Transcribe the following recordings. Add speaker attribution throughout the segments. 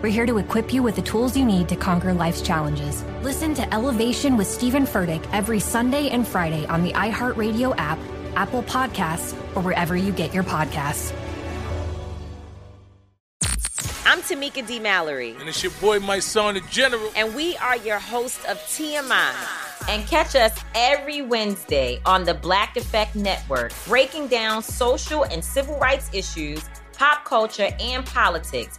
Speaker 1: We're here to equip you with the tools you need to conquer life's challenges. Listen to Elevation with Stephen Furtick every Sunday and Friday on the iHeartRadio app, Apple Podcasts, or wherever you get your podcasts.
Speaker 2: I'm Tamika D. Mallory.
Speaker 3: And it's your boy, my son, the General.
Speaker 2: And we are your hosts of TMI. And catch us every Wednesday on the Black Effect Network, breaking down social and civil rights issues pop culture, and politics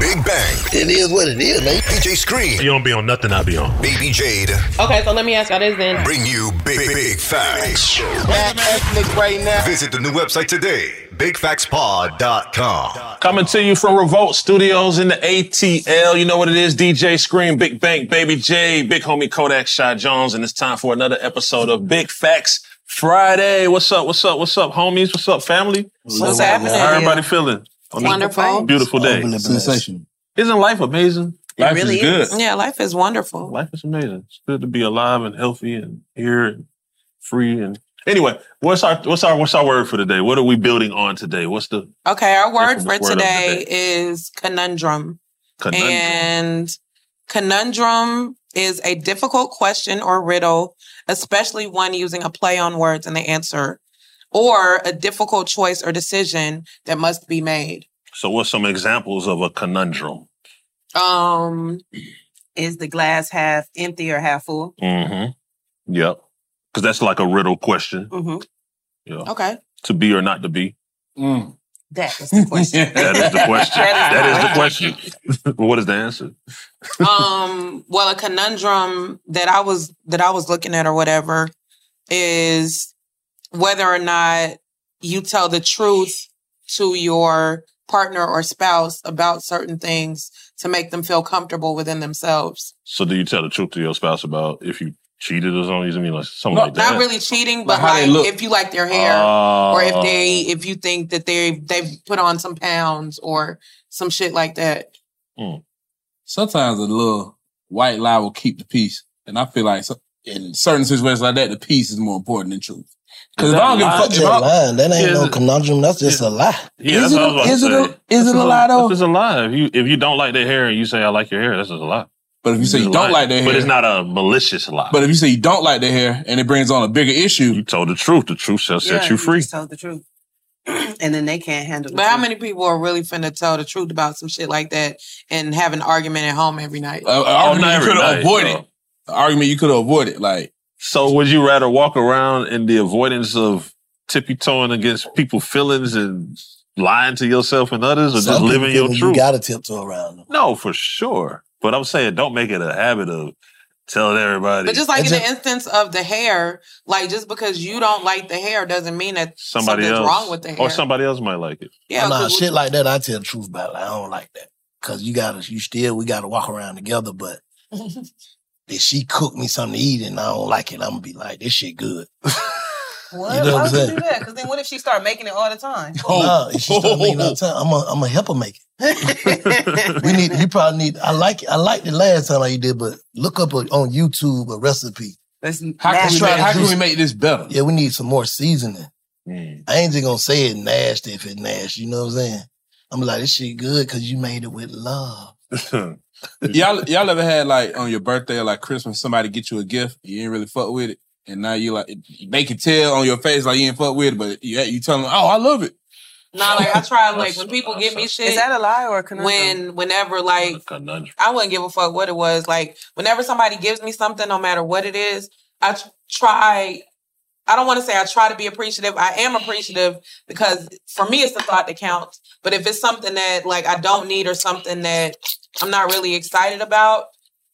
Speaker 4: Big Bang. It is what it is, man. DJ Scream.
Speaker 5: You don't be on nothing, I be on.
Speaker 4: Baby Jade.
Speaker 6: Okay, so let me ask y'all this then.
Speaker 4: Bring you big, big, big facts.
Speaker 7: Black ethnic right now.
Speaker 4: Visit the new website today. BigFactsPod.com.
Speaker 3: Coming to you from Revolt Studios in the ATL. You know what it is, DJ Scream, Big Bang, Baby J, Big Homie Kodak Shy Jones, and it's time for another episode of Big Facts Friday. What's up? What's up? What's up, homies? What's up, family?
Speaker 6: What's, What's happening?
Speaker 3: How everybody feeling?
Speaker 6: On this Wonderful.
Speaker 3: Beautiful day.
Speaker 8: Sensational.
Speaker 3: Isn't life amazing? Life
Speaker 6: it really
Speaker 3: is, good.
Speaker 6: Yeah, life is wonderful.
Speaker 3: Life is amazing. It's good to be alive and healthy and here and free and anyway, what's our what's our what's our word for today? What are we building on today? What's the
Speaker 6: Okay, our word for
Speaker 3: word of the
Speaker 6: today
Speaker 3: day.
Speaker 6: is conundrum.
Speaker 3: conundrum?
Speaker 6: And conundrum is a difficult question or riddle, especially one using a play on words and the answer, or a difficult choice or decision that must be made.
Speaker 3: so what's some examples of a conundrum?
Speaker 6: Um, is the glass half empty or half full?
Speaker 3: Mm-hmm. Yep. Because that's like a riddle question.
Speaker 6: Mm-hmm.
Speaker 3: Yeah.
Speaker 6: Okay,
Speaker 3: To be or not to be.
Speaker 8: Mm.
Speaker 6: that was the question.
Speaker 3: That is the question. that
Speaker 6: That
Speaker 3: is the question. what is the answer?
Speaker 6: um well a conundrum that i was that i was looking at or whatever is whether or not you tell the truth to your partner or spouse about certain things to make them feel comfortable within themselves
Speaker 3: So do you tell the truth to your spouse about if you cheated or something? You mean like something
Speaker 8: No,
Speaker 3: like that?
Speaker 6: not really cheating but
Speaker 8: Like how they
Speaker 6: like,
Speaker 8: look.
Speaker 6: if you like their hair
Speaker 3: Oh.
Speaker 6: or if they if you think that they they've put on some pounds or some shit like that
Speaker 8: Mm. Sometimes a little white lie will keep the peace, and I feel like so- in certain situations like that, the peace is more important than truth. Because if I don't give a
Speaker 3: That
Speaker 8: fuck,
Speaker 7: That's
Speaker 8: if
Speaker 7: just
Speaker 8: I,
Speaker 7: lying. That ain't
Speaker 3: Is
Speaker 7: no
Speaker 3: it-
Speaker 7: conundrum. That's just a lie.
Speaker 3: Yeah,
Speaker 8: is
Speaker 3: that's
Speaker 8: it
Speaker 3: what I
Speaker 8: a-
Speaker 3: was
Speaker 8: is it
Speaker 3: about to
Speaker 8: a-
Speaker 3: say.
Speaker 8: is
Speaker 3: That's
Speaker 8: it a lie, though?
Speaker 3: This is a lie. If you if you don't like their hair and you say I like your hair, that's just a lie.
Speaker 8: but if you say you
Speaker 3: You're
Speaker 8: don't
Speaker 3: lying.
Speaker 8: like their hair,
Speaker 3: but it's not a malicious lie.
Speaker 8: But if you say you don't like their hair, and it brings on a bigger issue,
Speaker 3: you told the truth, the truth shall set you free.
Speaker 9: told the truth. and then they can't handle
Speaker 6: but how many people are really finna tell the truth about some shit like that and have an argument at home every night
Speaker 8: a- a
Speaker 3: Oh,
Speaker 8: argument
Speaker 3: not
Speaker 8: you
Speaker 3: every
Speaker 8: could have
Speaker 3: night,
Speaker 8: avoided,
Speaker 3: though.
Speaker 8: a argument you could have avoided. Like
Speaker 3: So would you rather walk around in the avoidance of tippy toeing against people's feelings and lying to yourself and others or just
Speaker 7: Some
Speaker 3: living
Speaker 7: people
Speaker 3: your
Speaker 7: feel
Speaker 3: truth?
Speaker 7: You gotta tiptoe around. them.
Speaker 3: no, for sure. But I'm saying don't make it a habit of telling everybody.
Speaker 6: But just like in the instance of the hair, like just because you don't like the hair doesn't mean that
Speaker 3: somebody
Speaker 6: something's
Speaker 3: else
Speaker 6: wrong with the hair.
Speaker 3: or somebody else might like it.
Speaker 6: Yeah,
Speaker 7: nah,
Speaker 6: 'cause-
Speaker 7: shit like that. I tell the truth about. Like, I don't like that because you gotta, you still, we gotta walk around together. But if she cook me something to eat and I don't like it, I'm gonna be like, this shit good.
Speaker 10: What?
Speaker 7: You know what
Speaker 10: Why
Speaker 7: I'm
Speaker 10: would you
Speaker 7: saying? Oh.
Speaker 10: do that? Because then what if she start making it all the time?
Speaker 7: Nah, if she start making all the time, I'm gonna, I'm gonna help her make it. we need, you probably need. I like, I like the last time I did, but look up a, on YouTube a recipe.
Speaker 8: How can we make- how can we make
Speaker 7: this better? Yeah, we need some more seasoning. I ain't just gonna say it nasty if it nasty. You know what I'm saying? I'm like, this shit good because you made it with love.
Speaker 8: y'all y'all ever had like on your birthday or like Christmas somebody get you a gift you ain't really fuck with it and now you like they can tell on your face like you ain't fuck with it but yeah you tell them oh I love it
Speaker 6: Nah, like I try like when people give me shit.
Speaker 10: Is that a lie or a conundrum?
Speaker 6: when whenever like I wouldn't give a fuck what it was. Like whenever somebody gives me something, no matter what it is, I t- try. I don't want to say I try to be appreciative. I am appreciative because for me it's the thought that counts. But if it's something that like I don't need or something that I'm not really excited about,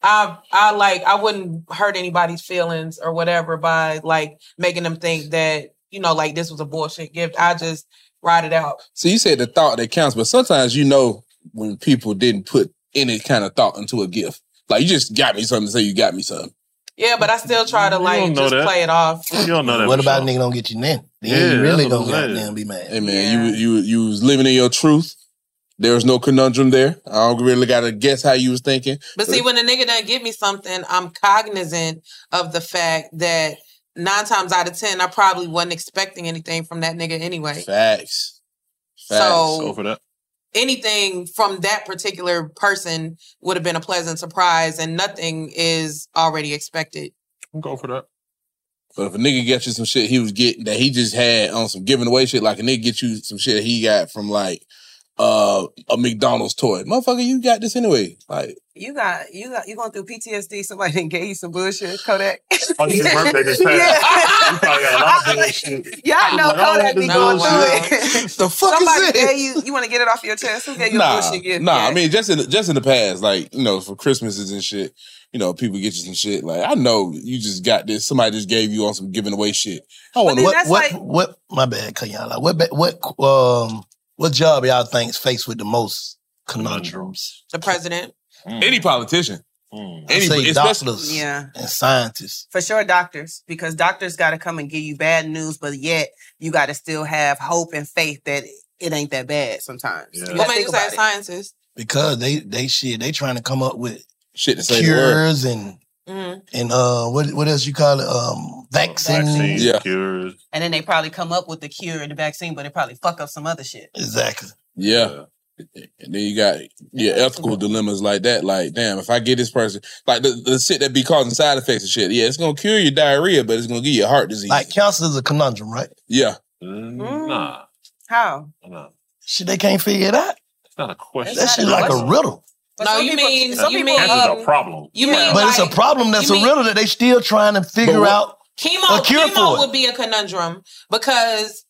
Speaker 6: I I like I wouldn't hurt anybody's feelings or whatever by like making them think that you know like this was a bullshit gift. I just ride it out.
Speaker 8: so you said the thought that counts but sometimes you know when people didn't put any kind of thought into a gift like you just got me something to say you got me something
Speaker 6: Yeah, but I still try to like
Speaker 8: don't know
Speaker 6: just
Speaker 8: that.
Speaker 6: play it off.
Speaker 8: You don't know that
Speaker 7: What
Speaker 8: for
Speaker 7: about
Speaker 8: sure.
Speaker 7: nigga don't get you nothing? Then
Speaker 8: Yeah,
Speaker 7: you really
Speaker 8: that's what
Speaker 7: gonna
Speaker 8: I'm saying.
Speaker 7: goddamn be mad.
Speaker 8: hey man you you you was living in your truth there was no conundrum there I don't really gotta guess how you was thinking
Speaker 6: But see, when a nigga doesn't give me something, I'm cognizant of the fact that nine times out of ten, I probably wasn't expecting anything from that nigga anyway.
Speaker 8: facts facts
Speaker 6: So-
Speaker 3: for that
Speaker 6: Anything from that particular person would have been a pleasant surprise, and nothing is already expected.
Speaker 3: I'm going for that.
Speaker 8: But if a nigga get you some shit he was getting that he just had on some giving away shit, like a nigga get you some shit he got from like uh a McDonald's toy. Motherfucker, you got this anyway. Like
Speaker 10: You got you got you going through PTSD. Somebody didn't gave you some bullshit, Kodak.
Speaker 3: Oh, it's your birthday this past.
Speaker 10: Yeah.
Speaker 3: You probably got a lot of bullshit.
Speaker 10: Y'all know
Speaker 3: Like,
Speaker 8: oh,
Speaker 3: I
Speaker 10: Kodak be
Speaker 3: want
Speaker 10: going
Speaker 3: this
Speaker 10: through
Speaker 8: it. the fuck
Speaker 10: Somebody
Speaker 8: is
Speaker 10: gave
Speaker 8: it?
Speaker 10: you. You want to get it off your chest? Who gave you a
Speaker 8: Nah,
Speaker 10: bullshit gift?
Speaker 8: nah. I mean, just in the, just in the past, like you know, for Christmases and shit, you know, people get you some shit. Like I know you just got this. Somebody just gave you on some giving away shit. I want
Speaker 7: Oh, what what, what my bad, Kayana. What ba- what um what job y'all think is faced with the Mm. most conundrums?
Speaker 6: The president.
Speaker 8: any politician,
Speaker 7: Mm. I
Speaker 8: any
Speaker 7: say
Speaker 8: especially-
Speaker 7: doctors
Speaker 10: Yeah.
Speaker 7: and scientists.
Speaker 10: For sure, doctors, because doctors got to come and give you bad news, but yet you got to still have hope and faith that it ain't that bad sometimes.
Speaker 7: Yeah.
Speaker 10: You
Speaker 6: What
Speaker 10: gotta
Speaker 6: made
Speaker 10: think
Speaker 6: you say
Speaker 10: about it.
Speaker 6: sciences?
Speaker 7: because they they shit they trying to come up with
Speaker 8: shit to say the word.
Speaker 7: cures and
Speaker 10: Mm-hmm.
Speaker 6: Mhm.
Speaker 7: and uh what what else you call it um vaccines
Speaker 3: Vaccines, Yeah. cures
Speaker 10: And then they probably come up with the cure and the vaccine, but they probably fuck up some other shit.
Speaker 7: exactly.
Speaker 8: Yeah. And then you got your ethical dilemmas like that. Like, damn, if I get this person, like the, the shit that be causing side effects and shit. Yeah, it's gonna cure your diarrhea, but it's gonna give you heart disease.
Speaker 7: Like counselors a conundrum, right?
Speaker 8: yeah.
Speaker 3: Mm,
Speaker 10: Mm.
Speaker 3: Nah,
Speaker 10: How?
Speaker 3: nah.
Speaker 7: Shit, they can't figure it out.
Speaker 3: It's not a question.
Speaker 7: That shit like a riddle.
Speaker 6: no, you mean you mean
Speaker 3: That's
Speaker 6: um,
Speaker 3: a problem.
Speaker 6: You mean
Speaker 7: but it's
Speaker 6: like-
Speaker 7: a problem that's
Speaker 6: you
Speaker 7: a riddle that they still trying to figure out.
Speaker 6: Chemo,
Speaker 7: a cure
Speaker 6: chemo
Speaker 7: for it.
Speaker 6: would be a conundrum because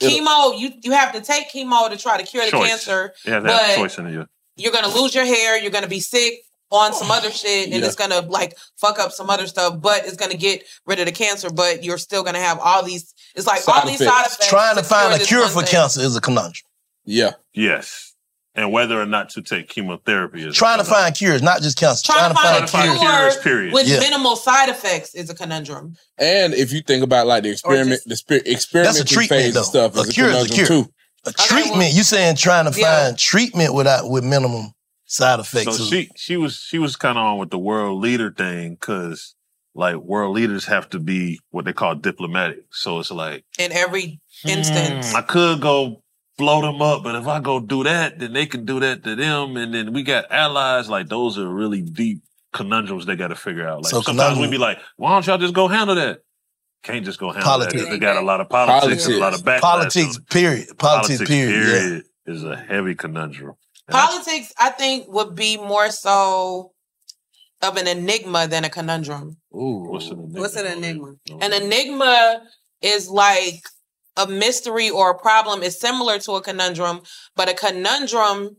Speaker 7: It'll-
Speaker 6: chemo, you, you have to take chemo to try to cure the
Speaker 3: Choice.
Speaker 6: cancer,
Speaker 3: Yeah,
Speaker 6: but
Speaker 3: that choice in you.
Speaker 6: you're gonna lose your hair, you're gonna be sick on some other shit, and
Speaker 3: Yeah.
Speaker 6: it's gonna like fuck up some other stuff, but it's gonna get rid of the cancer, but you're still gonna have all these. It's like all these side effects.
Speaker 7: Trying to find a
Speaker 6: this
Speaker 7: cure
Speaker 6: one
Speaker 7: for
Speaker 6: thing.
Speaker 7: cancer is a conundrum.
Speaker 8: Yeah.
Speaker 3: Yes. And whether or not to take chemotherapy is
Speaker 7: Trying to find cures, not just cancer.
Speaker 6: Trying to find a
Speaker 3: find
Speaker 6: cure
Speaker 3: cures, period.
Speaker 6: with
Speaker 8: Yeah.
Speaker 6: minimal side effects is a conundrum.
Speaker 8: And if you think about like the experiment, the spirit
Speaker 7: That's a
Speaker 8: experimenting phase
Speaker 7: treatment though.
Speaker 8: and stuff,
Speaker 7: a
Speaker 8: is
Speaker 7: cure is a
Speaker 8: conundrum
Speaker 7: cure.
Speaker 8: too.
Speaker 7: A treatment. You saying trying to find treatment without with minimum side effects?
Speaker 3: So
Speaker 7: is-
Speaker 3: she she was she was kind of on with the world leader thing because like world leaders have to be what they call diplomatic. So it's like
Speaker 6: In every
Speaker 7: Mm,
Speaker 6: instance,
Speaker 3: I could go blow them up, but if I go do that, then they can do that to them, and then we got allies. Like those are really deep conundrums they got to figure out. Like
Speaker 7: So
Speaker 3: sometimes we
Speaker 7: conundrum-
Speaker 3: be like, why don't y'all just go handle that? Can't just go handle that. 'cause They got a lot of politics, and a lot of backlash.
Speaker 7: Politics, period. Politics, period. yeah.
Speaker 3: is a heavy conundrum.
Speaker 6: Politics, I think, would be more so of an enigma than a conundrum.
Speaker 8: Ooh. What's an
Speaker 6: What's an enigma? An enigma is like a mystery or a problem is similar to a conundrum, but a conundrum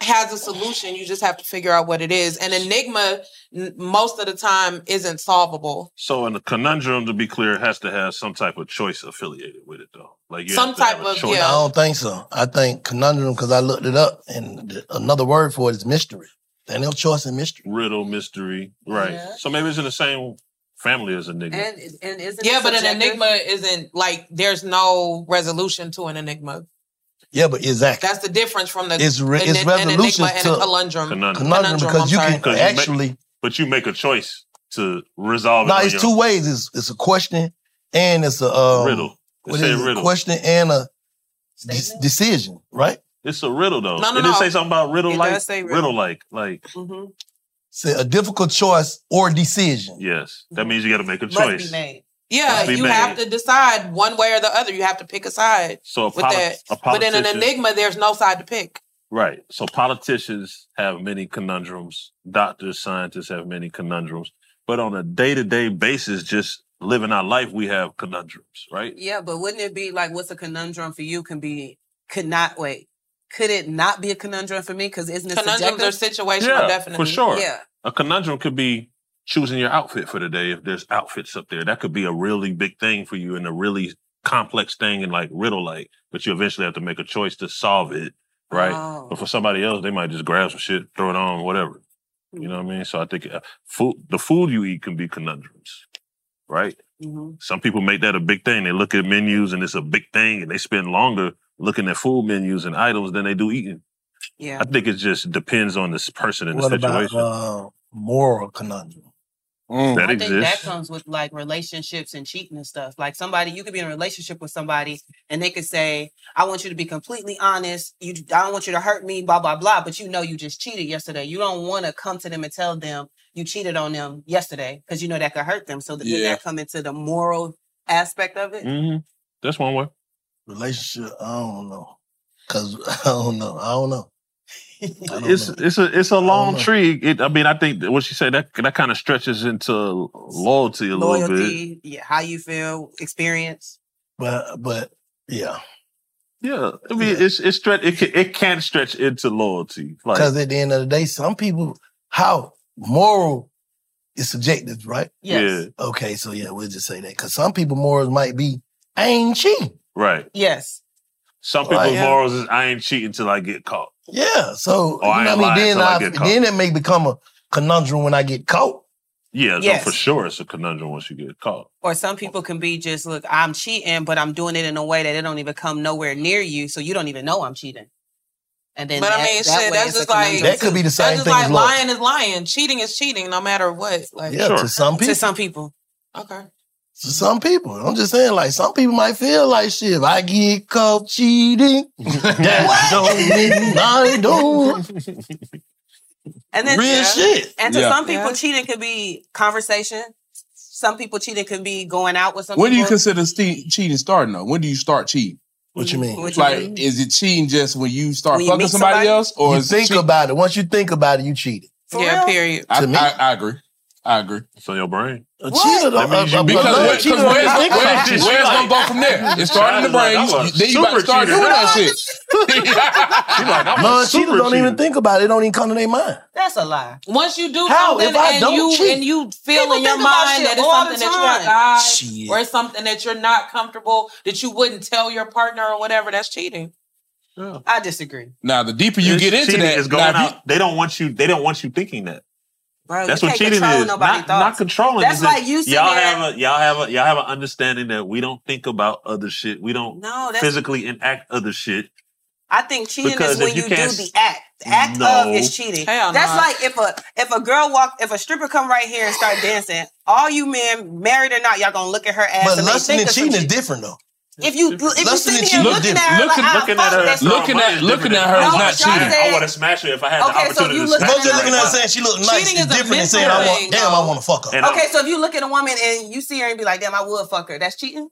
Speaker 6: has a solution. You just have to figure out what it is. An enigma n- most of the time isn't solvable.
Speaker 3: So, in the conundrum, to be clear, has to have some type of choice affiliated with it, though. Like you
Speaker 6: Some
Speaker 3: have to have
Speaker 6: type
Speaker 3: a
Speaker 6: of-
Speaker 3: choice.
Speaker 6: yeah.
Speaker 7: I don't think so. I think conundrum because I looked it up, and th- another word for it is mystery. There ain't no choice in mystery.
Speaker 3: riddle, mystery, right?
Speaker 6: Yeah.
Speaker 3: So maybe it's in the same family as enigma.
Speaker 6: and isn't yeah,
Speaker 10: it
Speaker 6: but an
Speaker 10: subjective?
Speaker 6: enigma isn't like there's no resolution to an enigma.
Speaker 7: Yeah, but exactly.
Speaker 6: That's the difference from the
Speaker 7: It's re-
Speaker 6: an-
Speaker 7: it's
Speaker 6: an
Speaker 7: resolution
Speaker 6: enigma and a
Speaker 7: to-
Speaker 6: conundrum.
Speaker 3: Conundrum.
Speaker 7: Conundrum, because you can
Speaker 3: Because make-
Speaker 7: actually.
Speaker 3: but you make a choice to resolve.
Speaker 7: no,
Speaker 3: it on
Speaker 7: it's
Speaker 3: your-
Speaker 7: two ways. It's it's a question and it's a um,
Speaker 3: Riddle.
Speaker 7: What
Speaker 3: Say
Speaker 7: is it?
Speaker 3: riddle.
Speaker 7: Question and a de- decision, right?
Speaker 3: It's a riddle, though.
Speaker 7: No, no,
Speaker 3: it did
Speaker 7: no.
Speaker 3: say something about riddle
Speaker 7: It
Speaker 3: like
Speaker 7: does say riddle.
Speaker 3: riddle like like.
Speaker 6: Mm-hmm.
Speaker 7: Say a difficult choice or decision.
Speaker 3: Yes, that means you got to make a
Speaker 6: Mm-hmm. Must be
Speaker 3: choice.
Speaker 6: made. Yeah,
Speaker 3: Must be
Speaker 6: you
Speaker 3: made.
Speaker 6: have to decide one way or the other. You have to pick a side.
Speaker 3: So a
Speaker 6: with
Speaker 3: poli-
Speaker 6: that,
Speaker 3: a
Speaker 6: but in an
Speaker 3: politician-
Speaker 6: enigma, there's no side to pick.
Speaker 3: Right. So politicians have many conundrums. Doctors, scientists have many conundrums. But on a day to day basis, just living our life, we have conundrums, right?
Speaker 10: Yeah, but wouldn't it be like what's a conundrum for you can be could not wait. Could it not be a conundrum for me? Because isn't it
Speaker 6: Conundrums
Speaker 10: subjective?
Speaker 6: are situational,
Speaker 3: yeah,
Speaker 6: definitely.
Speaker 3: for sure.
Speaker 10: Yeah.
Speaker 3: A conundrum could be choosing your outfit for the day. If there's outfits up there, that could be a really big thing for you and a really complex thing and like riddle like. But you eventually have to make a choice to solve it, right?
Speaker 11: Oh.
Speaker 3: But for somebody else, they might just grab some shit, throw it on, whatever. You know what I mean? So I think uh, food, the food you eat can be conundrums, right? Some people make that a big thing. They look at menus and it's a big thing, and they spend longer looking at food menus and items than they do eating.
Speaker 10: Yeah.
Speaker 3: I think it just depends on this person and the
Speaker 7: What about
Speaker 3: situation.
Speaker 7: uh, moral conundrum? Mm.
Speaker 3: That
Speaker 10: I think that
Speaker 3: exists.
Speaker 10: comes with like relationships and cheating and stuff. Like somebody, you could be in a relationship with somebody, and they could say, "I want you to be completely honest. You, I don't want you to hurt me, blah blah blah." But you know, you just cheated yesterday. You don't want to come to them and tell them you cheated on them yesterday because you know that could hurt them. So then
Speaker 3: Yeah.
Speaker 10: that come into the moral aspect of it.
Speaker 3: hmm That's one way.
Speaker 7: Relationship, I don't know. Cause I don't know. I don't know.
Speaker 3: It's it's a it's a long
Speaker 7: know.
Speaker 3: tree. It, I mean, I think that what she said that that kind of stretches into loyalty a little bit.
Speaker 10: Loyalty, yeah, how you feel, experience.
Speaker 7: But but yeah,
Speaker 3: Yeah, I mean, it's it's stretch. It can, it can stretch into loyalty. Like
Speaker 7: Because at the end of the day, some people, how moral is subjective, right?
Speaker 3: Yes.
Speaker 7: Okay, so yeah, we'll just say that. Because some people morals might be, I ain't cheating.
Speaker 3: right.
Speaker 10: Yes.
Speaker 3: Some
Speaker 7: Like-
Speaker 3: people's morals is I ain't cheating till I get caught.
Speaker 7: Yeah. So
Speaker 3: Oh, I
Speaker 7: you know
Speaker 3: ain't
Speaker 7: what I
Speaker 3: lying
Speaker 7: mean? Then,
Speaker 3: till I
Speaker 7: I,
Speaker 3: get caught.
Speaker 7: then it may become a conundrum when I get caught.
Speaker 3: Yeah,
Speaker 10: Yes.
Speaker 3: no, for sure, it's a conundrum once you get caught.
Speaker 10: Or some people can be just look, I'm cheating, but I'm doing it in a way that it don't even come nowhere near you, so you don't even know I'm cheating. And then,
Speaker 6: But I
Speaker 10: that-
Speaker 6: mean,
Speaker 10: that
Speaker 6: shit,
Speaker 10: way
Speaker 6: that's
Speaker 10: it's a
Speaker 6: just like
Speaker 10: conundrum, too.
Speaker 7: be the same
Speaker 6: that's just
Speaker 7: thing
Speaker 6: like
Speaker 7: as love.
Speaker 6: lying is lying, cheating is cheating, no matter what. Like,
Speaker 7: Yeah, to some people.
Speaker 6: To some people. Okay.
Speaker 7: To some people. I'm just saying, like, some people might feel like shit. If I get caught cheating, that don't mean I don't.
Speaker 10: And then
Speaker 7: Real
Speaker 10: yeah.
Speaker 7: shit.
Speaker 10: And to
Speaker 8: Yeah.
Speaker 10: some people,
Speaker 8: Yeah.
Speaker 10: cheating could be conversation. Some people cheating could be going out with some
Speaker 8: When do you
Speaker 10: people.
Speaker 8: consider ste cheating starting though? When do you start cheating?
Speaker 7: What you mean? What you
Speaker 8: like,
Speaker 7: mean?
Speaker 8: is it cheating just when you start
Speaker 7: When you
Speaker 8: fucking
Speaker 7: meet
Speaker 8: somebody,
Speaker 7: somebody?
Speaker 8: else, or
Speaker 7: You
Speaker 8: is
Speaker 7: think about it. Once you think about it, you cheated.
Speaker 6: yeah, period.
Speaker 8: I,
Speaker 7: To me.
Speaker 8: I, I agree. I agree.
Speaker 3: It's on your brain.
Speaker 7: A cheater,
Speaker 8: That
Speaker 7: don't-
Speaker 8: means
Speaker 7: a-
Speaker 8: you
Speaker 7: a-
Speaker 8: because
Speaker 7: a
Speaker 8: where- 'cause
Speaker 7: cheater don't
Speaker 8: where's,
Speaker 7: think
Speaker 8: where's-
Speaker 7: about it.
Speaker 8: where's gonna go from there? It's starting in the brain.
Speaker 7: Like, I'm a
Speaker 8: You- then you about to
Speaker 7: super
Speaker 8: start
Speaker 7: cheater.
Speaker 8: doing that shit.
Speaker 3: I'm
Speaker 7: No,
Speaker 3: a
Speaker 7: cheaters
Speaker 3: super
Speaker 7: don't even
Speaker 3: cheater.
Speaker 7: think about it. It don't even come to their mind.
Speaker 10: That's a lie.
Speaker 6: Once you do
Speaker 7: How?
Speaker 6: something
Speaker 7: If I
Speaker 6: and
Speaker 7: don't
Speaker 6: you
Speaker 7: cheat.
Speaker 6: and you feel
Speaker 10: People
Speaker 6: in your
Speaker 10: think about
Speaker 6: mind
Speaker 10: shit
Speaker 6: that it's
Speaker 10: all the
Speaker 6: something that
Speaker 10: time.
Speaker 6: you're a guy or something that you're not comfortable that you wouldn't tell your partner or whatever, that's cheating.
Speaker 10: I disagree.
Speaker 8: Now, the deeper you
Speaker 3: It's
Speaker 8: get into
Speaker 3: cheating
Speaker 8: that,
Speaker 3: is going
Speaker 8: now, if you-
Speaker 3: out. They don't want you. They don't want you thinking that.
Speaker 10: Bro,
Speaker 3: That's
Speaker 10: you
Speaker 3: what
Speaker 10: can't
Speaker 3: cheating
Speaker 10: control
Speaker 3: is. Not,
Speaker 10: nobody's thoughts.
Speaker 3: not controlling.
Speaker 10: That's
Speaker 3: is
Speaker 10: like you sitting
Speaker 3: Y'all
Speaker 10: there-
Speaker 3: have a y'all have a y'all have an understanding that we don't think about other shit. We don't
Speaker 10: No, that's-
Speaker 3: physically enact other shit.
Speaker 10: I think cheating
Speaker 3: Because
Speaker 10: is
Speaker 3: if
Speaker 10: when
Speaker 3: you
Speaker 10: you,
Speaker 3: can't
Speaker 10: do the act. The act
Speaker 3: No.
Speaker 10: of is cheating.
Speaker 6: Hell
Speaker 10: That's
Speaker 6: nah.
Speaker 10: like if a if a girl walk if a stripper come right here and start dancing, all you men, married or not, y'all gonna look at her ass.
Speaker 7: But
Speaker 10: and make
Speaker 7: lusting
Speaker 10: think
Speaker 7: and
Speaker 10: of some
Speaker 7: cheating is
Speaker 10: shit.
Speaker 7: different, though.
Speaker 10: If you if you
Speaker 7: Lusting
Speaker 10: sitting here
Speaker 7: and cheating is
Speaker 10: looking at
Speaker 7: different.
Speaker 10: her, like, ah,
Speaker 3: looking at
Speaker 10: fuck
Speaker 3: her,
Speaker 10: this girl.
Speaker 8: looking at looking at her
Speaker 10: No,
Speaker 8: is
Speaker 10: but
Speaker 8: not
Speaker 10: y'all
Speaker 8: cheating.
Speaker 10: said-
Speaker 3: I would have smashed her if I had
Speaker 10: Okay, so
Speaker 3: the opportunity
Speaker 10: you
Speaker 3: to
Speaker 10: look-
Speaker 3: smash
Speaker 7: Mostly
Speaker 3: her.
Speaker 7: looking at her saying she look nice
Speaker 10: Cheating
Speaker 7: is
Speaker 10: is a
Speaker 7: different than saying I
Speaker 10: mental
Speaker 7: want.
Speaker 10: thing,
Speaker 7: Damn, I want to fuck her.
Speaker 3: And I-
Speaker 10: okay, so if you looking at a woman and you see her and be like, "Damn, I would fuck her," that's cheating.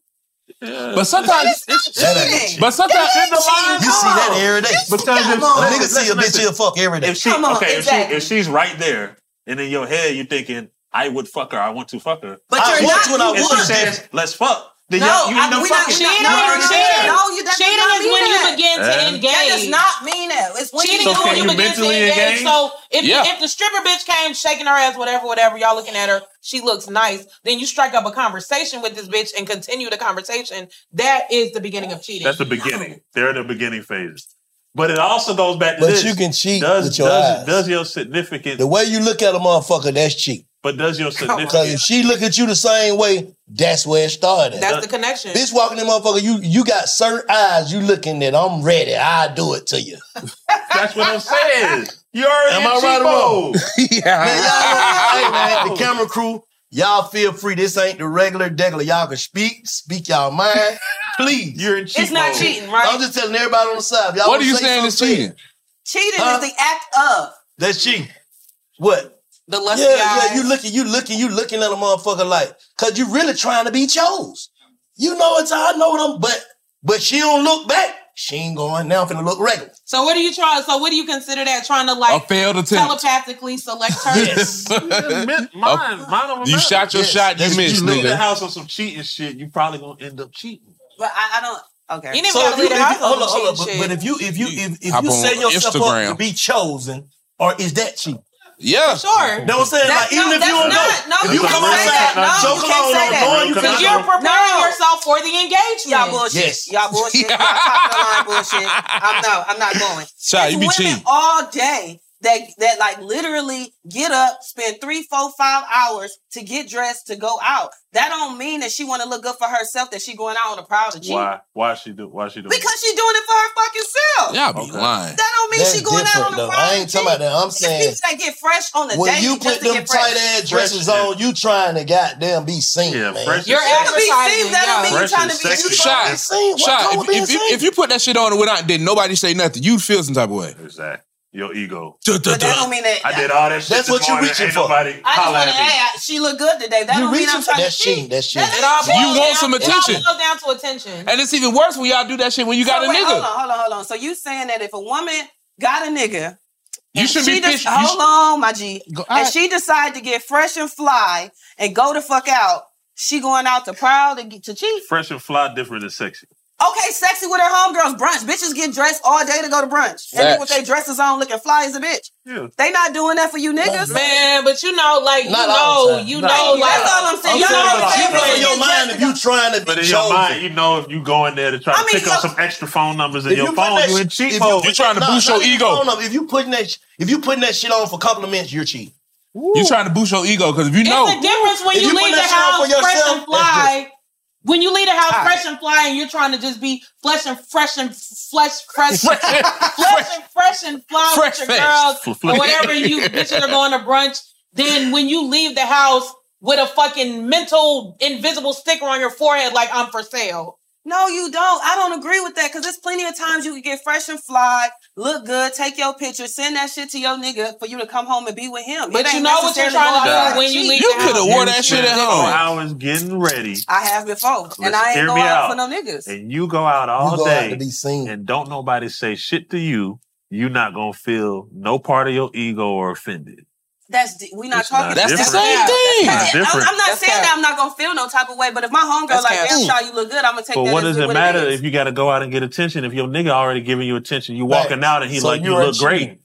Speaker 8: but sometimes,
Speaker 7: That ain't cheating.
Speaker 8: but sometimes,
Speaker 7: You see that every day.
Speaker 3: Because if
Speaker 7: A nigga see a
Speaker 3: listen,
Speaker 7: bitch he'll fuck every day.
Speaker 3: If she
Speaker 10: Come on,
Speaker 3: okay,
Speaker 10: exactly.
Speaker 3: if, she, if she's right there and in your head you're thinking, I would fuck her. I want to fuck her.
Speaker 10: But
Speaker 3: I
Speaker 10: you're
Speaker 3: want
Speaker 10: not-
Speaker 3: to, and
Speaker 10: you
Speaker 3: I- and she
Speaker 10: would.
Speaker 3: says, "Let's fuck." Then
Speaker 10: No,
Speaker 3: y'all, you
Speaker 10: I-
Speaker 3: end up
Speaker 10: we not-
Speaker 3: fucking.
Speaker 10: we not- no, no,
Speaker 3: Cheating.
Speaker 10: no, no, you- that does
Speaker 6: Cheating
Speaker 10: not
Speaker 6: is
Speaker 10: mean
Speaker 6: when you
Speaker 10: that.
Speaker 6: begin to
Speaker 3: Yeah.
Speaker 6: engage.
Speaker 10: That does not mean that. It's when
Speaker 6: cheating
Speaker 10: you
Speaker 6: is
Speaker 10: do
Speaker 6: when
Speaker 10: it.
Speaker 6: you begin to engage. So if,
Speaker 10: Yeah.
Speaker 6: if the stripper bitch came shaking her ass, whatever, whatever, y'all looking at her, she looks nice. Then you strike up a conversation with this bitch and continue the conversation. That is the beginning of cheating.
Speaker 3: That's the beginning. They're the beginning phases. But it also goes back to
Speaker 7: But
Speaker 3: this.
Speaker 7: you can cheat
Speaker 3: does,
Speaker 7: with your
Speaker 3: does,
Speaker 7: eyes.
Speaker 3: Does your significant?
Speaker 7: The way you look at a motherfucker, that's cheap.
Speaker 3: But does your
Speaker 7: Because
Speaker 3: significant?
Speaker 7: if she look at you the same way, that's where it started.
Speaker 6: That's the connection.
Speaker 7: Bitch walking in motherfucker, you you got certain eyes you looking at. I'm ready. I do it to you.
Speaker 3: That's what I'm saying. You already
Speaker 7: Am
Speaker 3: in
Speaker 7: I right or wrong?
Speaker 3: cheapo.
Speaker 7: yeah. hey man, the camera crew, y'all feel free. This ain't the regular degular. Y'all can speak, speak y'all mind. Please. You're in
Speaker 10: cheat It's not mode. cheating, right?
Speaker 7: I'm just telling everybody on the side. if Y'all
Speaker 10: What
Speaker 7: wanna
Speaker 10: are you
Speaker 7: say
Speaker 10: saying is
Speaker 7: something,
Speaker 10: cheating? Cheating
Speaker 7: Huh?
Speaker 10: is the act of.
Speaker 7: That's cheating. What?
Speaker 10: The lusty
Speaker 7: yeah,
Speaker 10: eyes.
Speaker 7: yeah. You looking, you looking, you looking at a motherfucker like, cause you really trying to be chose. You know it's how I know them, but but she don't look back. She ain't going now. I'm finna look regular.
Speaker 6: So what do you try? So what do you consider that? Trying to like
Speaker 7: A failed attempt.
Speaker 6: telepathically select her.
Speaker 3: mine, mine don't
Speaker 8: You
Speaker 3: matter.
Speaker 8: shot your shot, you
Speaker 3: If
Speaker 8: missed,
Speaker 3: You leave the
Speaker 8: nigga.
Speaker 3: house on some cheating shit. You probably gonna end up cheating.
Speaker 10: But I, I don't. Okay.
Speaker 7: So if you- if you- hold on, hold on, but, but if you if you if, if
Speaker 8: Hop
Speaker 7: you
Speaker 8: on
Speaker 7: set yourself
Speaker 8: Instagram.
Speaker 7: up to be chosen, or is that cheap?
Speaker 8: Yeah.
Speaker 6: Sure.
Speaker 7: Know what I'm saying?
Speaker 6: That's-
Speaker 7: like even
Speaker 6: no,
Speaker 7: if
Speaker 6: that's
Speaker 7: you don't
Speaker 6: not-
Speaker 7: know,
Speaker 6: no,
Speaker 7: if
Speaker 6: you
Speaker 7: you
Speaker 6: can't
Speaker 7: come
Speaker 6: say that. No,
Speaker 7: outside, no,
Speaker 6: you
Speaker 7: choke
Speaker 6: can't
Speaker 7: on
Speaker 6: say that.
Speaker 7: on, going,
Speaker 6: Because
Speaker 7: you
Speaker 6: you're
Speaker 7: come
Speaker 6: preparing yourself for the engagement.
Speaker 10: Y'all bullshit. Y'all bullshit. Y'all top of the line bullshit. I'm no, I'm not going.
Speaker 8: Child, you be
Speaker 10: There's women
Speaker 8: cheating.
Speaker 10: all day that that like literally get up, spend three, four, five hours to get dressed to go out. That don't mean that she want to look good for herself. That she going out on a proud to cheat.
Speaker 3: Why? Why she do? Why she do?
Speaker 10: Because she doing it for her fucking self.
Speaker 3: Y'all
Speaker 8: be
Speaker 3: lying.
Speaker 10: That don't mean she going out on a
Speaker 7: though.
Speaker 10: proud
Speaker 7: I ain't talking about that. I'm saying
Speaker 10: People that get fresh on the
Speaker 7: when
Speaker 10: daily
Speaker 7: you
Speaker 10: just
Speaker 7: put
Speaker 10: to
Speaker 7: them
Speaker 10: get fresh.
Speaker 7: tight ass dresses on, you trying to goddamn be seen, man.
Speaker 8: fresh is You're sexy.
Speaker 10: You be seen, that don't
Speaker 8: yeah.
Speaker 10: mean you're
Speaker 8: Fresh
Speaker 10: trying
Speaker 8: is
Speaker 10: to be you trying to
Speaker 8: Shot.
Speaker 10: be seen. What's wrong
Speaker 8: Shot.
Speaker 10: with
Speaker 8: If,
Speaker 10: being
Speaker 8: if, if,
Speaker 10: seen?
Speaker 8: if you put that shit on and without, did nobody say nothing, you'd feel some type of way.
Speaker 3: Exactly. Your ego.
Speaker 8: But
Speaker 10: that don't mean that.
Speaker 3: I did all that shit.
Speaker 8: That's
Speaker 3: this
Speaker 8: what you
Speaker 3: morning,
Speaker 8: reaching
Speaker 3: ain't
Speaker 8: for.
Speaker 3: Nobody
Speaker 10: I just
Speaker 3: holler
Speaker 10: want to
Speaker 3: at me.
Speaker 10: add, she look good today. That don't mean I'm trying to
Speaker 7: That's cheating.
Speaker 10: cheat.
Speaker 7: That's cheating.
Speaker 10: That-
Speaker 8: It all
Speaker 10: cheating.
Speaker 8: boils You want down- some it all attention.
Speaker 6: It all boils down to attention.
Speaker 8: And it's even worse when y'all do that shit when you got
Speaker 10: So
Speaker 8: a
Speaker 10: wait, Hold
Speaker 8: nigga.
Speaker 10: on, hold on, hold on. So you saying that if a woman got a nigga,
Speaker 8: You should
Speaker 10: she
Speaker 8: be
Speaker 10: just
Speaker 8: fishing.
Speaker 10: hold on, my G, and
Speaker 8: I-
Speaker 10: she decide to get fresh and fly and go the fuck out, she going out to proud to, get- to cheat.
Speaker 3: Fresh and fly, different and sexy.
Speaker 10: Okay, sexy with her homegirls brunch. Bitches get dressed all day to go to brunch, and then with
Speaker 3: Facts.
Speaker 10: their dresses on, looking fly as a bitch. They not doing that for you niggas,
Speaker 6: man. But you know, like
Speaker 10: Not all the time. Not all the
Speaker 7: time.
Speaker 10: that's all I'm saying.
Speaker 7: I'm
Speaker 10: Y'all
Speaker 7: saying,
Speaker 10: always
Speaker 7: but
Speaker 10: say
Speaker 7: you
Speaker 10: women
Speaker 7: know in your
Speaker 10: get
Speaker 7: mind if you trying to be
Speaker 3: But in
Speaker 7: chosen.
Speaker 3: your mind, you know if you go in there to try
Speaker 7: I
Speaker 3: to
Speaker 7: mean,
Speaker 3: pick up
Speaker 7: yo-
Speaker 3: some extra phone numbers in
Speaker 7: If
Speaker 3: your
Speaker 7: you put
Speaker 3: phone,
Speaker 7: that
Speaker 3: you in
Speaker 7: sh-
Speaker 3: cheat
Speaker 7: if
Speaker 3: mode.
Speaker 7: you- nah, not even phone up. If you putting that, sh- if you putting that shit on for compliments, you're cheating.
Speaker 8: You trying to boost your ego because if you know,
Speaker 6: It's the difference when you,
Speaker 7: If you
Speaker 6: leave the
Speaker 7: put that shit on
Speaker 6: house
Speaker 7: for
Speaker 6: fresh
Speaker 7: yourself,
Speaker 6: and fly. When you leave the house
Speaker 10: All
Speaker 6: fresh and fly, and you're trying to just be flesh and fresh and flesh fresh, fresh, and fresh and fly
Speaker 10: Fresh
Speaker 6: with your
Speaker 10: face.
Speaker 6: girls
Speaker 10: Fl-
Speaker 6: or whatever you bitches are going to brunch. Then when you leave the house with a fucking mental invisible sticker on your forehead, like I'm for sale.
Speaker 10: No, you don't. I don't agree with that because there's plenty of times you can get fresh and fly, look good, take your picture, send that shit to your nigga for you to come home and be with him.
Speaker 6: But
Speaker 10: It
Speaker 6: you
Speaker 10: ain't
Speaker 6: know what you're
Speaker 10: necessarily
Speaker 6: trying to
Speaker 10: going
Speaker 6: do
Speaker 10: out
Speaker 6: when you
Speaker 10: cheat.
Speaker 6: leave You the coulda house. wore that shit at
Speaker 3: spent
Speaker 6: home.
Speaker 3: four hours getting ready.
Speaker 10: I have before, and I
Speaker 3: hear
Speaker 10: ain't go
Speaker 3: me
Speaker 10: out, for no
Speaker 3: out.
Speaker 10: niggas.
Speaker 3: and you go out all
Speaker 7: go
Speaker 3: day
Speaker 7: out to
Speaker 3: and don't nobody say shit to you, you not gonna feel no part of your ego or offended.
Speaker 10: That's di- we not talking.
Speaker 3: not That's the different. same
Speaker 10: cap. That's
Speaker 3: thing. Not
Speaker 10: cap. I'm,
Speaker 3: different.
Speaker 10: I'm not
Speaker 3: That's
Speaker 10: saying
Speaker 3: cap.
Speaker 10: that I'm not gonna feel no type of way, but if my homegirl
Speaker 3: That's
Speaker 10: like,
Speaker 3: cap.
Speaker 10: damn,
Speaker 3: Mm.
Speaker 10: child, you look good, I'm gonna take.
Speaker 3: But
Speaker 10: that
Speaker 3: what
Speaker 10: as
Speaker 3: does it
Speaker 10: what
Speaker 3: matter
Speaker 10: is.
Speaker 3: if you got to go out and get attention if your nigga already giving you attention? You walking out and he
Speaker 8: So
Speaker 3: like you,
Speaker 8: you are
Speaker 3: look great.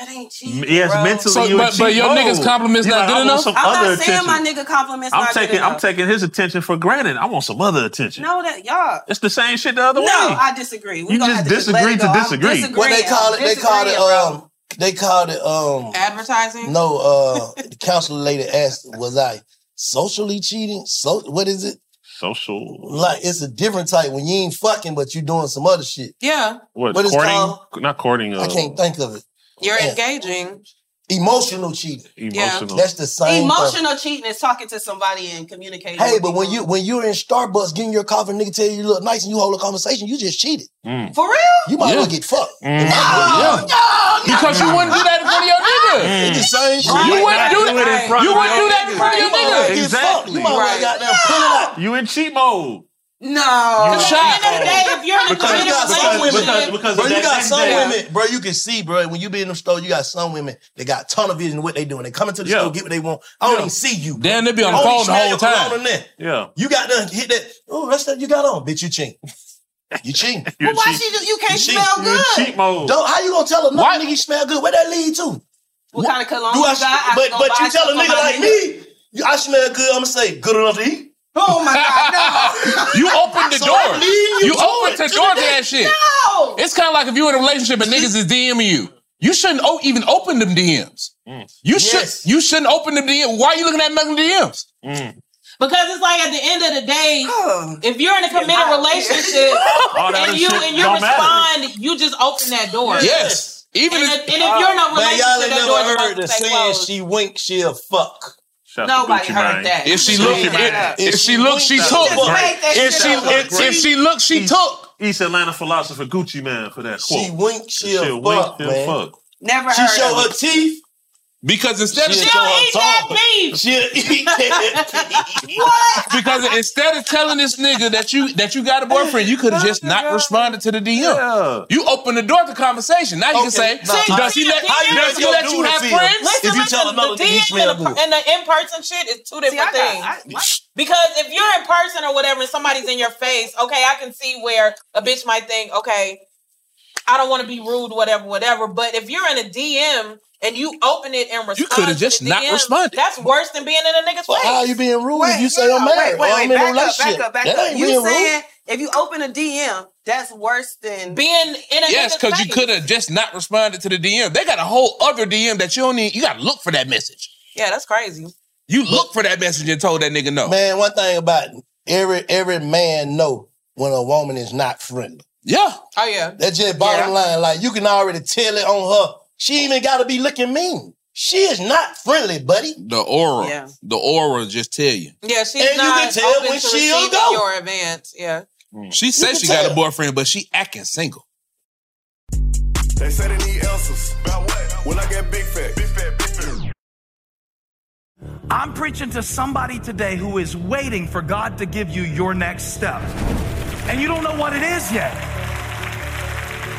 Speaker 10: That ain't cheating.
Speaker 3: M- Yes,
Speaker 10: bro.
Speaker 3: mentally
Speaker 8: So,
Speaker 3: you in
Speaker 8: but- but
Speaker 3: cheat
Speaker 8: your
Speaker 3: mode.
Speaker 8: nigga's compliments
Speaker 3: You
Speaker 8: not
Speaker 3: like,
Speaker 8: good
Speaker 3: I want
Speaker 8: enough?
Speaker 3: Some
Speaker 10: I'm
Speaker 3: other
Speaker 10: not saying
Speaker 3: attention.
Speaker 10: my nigga compliments.
Speaker 3: I'm
Speaker 10: not
Speaker 3: taking
Speaker 10: Good
Speaker 3: I'm
Speaker 10: enough.
Speaker 3: taking his attention for granted. I want some other attention.
Speaker 10: No, that y'all.
Speaker 3: It's the same shit the other
Speaker 10: no,
Speaker 3: way.
Speaker 10: I disagree. We
Speaker 3: You
Speaker 10: gonna
Speaker 3: just
Speaker 10: have to let
Speaker 3: disagree
Speaker 10: it
Speaker 3: to
Speaker 10: go. I'm
Speaker 3: disagree.
Speaker 10: disagreeing.
Speaker 7: Well, they call it. They call it.
Speaker 10: Disagreeing, bro.
Speaker 7: Um, they called it. Um,
Speaker 10: advertising.
Speaker 7: No, uh, the counselor lady asked, "Was I socially cheating? So what is it?
Speaker 3: Social?
Speaker 7: Like it's a different type when you ain't fucking, but you doing some other shit.
Speaker 10: Yeah,
Speaker 3: What,
Speaker 7: What it's
Speaker 3: courting?
Speaker 7: called?
Speaker 3: Not courting. Uh,
Speaker 7: I can't think of it.
Speaker 10: You're
Speaker 7: Yeah.
Speaker 10: engaging.
Speaker 7: Emotional cheating.
Speaker 3: Emotional.
Speaker 7: That's the same. thing.
Speaker 10: Emotional cheating is talking to somebody and communicating.
Speaker 7: Hey,
Speaker 10: with
Speaker 7: but when you when you're in Starbucks getting your coffee, nigga tell you you look nice, and you hold a conversation, you just cheated.
Speaker 10: people. for real.
Speaker 7: You might as well get fucked.
Speaker 8: Mm. Yeah. Because you wouldn't do that in front of your nigga. Mm.
Speaker 7: It's the same shit.
Speaker 8: You wouldn't do
Speaker 3: Right.
Speaker 8: that. You wouldn't do that in front of your
Speaker 3: Right.
Speaker 8: nigga.
Speaker 3: Exactly.
Speaker 7: You might as well goddamn pull it out.
Speaker 3: You in cheat mode.
Speaker 11: No.
Speaker 7: You
Speaker 11: Because at the end of the day,
Speaker 7: tried.
Speaker 11: if you're in a
Speaker 7: Because you
Speaker 11: committed
Speaker 7: got some women,
Speaker 11: relationship,
Speaker 7: bro, you got some
Speaker 11: Yeah.
Speaker 7: women, bro. You can see, bro, when you be in the store, you got some women that got tunnel vision of what they doing. They come into the store, get what they want. I don't even see you.
Speaker 8: Damn, they be on the
Speaker 7: Only
Speaker 8: phone the
Speaker 7: smell
Speaker 8: whole
Speaker 7: your
Speaker 8: time.
Speaker 7: cologne in there.
Speaker 3: Yeah.
Speaker 7: You got done hit that. Oh, that's that you got on, bitch. You ching. You ching.
Speaker 11: But why she just you can't smell good?
Speaker 7: Don't, how you gonna tell a nigga he smell good? Where that lead to?
Speaker 11: What kind of cologne
Speaker 7: Do I,
Speaker 11: you got? I
Speaker 7: but
Speaker 11: gonna
Speaker 7: but
Speaker 11: buy
Speaker 7: you tell a
Speaker 11: some for
Speaker 7: nigga
Speaker 11: my
Speaker 7: like
Speaker 11: nigga.
Speaker 7: me, you- I smell good. I'm gonna say good enough to eat.
Speaker 11: Oh my God,
Speaker 8: no. You opened the
Speaker 7: So
Speaker 8: door.
Speaker 7: I'm leading
Speaker 8: You
Speaker 7: to
Speaker 8: opened
Speaker 7: it.
Speaker 8: the door to that shit.
Speaker 11: No.
Speaker 8: It's kind of like if you in a relationship and niggas is DMing you. You shouldn't o- even open them DMs.
Speaker 7: Mm.
Speaker 8: You should. You shouldn't open them DMs. Why are you looking at nothing DMs?
Speaker 3: Mm.
Speaker 11: Because it's like at the end of the day,
Speaker 7: Oh.
Speaker 11: if you're in a committed relationship
Speaker 8: All that
Speaker 11: and you
Speaker 8: shit
Speaker 11: and you
Speaker 8: don't
Speaker 11: respond, you just open that door.
Speaker 8: Yes.
Speaker 11: Even and if, and if you're not
Speaker 7: Uh, man,
Speaker 11: relationship,
Speaker 7: y'all ain't
Speaker 11: that
Speaker 7: never
Speaker 11: door is
Speaker 7: heard
Speaker 11: about
Speaker 7: the
Speaker 11: to stay
Speaker 7: saying
Speaker 11: closed.
Speaker 7: she wink, she'll fuck.
Speaker 11: out to Nobody Gucci heard Mane. that.
Speaker 8: If she look,
Speaker 11: Gucci Mane.
Speaker 8: if, if she look, she
Speaker 3: That's
Speaker 8: took.
Speaker 3: a great-
Speaker 8: If she if, if she look, she
Speaker 3: East-
Speaker 8: took.
Speaker 3: East Atlanta philosopher Gucci man for that quote.
Speaker 7: She wink, she'll,
Speaker 3: She'll
Speaker 7: fuck,
Speaker 3: wink, she'll
Speaker 7: man.
Speaker 3: fuck.
Speaker 11: Never
Speaker 7: She
Speaker 11: heard
Speaker 7: show
Speaker 11: of
Speaker 7: her
Speaker 11: it.
Speaker 7: teeth.
Speaker 8: Because instead of
Speaker 7: She'll eat that
Speaker 11: beef.
Speaker 7: She'll eat that beef. What?
Speaker 8: Because instead of telling this nigga that you that you got a boyfriend, you could have just not responded to the DM. You open the door to conversation. Now you can say,
Speaker 7: nah,
Speaker 8: does he
Speaker 7: nah.
Speaker 8: let,
Speaker 7: How you
Speaker 8: does he
Speaker 7: gonna
Speaker 8: let
Speaker 7: do
Speaker 8: you
Speaker 7: it
Speaker 8: have
Speaker 7: to him?
Speaker 8: friends?
Speaker 7: Listen, If you tell
Speaker 11: listen,
Speaker 7: another
Speaker 11: the
Speaker 7: nigga you
Speaker 11: DM
Speaker 7: smell
Speaker 11: and the,
Speaker 7: good.
Speaker 11: per- and the in-person shit is two different things. because if you're in person or whatever, and somebody's in your face, okay, I can see where a bitch might think, okay, I don't want to be rude, whatever, whatever. But if you're in a DM and you open it and respond,
Speaker 8: You coulda
Speaker 11: to
Speaker 8: just
Speaker 11: the
Speaker 8: not
Speaker 11: DM,
Speaker 8: responded.
Speaker 11: That's worse than being in a nigga's
Speaker 7: Well,
Speaker 11: face.
Speaker 7: how you being rude if you say I'm married or I'm in a relationship? That ain't
Speaker 12: You
Speaker 7: being rude.
Speaker 12: saying if you open a DM, that's worse than
Speaker 11: being in a
Speaker 8: Yes, because you could have just not responded to the DM. They got a whole other DM that you don't need. You got to look for that message.
Speaker 11: Yeah, that's crazy.
Speaker 8: You look for that message and told that nigga no.
Speaker 7: Man, one thing about every every man know when a woman is not friendly.
Speaker 8: Yeah.
Speaker 11: Oh yeah.
Speaker 7: That's just bottom line. Like you can already tell it on her. She even gotta be looking mean. She is not friendly, buddy.
Speaker 8: The aura,
Speaker 11: Yeah.
Speaker 8: the aura just tell you.
Speaker 11: Yeah, she's
Speaker 7: And you
Speaker 11: not
Speaker 7: can tell
Speaker 11: open
Speaker 7: when
Speaker 11: to
Speaker 7: she'll
Speaker 11: receiving
Speaker 7: go.
Speaker 11: your advance. Yeah.
Speaker 7: Mm.
Speaker 8: She says
Speaker 11: can
Speaker 8: she got
Speaker 11: tell.
Speaker 8: a boyfriend, but she acting single.
Speaker 4: They say they need answers. About what? When I get big fat. Big fat, big fat.
Speaker 13: I'm preaching to somebody today who is waiting for God to give you your next step. And you don't know what it is yet.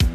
Speaker 14: Mm-hmm.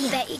Speaker 15: me! Bet you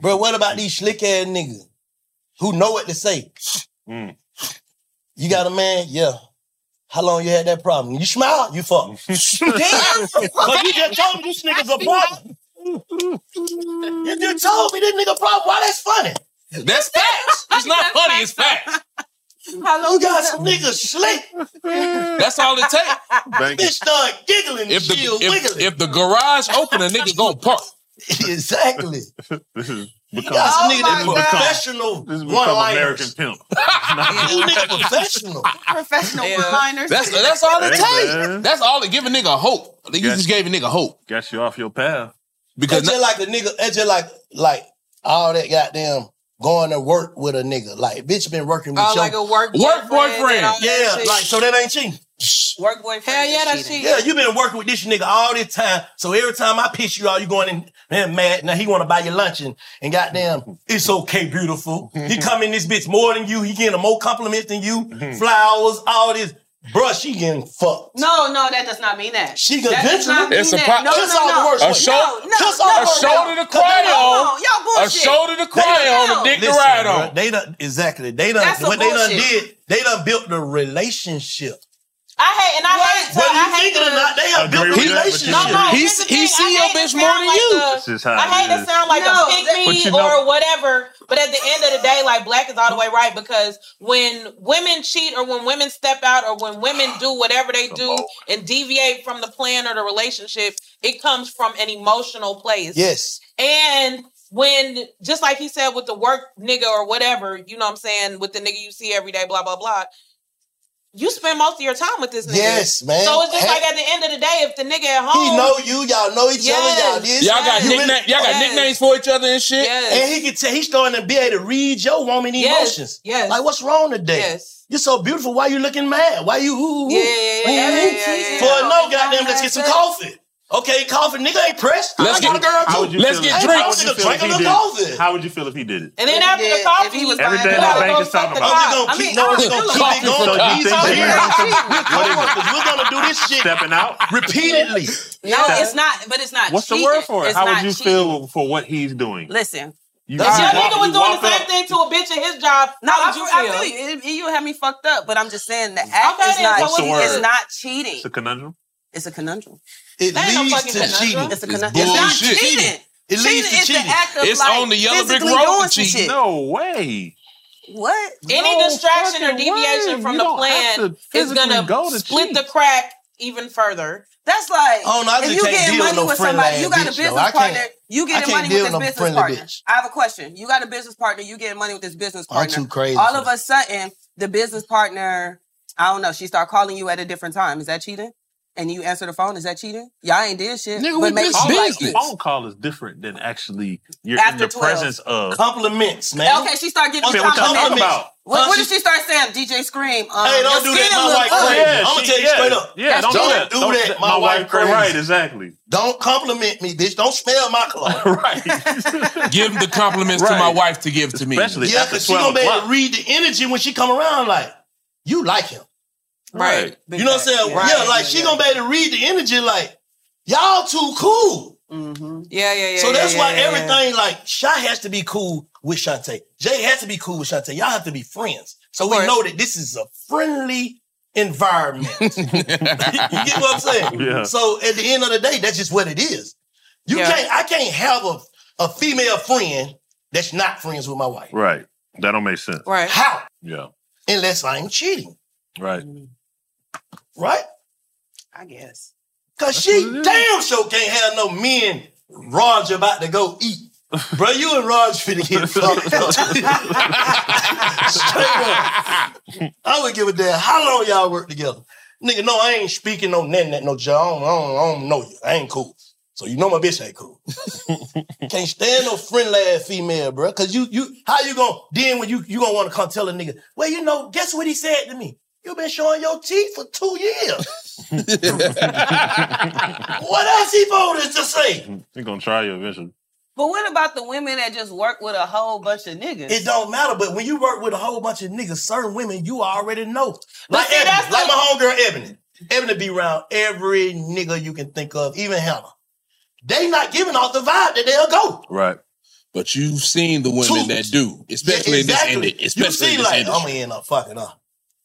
Speaker 7: Bro, what about these slick ass niggas who know what to say?
Speaker 4: Mm.
Speaker 7: You got a man? Yeah. How long you had that problem? You smile, you fuck. Damn!
Speaker 4: But you just told me this nigga's a problem.
Speaker 7: You just told me this nigga problem. Why that's funny?
Speaker 3: That's facts. It's not funny. It's facts.
Speaker 7: Hello, you got some niggas slick.
Speaker 8: That's all it takes.
Speaker 3: Thank you.
Speaker 7: Bitch start giggling,
Speaker 8: If the,
Speaker 7: chill,
Speaker 8: if,
Speaker 7: wiggling.
Speaker 8: if the garage open, a nigga gonna park.
Speaker 7: exactly.
Speaker 3: This is
Speaker 7: You
Speaker 3: become,
Speaker 7: got some
Speaker 3: this
Speaker 7: nigga that's
Speaker 3: is become,
Speaker 7: professional.
Speaker 3: this is
Speaker 7: one
Speaker 3: become American pimp.
Speaker 7: You nigga professional.
Speaker 12: Professional
Speaker 8: Yeah.
Speaker 12: recliners.
Speaker 8: That's that's all it
Speaker 3: Hey, man.
Speaker 8: takes. That's all it give a nigga hope. You just gave a nigga hope.
Speaker 3: Got you off your path.
Speaker 8: Because
Speaker 7: it's just like a nigga, it's just like like all that goddamn going to work with a nigga. Like bitch been working with
Speaker 6: Oh,
Speaker 7: your
Speaker 6: like a work
Speaker 8: Work boyfriend.
Speaker 6: and all that
Speaker 7: Yeah,
Speaker 6: shit.
Speaker 7: like so that ain't cheating.
Speaker 6: work boyfriend. Hell yeah, that's cheating.
Speaker 7: Yeah, you been working with this nigga all this time. So every time I piss you out, you going in man mad. Now he want to buy you lunch and, and goddamn, it's okay, beautiful. He come in this bitch more than you. He getting more compliments than you. Flowers, all this. Bruh, she getting fucked.
Speaker 12: No, no, that does not mean that.
Speaker 7: She
Speaker 12: That does
Speaker 7: eventually-
Speaker 12: not mean
Speaker 8: It's a
Speaker 12: that.
Speaker 8: pro-
Speaker 12: no,
Speaker 8: Kiss
Speaker 12: no,
Speaker 8: all the
Speaker 12: no.
Speaker 8: words. A
Speaker 12: No,
Speaker 8: shoulder-
Speaker 12: no,
Speaker 7: kiss
Speaker 12: no,
Speaker 7: all
Speaker 8: A
Speaker 7: the words.
Speaker 8: shoulder to
Speaker 12: Come
Speaker 8: cry on.
Speaker 12: on, y'all
Speaker 8: A
Speaker 12: bullshit.
Speaker 8: shoulder to cry on. A dick to
Speaker 7: Listen,
Speaker 8: ride
Speaker 7: bruh,
Speaker 8: on.
Speaker 7: They done exactly. They done
Speaker 12: That's some
Speaker 7: what they done
Speaker 12: bullshit.
Speaker 7: did. They done built the relationship.
Speaker 12: I hate and I hate.
Speaker 7: Whether
Speaker 12: I
Speaker 7: you
Speaker 12: hate
Speaker 7: think it or
Speaker 12: the-
Speaker 7: not, they have
Speaker 3: Agree
Speaker 7: built a
Speaker 3: with that, but
Speaker 7: relationship.
Speaker 3: you No, no,
Speaker 8: He
Speaker 6: Here's the
Speaker 8: he
Speaker 6: thing, I
Speaker 8: see your
Speaker 6: hate to
Speaker 8: bitch
Speaker 6: sound
Speaker 8: more than
Speaker 6: like
Speaker 8: you.
Speaker 6: the-
Speaker 3: This is how
Speaker 6: I
Speaker 3: it
Speaker 6: hate to
Speaker 3: is.
Speaker 6: sound like
Speaker 12: No,
Speaker 6: a pick
Speaker 12: that-
Speaker 3: But
Speaker 6: me
Speaker 3: you know-
Speaker 6: or whatever, but at the end of the day, like black is all the way right because when women cheat or when women step out or when women do whatever they do and deviate from the plan or the relationship, it comes from an emotional place.
Speaker 7: Yes.
Speaker 6: And when just like he said with the work nigga or whatever, you know what I'm saying, with the nigga you see every day, blah, blah, blah. You spend most of your time with this nigga.
Speaker 7: Yes, man.
Speaker 6: So it's just
Speaker 7: Hey.
Speaker 6: like at the end of the day, if the nigga at home
Speaker 7: He know you. Y'all know each other. Y'all this.
Speaker 8: Y'all got
Speaker 7: you
Speaker 8: nickna-
Speaker 7: really-
Speaker 8: y'all got
Speaker 6: Yes.
Speaker 8: nicknames for each other and shit.
Speaker 6: Yes.
Speaker 7: And he can tell he's starting to be able to read your woman
Speaker 6: Yes,
Speaker 7: emotions.
Speaker 6: yes.
Speaker 7: Like what's wrong today?
Speaker 6: Yes.
Speaker 7: You're so beautiful. Why you looking mad? Why you who?
Speaker 6: Yeah, yeah, yeah, yeah, yeah, yeah, yeah.
Speaker 7: For a no,
Speaker 6: Yeah,
Speaker 7: goddamn,
Speaker 6: yeah,
Speaker 7: let's get some
Speaker 6: yeah.
Speaker 7: coffee. Okay, coffee. Nigga ain't pressed.
Speaker 8: Let's
Speaker 7: I got
Speaker 8: get-
Speaker 7: a girl too.
Speaker 3: How would you
Speaker 8: Let's
Speaker 3: feel
Speaker 8: get
Speaker 3: if-
Speaker 8: drinks.
Speaker 3: How would you feel
Speaker 7: Nigga,
Speaker 3: if
Speaker 7: drink
Speaker 3: he did
Speaker 7: a little
Speaker 3: it?
Speaker 7: COVID.
Speaker 3: How would you feel if he did it?
Speaker 6: And then
Speaker 12: If he
Speaker 6: after
Speaker 12: did-
Speaker 6: the coffee,
Speaker 12: if he was
Speaker 6: you
Speaker 3: Everything
Speaker 6: gotta
Speaker 3: that
Speaker 6: go
Speaker 3: Bank is
Speaker 6: fuck
Speaker 3: talking
Speaker 6: the
Speaker 3: about.
Speaker 6: cop.
Speaker 7: We're gonna
Speaker 6: I mean,
Speaker 7: keep no, it's
Speaker 6: I
Speaker 7: gonna
Speaker 6: don't
Speaker 7: keep
Speaker 6: know.
Speaker 7: it going.
Speaker 3: So you
Speaker 7: These
Speaker 3: think
Speaker 7: are
Speaker 3: that-
Speaker 7: here.
Speaker 3: What is it?
Speaker 7: We're gonna do this shit
Speaker 3: Stepping out?
Speaker 7: repeatedly.
Speaker 12: No, it's not. But it's not.
Speaker 3: What's the
Speaker 12: cheating.
Speaker 3: word for it?
Speaker 12: It's
Speaker 3: How would
Speaker 12: not
Speaker 3: you
Speaker 12: cheating.
Speaker 3: feel for what he's doing?
Speaker 12: Listen,
Speaker 3: You-
Speaker 11: if your
Speaker 3: you walk-
Speaker 11: nigga was doing
Speaker 3: you walk
Speaker 11: the same
Speaker 3: up-
Speaker 11: thing to a bitch in his job,
Speaker 10: No,
Speaker 11: how
Speaker 10: I
Speaker 11: would you
Speaker 10: feel,
Speaker 11: feel?
Speaker 10: I feel you. It- you had me fucked up, but I'm just saying the act
Speaker 11: Okay,
Speaker 10: is
Speaker 11: then,
Speaker 10: not,
Speaker 11: so what
Speaker 3: is
Speaker 10: it's
Speaker 3: it?
Speaker 10: not cheating.
Speaker 3: It's a conundrum.
Speaker 10: It's a conundrum.
Speaker 3: It
Speaker 10: That ain't no
Speaker 3: leads
Speaker 10: fucking
Speaker 3: to
Speaker 10: conundrum. It's a
Speaker 3: cheating. It's
Speaker 10: conundrum. It's not
Speaker 3: bullshit.
Speaker 10: cheating.
Speaker 3: It leads
Speaker 10: Cheating
Speaker 3: to
Speaker 10: is the
Speaker 3: cheating.
Speaker 10: act of,
Speaker 3: It's
Speaker 10: like,
Speaker 3: on the yellow brick
Speaker 10: physically
Speaker 3: road
Speaker 10: doing
Speaker 3: to
Speaker 10: some
Speaker 3: cheat.
Speaker 10: shit.
Speaker 3: No way.
Speaker 10: What?
Speaker 11: Any
Speaker 10: No
Speaker 11: distraction or
Speaker 10: fucking
Speaker 11: deviation
Speaker 10: way.
Speaker 11: from
Speaker 10: You
Speaker 11: the
Speaker 10: don't have
Speaker 11: plan
Speaker 10: to
Speaker 11: is gonna
Speaker 10: physically go to
Speaker 11: split
Speaker 10: cheat.
Speaker 11: the crack even further.
Speaker 10: That's like
Speaker 11: Oh, no, I
Speaker 10: if
Speaker 11: just
Speaker 10: you
Speaker 11: can't
Speaker 10: getting
Speaker 11: deal with
Speaker 10: money
Speaker 11: no
Speaker 10: with somebody,
Speaker 11: friendly-ass
Speaker 10: you got a
Speaker 11: bitch, though.
Speaker 10: business
Speaker 11: I can't-
Speaker 10: partner. You
Speaker 11: I
Speaker 10: getting
Speaker 11: can't
Speaker 10: money
Speaker 11: deal
Speaker 10: with
Speaker 11: with
Speaker 10: this
Speaker 11: no
Speaker 10: business
Speaker 11: friendly
Speaker 10: partner.
Speaker 11: bitch.
Speaker 10: I have a question. You got a business partner. You getting money with this business
Speaker 7: I'm
Speaker 10: partner.
Speaker 7: too crazy
Speaker 10: All
Speaker 7: for
Speaker 10: of a sudden, the business partner, I don't know. She start calling you at a different time. Is that cheating? And you answer the phone. Is that cheating? Y'all ain't did shit. but make you like it.
Speaker 3: Phone- phone call is different than actually you're in
Speaker 10: After
Speaker 3: the
Speaker 10: 12.
Speaker 3: presence of
Speaker 7: compliments,
Speaker 10: Okay, she start giving
Speaker 3: Man,
Speaker 10: you
Speaker 3: what y'all
Speaker 10: compliments.
Speaker 3: talking about?
Speaker 10: What,
Speaker 3: Huh?
Speaker 10: what did she start saying? DJ Scream. Um,
Speaker 7: Hey, don't
Speaker 10: your
Speaker 7: do that.
Speaker 10: skin
Speaker 7: My
Speaker 10: look
Speaker 7: wife
Speaker 10: good.
Speaker 7: crazy. Yeah, I'ma she- tell you yeah. straight up.
Speaker 3: Yeah, don't do
Speaker 7: Don't
Speaker 3: that.
Speaker 7: do that. My wife crazy.
Speaker 3: Right, exactly.
Speaker 7: Don't compliment me, bitch. Don't smell my clothes.
Speaker 8: give the compliments to my wife to give to me.
Speaker 3: Especially
Speaker 7: yeah, because she gonna be able to read the energy when she come around. Like you like him,
Speaker 8: Right.
Speaker 7: You know what I'm saying?
Speaker 8: Right.
Speaker 7: Yeah, like she gonna be able to read the energy. Like y'all too cool.
Speaker 10: Mm-hmm.
Speaker 6: Yeah, yeah, yeah.
Speaker 7: so that's
Speaker 6: yeah,
Speaker 7: why
Speaker 6: yeah, yeah, yeah.
Speaker 7: everything like Shy has to be cool with Shantae. Jay has to be cool with Shantae. Y'all have to be friends. So we know that this is a friendly environment. You get what I'm saying?
Speaker 3: Yeah.
Speaker 7: So at the end of the day, that's just what it is. You can't. I can't have a a female friend that's not friends with my wife.
Speaker 3: Right. That don't make sense.
Speaker 7: Right. How?
Speaker 3: Yeah.
Speaker 7: Unless I'm cheating,
Speaker 3: Right.
Speaker 7: right?
Speaker 10: I guess.
Speaker 7: Cause she damn sure can't have no men. Roger about to go eat. Bro, you and Roger finna get fucked up. Straight up. I would give a damn how long y'all work together. Nigga, no, I ain't speaking no nothing that no John. I don't, I don't know you. I ain't cool. So you know my bitch ain't cool. Can't stand no friendly ass female, bro. Cause you you how you gonna then when you you gonna want to come tell a nigga, well, you know, guess what he said to me? you been showing your teeth for two years. what else he voted to say?
Speaker 3: They're gonna try you eventually.
Speaker 10: But what about the women that just work with a whole bunch of niggas?
Speaker 7: It don't matter, but when you work with a whole bunch of niggas, certain women you already know.
Speaker 10: But
Speaker 7: Like,
Speaker 10: see,
Speaker 7: Ebony,
Speaker 10: that's
Speaker 7: like
Speaker 10: the-
Speaker 7: my homegirl Ebony. Ebony be around every nigga you can think of, even Hannah. They not giving off the vibe that they'll go.
Speaker 3: Right.
Speaker 8: But you've seen the women that do, especially in this industry.
Speaker 7: you
Speaker 8: Especially
Speaker 7: see,
Speaker 8: in this
Speaker 7: like
Speaker 8: industry.
Speaker 7: I'm gonna end up fucking up.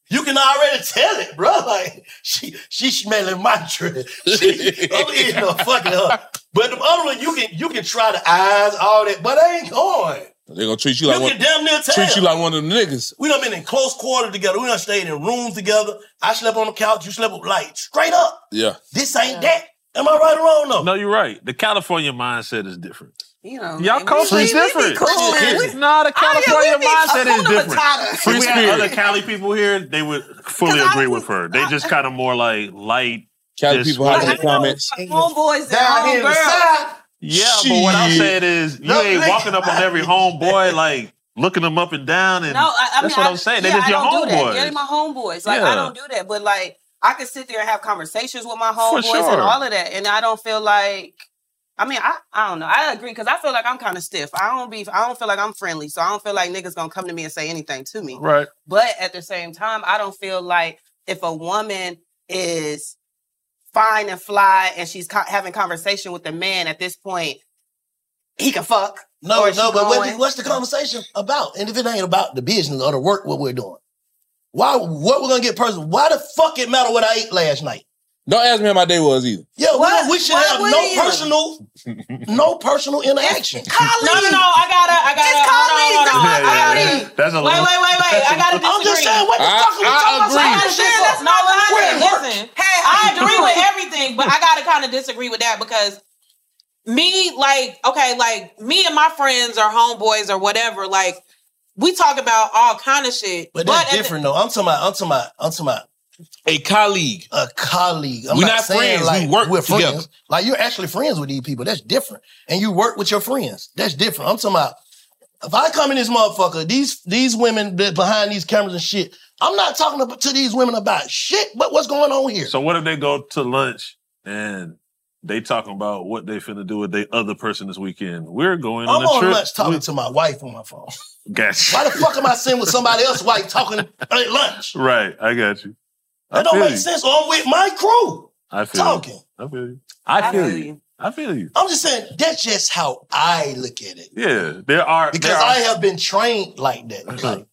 Speaker 7: You can already tell it, bro. Like she, she smelling my drip. She, I'm gonna end up fucking up. But the other one, you can, you can try the eyes, all that, but they ain't going.
Speaker 8: They're gonna treat you like
Speaker 7: You
Speaker 8: one,
Speaker 7: can damn near tell.
Speaker 8: treat you like one of them niggas.
Speaker 7: We done been in close quarter together. We done stayed in rooms together. I slept on the couch. You slept like straight up.
Speaker 8: Yeah.
Speaker 7: This ain't that. Am I right or wrong? No.
Speaker 3: Oh, No, you're right. The California mindset is different.
Speaker 10: You know,
Speaker 3: Y'all
Speaker 10: man,
Speaker 3: culture
Speaker 10: we-
Speaker 3: is
Speaker 10: we- we be
Speaker 3: different.
Speaker 10: cool, man. We-
Speaker 3: Nah, the
Speaker 10: Oh, yeah,
Speaker 3: California
Speaker 10: we be
Speaker 3: mindset is
Speaker 10: cool with
Speaker 3: different.
Speaker 10: Tyler.
Speaker 3: If we
Speaker 10: Free
Speaker 3: had other
Speaker 10: spirit.
Speaker 3: Cali people here, they would fully agree with her. They just kind of more like light. Cali
Speaker 8: people hide in the comments.
Speaker 10: Homeboys
Speaker 7: Down
Speaker 10: and
Speaker 7: here in the
Speaker 10: homegirls.
Speaker 7: south.
Speaker 3: Yeah, but what I'm
Speaker 8: Shit.
Speaker 3: saying is, you
Speaker 8: No,
Speaker 3: ain't
Speaker 8: nigga.
Speaker 3: walking up on every homeboy like looking them up and down, and
Speaker 10: No, I, I
Speaker 3: that's
Speaker 10: mean,
Speaker 3: what
Speaker 10: I,
Speaker 3: I'm saying.
Speaker 10: Yeah,
Speaker 3: They're just
Speaker 10: I
Speaker 3: your
Speaker 10: don't do that. They're
Speaker 3: homeboys.
Speaker 10: my homeboys. Like
Speaker 3: Yeah.
Speaker 10: I don't do that, but like I can sit there and have conversations with my
Speaker 3: For
Speaker 10: homeboys
Speaker 3: sure.
Speaker 10: and all of that, and I don't feel like. I mean, I, I don't know. I agree because I feel like I'm kind of stiff. I don't be. I don't feel like I'm friendly, so I don't feel like niggas gonna come to me and say anything to me.
Speaker 3: Right.
Speaker 10: But at the same time, I don't feel like if a woman is fine and fly and she's co- having conversation with a man at this point, he can fuck.
Speaker 7: No,
Speaker 10: or she
Speaker 7: no, but
Speaker 10: going-
Speaker 7: what, what's the conversation about? And if it ain't about the business or the work, what we're doing, why, what we're gonna get personal? Why the fuck it matter what I ate last night?
Speaker 8: Don't ask me how my day was either.
Speaker 7: Yeah, we-
Speaker 8: What?
Speaker 7: we, should
Speaker 8: Why
Speaker 7: have
Speaker 8: would
Speaker 7: no
Speaker 8: you?
Speaker 7: personal, no personal interaction.
Speaker 10: No, no, no. I gotta, I gotta.
Speaker 11: It's
Speaker 10: hold on, hold on.
Speaker 11: colleagues. It's
Speaker 10: I gotta-
Speaker 11: colleagues.
Speaker 3: That's a
Speaker 10: wait,
Speaker 3: lot.
Speaker 10: wait, wait, wait. I gotta disagree.
Speaker 11: I'm just saying, what the fuck are we I- talking about? I
Speaker 10: I gotta
Speaker 11: agree.
Speaker 10: share. That's
Speaker 11: No,
Speaker 10: not what I
Speaker 11: we're
Speaker 10: said.
Speaker 11: at work.
Speaker 10: Listen,
Speaker 11: Hey, I agree with everything, but I gotta kind of disagree with that because me, like, okay, like me and my friends or homeboys or whatever, like, we talk about all kind of shit.
Speaker 7: But that's
Speaker 11: at the-
Speaker 7: different though. I'm talking about, I'm talking about, I'm talking about
Speaker 8: a colleague.
Speaker 7: A colleague. I'm
Speaker 8: We
Speaker 7: not,
Speaker 8: not
Speaker 7: saying
Speaker 8: friends.
Speaker 7: like
Speaker 8: We work
Speaker 7: we're
Speaker 8: together.
Speaker 7: friends. Like you're actually friends with these people. That's different. And you work with your friends. That's different. I'm talking about if I come in this motherfucker, these these women that behind these cameras and shit. I'm not talking to, to these women about shit, but what's going on here?
Speaker 3: So what if they go to lunch and they talking about what they finna do with the other person this weekend? We're going on
Speaker 7: I'm
Speaker 3: a
Speaker 7: on
Speaker 3: trip.
Speaker 7: lunch talking to my wife on my phone.
Speaker 3: Gotcha.
Speaker 7: Why the fuck am I sitting with somebody else's wife talking at lunch?
Speaker 3: Right, I got you. I
Speaker 7: That don't
Speaker 3: feel
Speaker 7: make
Speaker 3: you.
Speaker 7: sense. Or I'm with my crew.
Speaker 3: I feel
Speaker 7: Talking.
Speaker 3: You. I feel you. I feel, you. I feel you.
Speaker 7: I'm just saying that's just how I look at it
Speaker 3: Yeah, there are
Speaker 7: because
Speaker 3: there are-
Speaker 7: I have been trained like that. Like,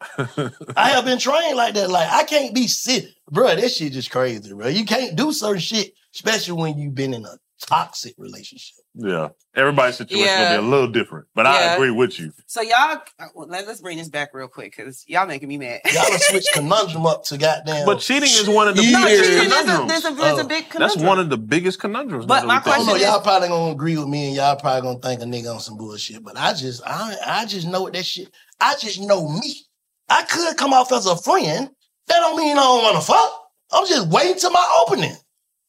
Speaker 7: I have been trained like that. Like I can't be sick, bro. That shit just crazy, bro. You can't do certain shit, especially when you've been in a toxic relationship.
Speaker 3: Yeah, everybody's situation
Speaker 10: Yeah.
Speaker 3: will be a little different, but I
Speaker 10: Yeah.
Speaker 3: agree with you.
Speaker 10: So y'all, uh, well, let, let's bring this back real quick because y'all making me mad.
Speaker 7: Y'all done switched conundrum up to goddamn.
Speaker 3: But cheating is one of the
Speaker 7: Yeah.
Speaker 3: biggest
Speaker 7: Cheating is a-
Speaker 3: conundrums.
Speaker 7: there's a- there's a big
Speaker 3: That's
Speaker 7: conundrum.
Speaker 3: one of the biggest conundrums. now that we think
Speaker 7: I know
Speaker 3: about it.
Speaker 7: y'all probably gonna agree with me, and y'all probably gonna think a nigga on some bullshit. But I just, I, I just know what that shit. I just know me. I could come off as a friend. That don't mean I don't want to fuck. I'm just waiting till my opening.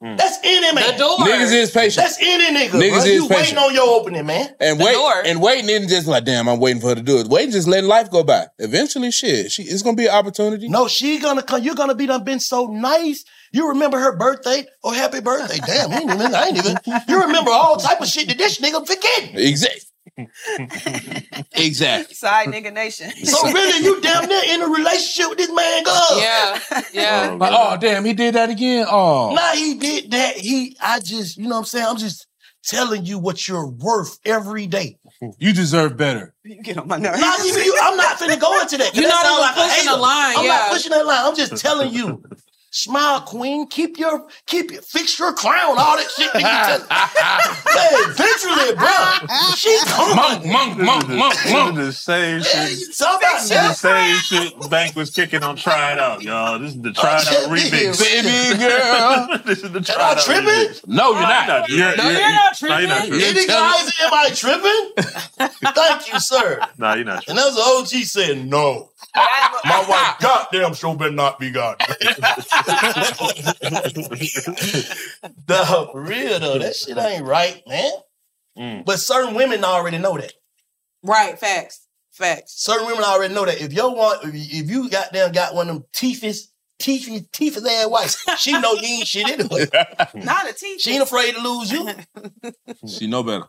Speaker 7: That's any man.
Speaker 8: Hmm. Niggas is patient.
Speaker 7: That's any nigga.
Speaker 8: Niggas
Speaker 7: bruh.
Speaker 8: is
Speaker 7: you waiting
Speaker 8: patient.
Speaker 7: on your opening, man.
Speaker 8: And wait, and waiting isn't just like, damn, I'm waiting for her to do it. Waiting just letting life go by. Eventually, shit, she it's gonna be an opportunity.
Speaker 7: No, she gonna come. You're gonna be done. Been so nice. You remember her birthday? Oh, happy birthday! Damn, you ain't even, I ain't even. You remember all type of shit that this nigga forgetting.
Speaker 8: Exactly. exactly.
Speaker 10: Side nigga nation.
Speaker 7: So really, you damn near in a relationship with this man, girl.
Speaker 10: Yeah,
Speaker 8: Yeah. Like, oh damn, he did that again. Oh,
Speaker 7: Nah, he did that. He, I just, you know what I'm saying? I'm just telling you what you're worth every day.
Speaker 8: you deserve better.
Speaker 10: You get on my nerves.
Speaker 7: Not even you. I'm not finna go into that. 'cause
Speaker 8: You're
Speaker 7: that
Speaker 8: not even
Speaker 7: sound like a
Speaker 8: pushing the
Speaker 7: hater.
Speaker 8: line,
Speaker 7: I'm
Speaker 8: yeah.
Speaker 7: not pushing that line. I'm just telling you. Smile, queen. Keep your keep your fix your crown. All that shit that you tell. hey, eventually, bro. She coming.
Speaker 8: Monk, monk, monk, monk, monk.
Speaker 3: This is the same shit.
Speaker 7: Somebody
Speaker 3: This is the same shit Bank was kicking on Try It Out, y'all. This is the Try It Out remix.
Speaker 8: Baby girl.
Speaker 3: this is the
Speaker 7: Am I
Speaker 3: Try It Out
Speaker 7: tripping?
Speaker 3: remix.
Speaker 8: No, you're not.
Speaker 3: You're-
Speaker 7: No,
Speaker 3: you're-
Speaker 7: you're not
Speaker 3: No,
Speaker 7: tripping.
Speaker 3: you're not tripping.
Speaker 7: Any guys, am I tripping? Thank you, sir.
Speaker 3: No, you're not
Speaker 7: And that was an OG saying no. Oh, My wife, goddamn, sure better not be goddamn. no, for real though, that shit ain't right, man. But certain women already know that.
Speaker 6: Right, facts, facts.
Speaker 7: Certain women already know that. If your one, if you- if you goddamn got one of them teethless, teethless, teethless ass wives, she know you ain't shit anyway.
Speaker 6: Not a teacher.
Speaker 7: She ain't afraid to lose you.
Speaker 8: She know better.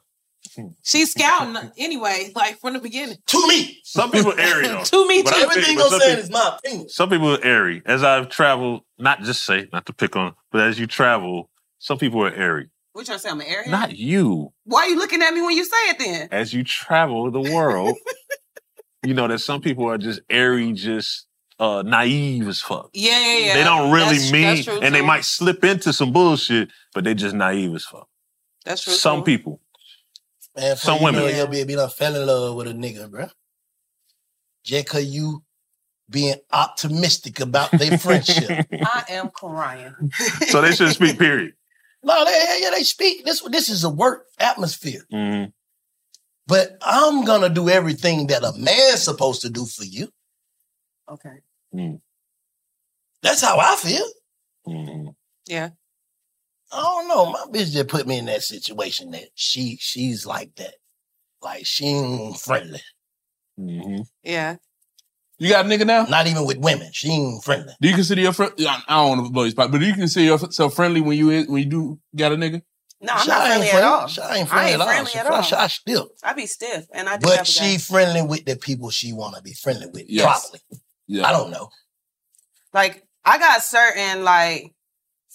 Speaker 6: She's scouting anyway, like from the beginning.
Speaker 7: To me.
Speaker 3: Some people airy though.
Speaker 6: To me,
Speaker 3: But
Speaker 6: too.
Speaker 3: I think-
Speaker 6: Everything
Speaker 3: but
Speaker 6: gonna
Speaker 3: some
Speaker 6: say
Speaker 3: people-
Speaker 6: is
Speaker 7: my opinion.
Speaker 3: Some people are airy. As I've traveled, not just say, not to pick on, but as you travel, some people are airy.
Speaker 10: What y'all say? I'm an airhead.
Speaker 3: Not you.
Speaker 10: Why you looking at me when you say it then?
Speaker 3: As you travel the world, you know that some people are just airy, just uh naive as fuck.
Speaker 6: Yeah, yeah, yeah.
Speaker 3: They don't really
Speaker 6: That's-
Speaker 3: mean,
Speaker 6: that's true,
Speaker 3: and they
Speaker 6: too.
Speaker 3: might slip into some bullshit, but they just naive as fuck.
Speaker 6: That's true.
Speaker 3: Some
Speaker 6: too.
Speaker 3: people.
Speaker 7: Man,
Speaker 3: Some
Speaker 7: some
Speaker 3: women.
Speaker 7: women. Know, your baby done fell in love with a nigga, bro. Just cause you being optimistic about their friendship.
Speaker 10: I am crying.
Speaker 3: So they should speak, period.
Speaker 7: no, they, yeah, yeah, they speak. This this is a work atmosphere.
Speaker 8: Mm-hmm.
Speaker 3: Mhm.
Speaker 7: But I'm gonna do everything that a man's supposed to do for you.
Speaker 10: Okay.
Speaker 8: Mm.
Speaker 7: That's how I feel.
Speaker 8: Mm-hmm.
Speaker 6: Yeah.
Speaker 7: I don't know. My bitch just put me in that situation that she she's like that. Like she ain't friendly.
Speaker 6: Yeah.
Speaker 8: Mm-hmm. You got a nigga now?
Speaker 7: Not even with women. She ain't friendly.
Speaker 8: Do you consider your friend? I I don't want to blow your spot, but do you consider yourself friendly when you is, when you do got a nigga?
Speaker 10: No, I'm
Speaker 7: She
Speaker 10: not
Speaker 7: ain't
Speaker 10: friendly at
Speaker 7: friendly.
Speaker 10: all.
Speaker 7: She ain't
Speaker 10: I
Speaker 7: friendly
Speaker 10: ain't
Speaker 7: at all.
Speaker 10: friendly
Speaker 7: She
Speaker 10: at
Speaker 7: friendly.
Speaker 10: all.
Speaker 7: She- I still.
Speaker 10: I be stiff, and I. do have
Speaker 7: But
Speaker 10: a
Speaker 7: she
Speaker 10: guy.
Speaker 7: friendly with the people she want to be friendly with.
Speaker 8: Yes.
Speaker 7: Probably.
Speaker 8: Yeah.
Speaker 7: I don't know.
Speaker 10: like I got certain like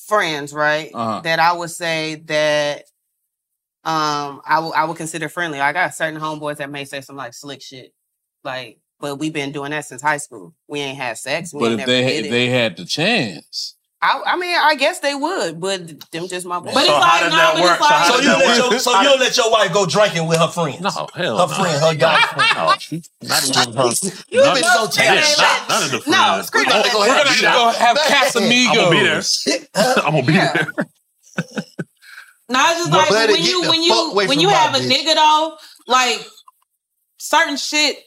Speaker 10: friends, right?
Speaker 8: Uh-huh.
Speaker 10: That I would say that um I will I would consider friendly. I got certain homeboys that may say some like slick shit, like. But we've been doing that since high school. We ain't had sex. We
Speaker 8: But
Speaker 10: ain't
Speaker 8: if
Speaker 10: never
Speaker 8: they
Speaker 10: did
Speaker 8: if
Speaker 10: it.
Speaker 8: they had the chance,
Speaker 10: I, I mean, I guess they would, but them just my boys.
Speaker 8: But So it's how like, does no, that but it's work? So like- how
Speaker 7: So
Speaker 8: does
Speaker 7: you
Speaker 8: that
Speaker 7: let
Speaker 8: work?
Speaker 7: your, so
Speaker 8: How-
Speaker 7: you let your wife go drinking with her friends.
Speaker 3: No, hell
Speaker 7: Her
Speaker 3: no.
Speaker 7: friend, her guy friend.
Speaker 3: No, she- not even her.
Speaker 7: You
Speaker 3: none-
Speaker 7: been so
Speaker 3: yeah,
Speaker 7: terrible.
Speaker 3: not- None of the
Speaker 7: No,
Speaker 3: friends.
Speaker 7: screw that. We're gonna
Speaker 3: be
Speaker 8: go
Speaker 3: there.
Speaker 8: have
Speaker 3: I'm gonna be there. I'm gonna be
Speaker 6: Yeah.
Speaker 3: there.
Speaker 6: No, it's just
Speaker 3: Well,
Speaker 6: like
Speaker 3: better
Speaker 6: when
Speaker 3: get
Speaker 6: you
Speaker 3: the
Speaker 6: when
Speaker 3: fuck
Speaker 6: you
Speaker 3: away
Speaker 6: when
Speaker 3: from
Speaker 6: you
Speaker 3: my
Speaker 6: have a
Speaker 3: bitch.
Speaker 6: nigga though, like certain shit,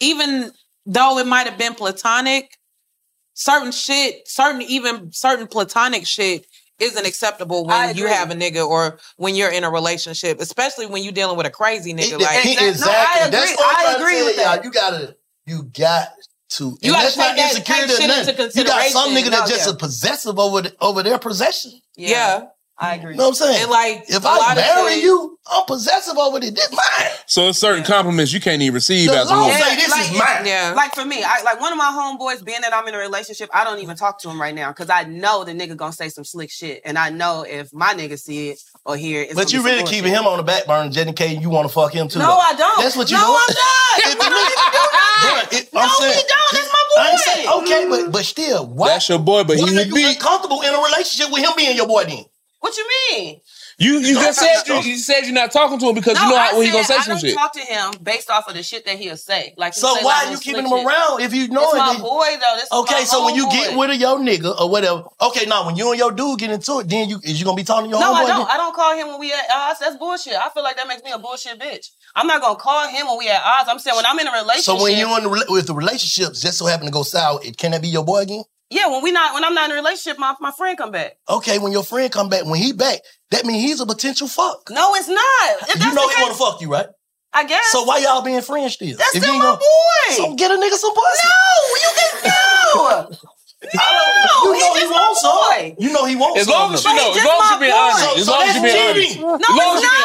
Speaker 6: even though it might have been platonic, certain shit, certain even certain platonic shit isn't acceptable when you have a nigga or when you're in a relationship, especially when you're dealing with a crazy nigga. like
Speaker 7: He- exactly. That's what I'm trying to tell y'all. You gotta, you got to.
Speaker 6: You
Speaker 7: and
Speaker 6: gotta
Speaker 7: that's
Speaker 6: take
Speaker 7: not
Speaker 6: that
Speaker 7: insecurity
Speaker 6: type
Speaker 7: or
Speaker 6: shit
Speaker 7: nothing.
Speaker 6: into
Speaker 7: You got some nigga
Speaker 6: consideration.
Speaker 7: that
Speaker 6: No,
Speaker 7: just
Speaker 6: yeah.
Speaker 7: is possessive over the, over their possession.
Speaker 6: Yeah.
Speaker 10: I agree.
Speaker 7: You know what I'm saying?
Speaker 6: And like
Speaker 7: if
Speaker 6: a
Speaker 7: I
Speaker 6: lot of
Speaker 7: marry
Speaker 6: shit-
Speaker 7: you, I'm possessive over this. This mine.
Speaker 8: so it's certain compliments you can't even receive
Speaker 7: The
Speaker 8: as a
Speaker 7: law
Speaker 8: woman.
Speaker 7: say this is mine.
Speaker 6: Yeah.
Speaker 10: Like for me, I like one of my homeboys, being that I'm in a relationship, I don't even talk to him right now because I know the nigga gonna say some slick shit. And I know if my nigga see it, or here. It's
Speaker 7: But
Speaker 10: gonna be
Speaker 7: you
Speaker 10: some
Speaker 7: really
Speaker 10: bullshit.
Speaker 7: keeping him on the back burner just in case you want to fuck him too.
Speaker 10: No,
Speaker 7: though.
Speaker 10: I don't.
Speaker 7: That's what you
Speaker 10: No,
Speaker 7: doing.
Speaker 10: I'm not.
Speaker 7: It- it- it-
Speaker 10: No,
Speaker 7: I'm
Speaker 10: we
Speaker 7: saying-
Speaker 10: don't. That's my
Speaker 7: I ain't
Speaker 10: boy.
Speaker 7: saying- okay, but but still, why? That's
Speaker 8: your boy, but
Speaker 7: why he are you uncomfortable in a relationship with him being your boy then?
Speaker 10: What you mean?
Speaker 8: You you just said you, you said you're not talking to him because you know how, when he gonna say
Speaker 10: I
Speaker 8: some
Speaker 10: don't
Speaker 8: shit.
Speaker 10: talk to him based off of the shit that he'll say. Like, he'll
Speaker 7: So
Speaker 10: say,
Speaker 7: why
Speaker 10: like,
Speaker 7: you
Speaker 10: some
Speaker 7: keeping
Speaker 10: slick
Speaker 7: him
Speaker 10: shit.
Speaker 7: around if you know
Speaker 10: It's
Speaker 7: it,
Speaker 10: my
Speaker 7: then-
Speaker 10: boy though. This is
Speaker 7: Okay,
Speaker 10: my
Speaker 7: so when you
Speaker 10: homeboy.
Speaker 7: get with a yo nigga or whatever, okay, now when you and your dude get into it, then you is you gonna be talking to your
Speaker 10: no,
Speaker 7: homeboy?
Speaker 10: I don't.
Speaker 7: then?
Speaker 10: I don't call him when we at odds. That's bullshit. I feel like that makes me a bullshit bitch. I'm not gonna call him when we at odds. I'm saying when I'm in a relationship.
Speaker 7: So when you in the, rela- with the relationships just so happen to go sour, it can that be your boy again?
Speaker 10: yeah, when we not when I'm not in a relationship, my, my friend come back.
Speaker 7: Okay, when your friend come back, when he back, that means he's a potential fuck.
Speaker 10: No, it's not. If
Speaker 7: You
Speaker 10: that's
Speaker 7: know
Speaker 10: the
Speaker 7: he
Speaker 10: case,
Speaker 7: want to fuck you, right?
Speaker 10: I guess.
Speaker 7: So why y'all being friends still?
Speaker 10: That's
Speaker 7: If
Speaker 10: still
Speaker 7: you ain't
Speaker 10: my
Speaker 7: gonna-
Speaker 10: boy.
Speaker 7: So get a nigga some pussy.
Speaker 10: No, you can no.
Speaker 7: You
Speaker 10: he's
Speaker 7: know he
Speaker 10: just my
Speaker 7: wants
Speaker 10: boy.
Speaker 7: some. You know he wants
Speaker 8: As long as
Speaker 7: some.
Speaker 8: you know, as long as you're being honest, as long as you're being honest,
Speaker 10: No, it's
Speaker 8: as long as you're being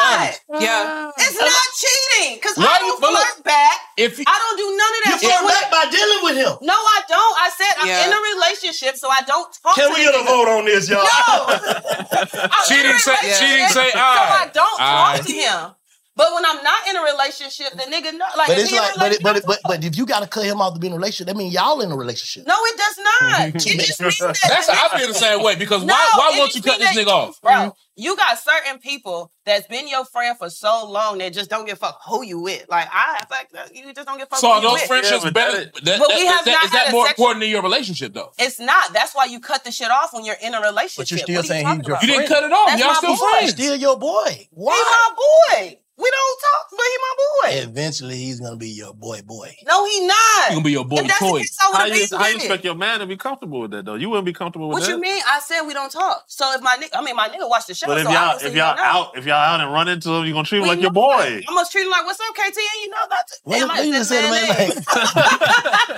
Speaker 10: not.
Speaker 8: honest.
Speaker 10: Yeah, it's not cheating because I
Speaker 8: Right,
Speaker 10: don't
Speaker 8: but
Speaker 10: flirt
Speaker 8: look,
Speaker 10: back.
Speaker 8: if you-
Speaker 10: I don't do none of that.
Speaker 7: You
Speaker 10: shit
Speaker 7: flirt
Speaker 10: with-
Speaker 7: back by dealing with him.
Speaker 10: No, I don't. I said I'm
Speaker 7: Yeah.
Speaker 10: in a relationship, so I don't talk. to
Speaker 7: Can we
Speaker 10: the
Speaker 7: get
Speaker 10: nigga.
Speaker 7: a vote on this, y'all?
Speaker 8: She didn't say. She didn't say. Ah.
Speaker 10: So
Speaker 8: I.
Speaker 10: I don't
Speaker 8: Alright.
Speaker 10: talk to him. But when I'm not in a relationship, the nigga no, like, if
Speaker 7: but it's
Speaker 10: he in a
Speaker 7: like, but, it, but, it, but but if you gotta cut him off to be in a relationship, that means y'all in a relationship.
Speaker 10: No, it does not. It just means that
Speaker 8: That's I feel the same way because
Speaker 10: No,
Speaker 8: why why
Speaker 10: it
Speaker 8: won't
Speaker 10: just
Speaker 8: you cut this
Speaker 10: means that-
Speaker 8: nigga off?
Speaker 10: Bro, you got certain people that's been your friend for so long that just don't give a fuck who you with. Like I fuck you just don't give a fuck
Speaker 8: So
Speaker 10: who
Speaker 8: are
Speaker 10: you
Speaker 8: those
Speaker 10: with.
Speaker 8: friendships better? That, that,
Speaker 10: But we have
Speaker 8: is that,
Speaker 10: not
Speaker 8: is that
Speaker 10: had a
Speaker 8: more
Speaker 10: sexual-
Speaker 8: important than your relationship though?
Speaker 10: It's not. That's why you cut the shit off when you're in a relationship.
Speaker 8: But you're still
Speaker 10: What are
Speaker 8: saying
Speaker 10: talking
Speaker 8: he's your
Speaker 10: about?
Speaker 8: You didn't cut it off.
Speaker 10: That's
Speaker 8: Y'all
Speaker 10: my
Speaker 8: still
Speaker 10: boy.
Speaker 8: friends.
Speaker 7: Still your boy.
Speaker 10: He my boy. We don't talk, but he my boy.
Speaker 7: Eventually, he's gonna be your boy, boy.
Speaker 10: No, he not.
Speaker 3: You gonna be your boy
Speaker 10: If that's the
Speaker 3: toy.
Speaker 10: case, I would've
Speaker 3: How you,
Speaker 10: been
Speaker 3: how you
Speaker 10: with it.
Speaker 3: expect your man to be comfortable with that though? You wouldn't be comfortable with
Speaker 10: What
Speaker 3: that.
Speaker 10: you mean? I said we don't talk. So if my nigga, I mean my nigga watched the show.
Speaker 3: But if
Speaker 10: so
Speaker 3: y'all
Speaker 10: obviously
Speaker 3: if
Speaker 10: he
Speaker 3: y'all
Speaker 10: don't know.
Speaker 3: out if y'all out and run into him, you are gonna treat him
Speaker 10: We
Speaker 3: like your
Speaker 10: know that.
Speaker 3: boy.
Speaker 10: I'm gonna treat him like, what's up, KT? And you know that.
Speaker 3: What-
Speaker 10: Damn,
Speaker 3: what
Speaker 10: like,
Speaker 3: you
Speaker 10: this
Speaker 3: said,
Speaker 10: man
Speaker 3: man?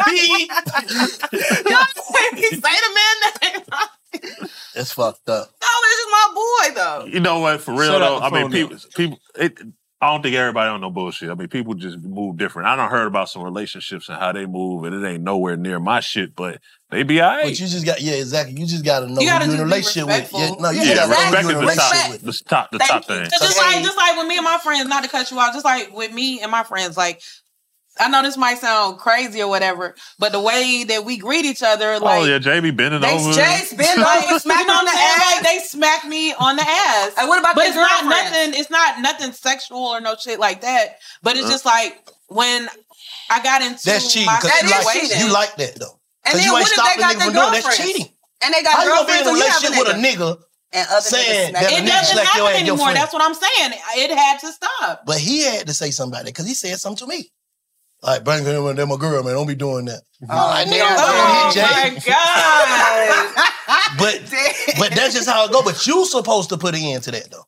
Speaker 10: name. He say the man name.
Speaker 7: It's fucked up.
Speaker 10: No, this is my boy though.
Speaker 3: You know what? For real
Speaker 7: Shut
Speaker 3: though,
Speaker 7: up
Speaker 3: I
Speaker 7: and
Speaker 3: mean,
Speaker 7: phone
Speaker 3: people, people. It, I don't think everybody on no bullshit. I mean, people just move different. I don't heard about some relationships and how they move, and it ain't nowhere near my shit. But they be alright.
Speaker 7: But you just got yeah, exactly. You just gotta know
Speaker 10: You gotta
Speaker 7: who you in a
Speaker 10: just be
Speaker 7: relationship with.
Speaker 10: respectful.
Speaker 7: Yeah, no, you
Speaker 3: yeah,
Speaker 7: gotta know
Speaker 3: respect
Speaker 7: who
Speaker 3: is
Speaker 7: you in a
Speaker 3: the
Speaker 7: relationship
Speaker 3: top,
Speaker 7: with.
Speaker 3: the top, the top thing.
Speaker 7: So
Speaker 6: So just like just like with me and my friends, not to cut you off, just like with me and my friends, like I know this might sound crazy or whatever, but the way that we greet each other, like
Speaker 3: oh yeah, JB bending
Speaker 6: they
Speaker 3: over.
Speaker 6: Jay's been
Speaker 10: Like,
Speaker 6: like
Speaker 10: smack
Speaker 6: smack
Speaker 10: on
Speaker 6: on
Speaker 10: the
Speaker 6: the
Speaker 10: ass.
Speaker 6: ass. Like, they smack me on the ass.
Speaker 10: And what about their
Speaker 6: but it's not
Speaker 10: girlfriends?
Speaker 6: nothing. It's not nothing sexual or no shit like that. But it's
Speaker 7: Uh.
Speaker 6: just like when I got into
Speaker 7: That's cheating
Speaker 6: my
Speaker 7: because you, like,
Speaker 6: situation-
Speaker 7: you like that though.
Speaker 6: And
Speaker 7: 'Cause
Speaker 6: then
Speaker 7: you
Speaker 6: what
Speaker 7: ain't
Speaker 6: if
Speaker 7: stopping
Speaker 6: they got
Speaker 7: niggas
Speaker 6: their
Speaker 7: from doing that. That's
Speaker 6: girlfriends?
Speaker 7: cheating.
Speaker 6: And they got
Speaker 7: How you gonna be in a
Speaker 6: girlfriends and you have a
Speaker 7: relationship with a nigga
Speaker 10: and other
Speaker 7: saying that
Speaker 6: It
Speaker 7: a nigga
Speaker 6: doesn't
Speaker 7: slapped
Speaker 6: happen
Speaker 7: your ass your
Speaker 6: anymore.
Speaker 7: friend?
Speaker 6: That's what I'm saying. It had to stop.
Speaker 7: But he had to say something about that because he said something to me. Like, bang, them and my girl, man. Don't be doing that. I'm like, nigga,
Speaker 6: Oh,
Speaker 7: man,
Speaker 6: my
Speaker 7: hit Jay.
Speaker 6: God.
Speaker 7: But, but that's just how it go. But you supposed to put an end to that, though.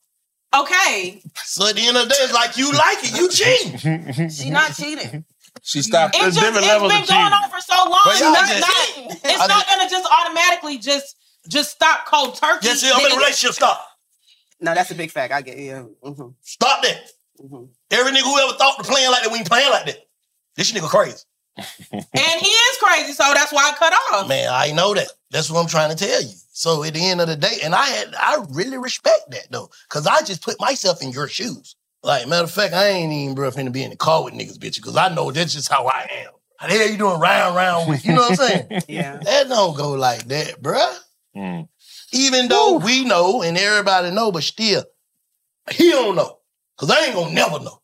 Speaker 6: Okay.
Speaker 7: So at the end of the day, it's like, you like it. You cheating.
Speaker 10: She not cheating.
Speaker 8: She stopped.
Speaker 6: It's, just, it's been going on for so long.
Speaker 7: But
Speaker 6: It's
Speaker 7: y'all
Speaker 6: not,
Speaker 7: just-
Speaker 6: not- it's
Speaker 7: I
Speaker 6: not gonna just automatically just just stop cold turkey.
Speaker 7: Yes, I'm in a relationship. Stop.
Speaker 10: No, that's a big fact. I get yeah. Mm-hmm.
Speaker 7: Stop that. Every nigga who ever thought to playing like that, we ain't playing like that. This nigga crazy.
Speaker 6: And he is crazy, so that's why I cut off.
Speaker 7: Man, I know that. That's what I'm trying to tell you. So at the end of the day, and I had I really respect that though, because I just put myself in your shoes. Like, matter of fact, I ain't even bro finna be in the car with niggas, bitch, because I know that's just how I am. How the hell you doing round round with? You know what I'm saying?
Speaker 10: yeah.
Speaker 7: That don't go like that, bruh. Even though we know and everybody know, but still, he don't know. Cause I ain't gonna never know.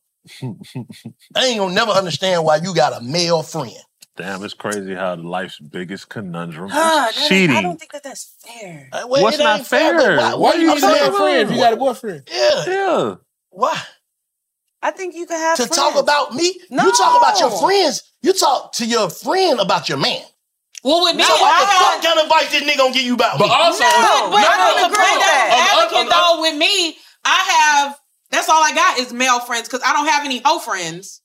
Speaker 7: I ain't gonna never understand why you got a male friend.
Speaker 3: Damn, it's crazy how life's biggest conundrum
Speaker 7: Huh,
Speaker 3: is
Speaker 7: that ain't-
Speaker 10: I
Speaker 3: cheating.
Speaker 10: don't think that that's fair.
Speaker 7: Uh, well,
Speaker 3: What's
Speaker 7: it
Speaker 3: not
Speaker 7: ain't fair, but
Speaker 3: fair?
Speaker 7: why-
Speaker 3: Why do you
Speaker 7: I'm
Speaker 3: need to have
Speaker 7: saying-
Speaker 3: a friend if you got a boyfriend?
Speaker 7: Yeah.
Speaker 3: Yeah.
Speaker 7: Why?
Speaker 10: I think you can have
Speaker 7: to
Speaker 10: friends.
Speaker 7: talk about me.
Speaker 10: No.
Speaker 7: You talk about your friends. You talk to your friend about your man.
Speaker 6: Well, with
Speaker 10: me,
Speaker 7: so what
Speaker 10: I
Speaker 7: the
Speaker 10: had-
Speaker 7: fuck kind of advice this nigga gonna give you about
Speaker 8: But
Speaker 7: me?
Speaker 8: also- No,
Speaker 6: But I don't agree with that.
Speaker 8: Of- of-
Speaker 6: Advocate
Speaker 8: of- of-
Speaker 6: though, with me, I have that's all I got is male friends because I don't have any hoe friends.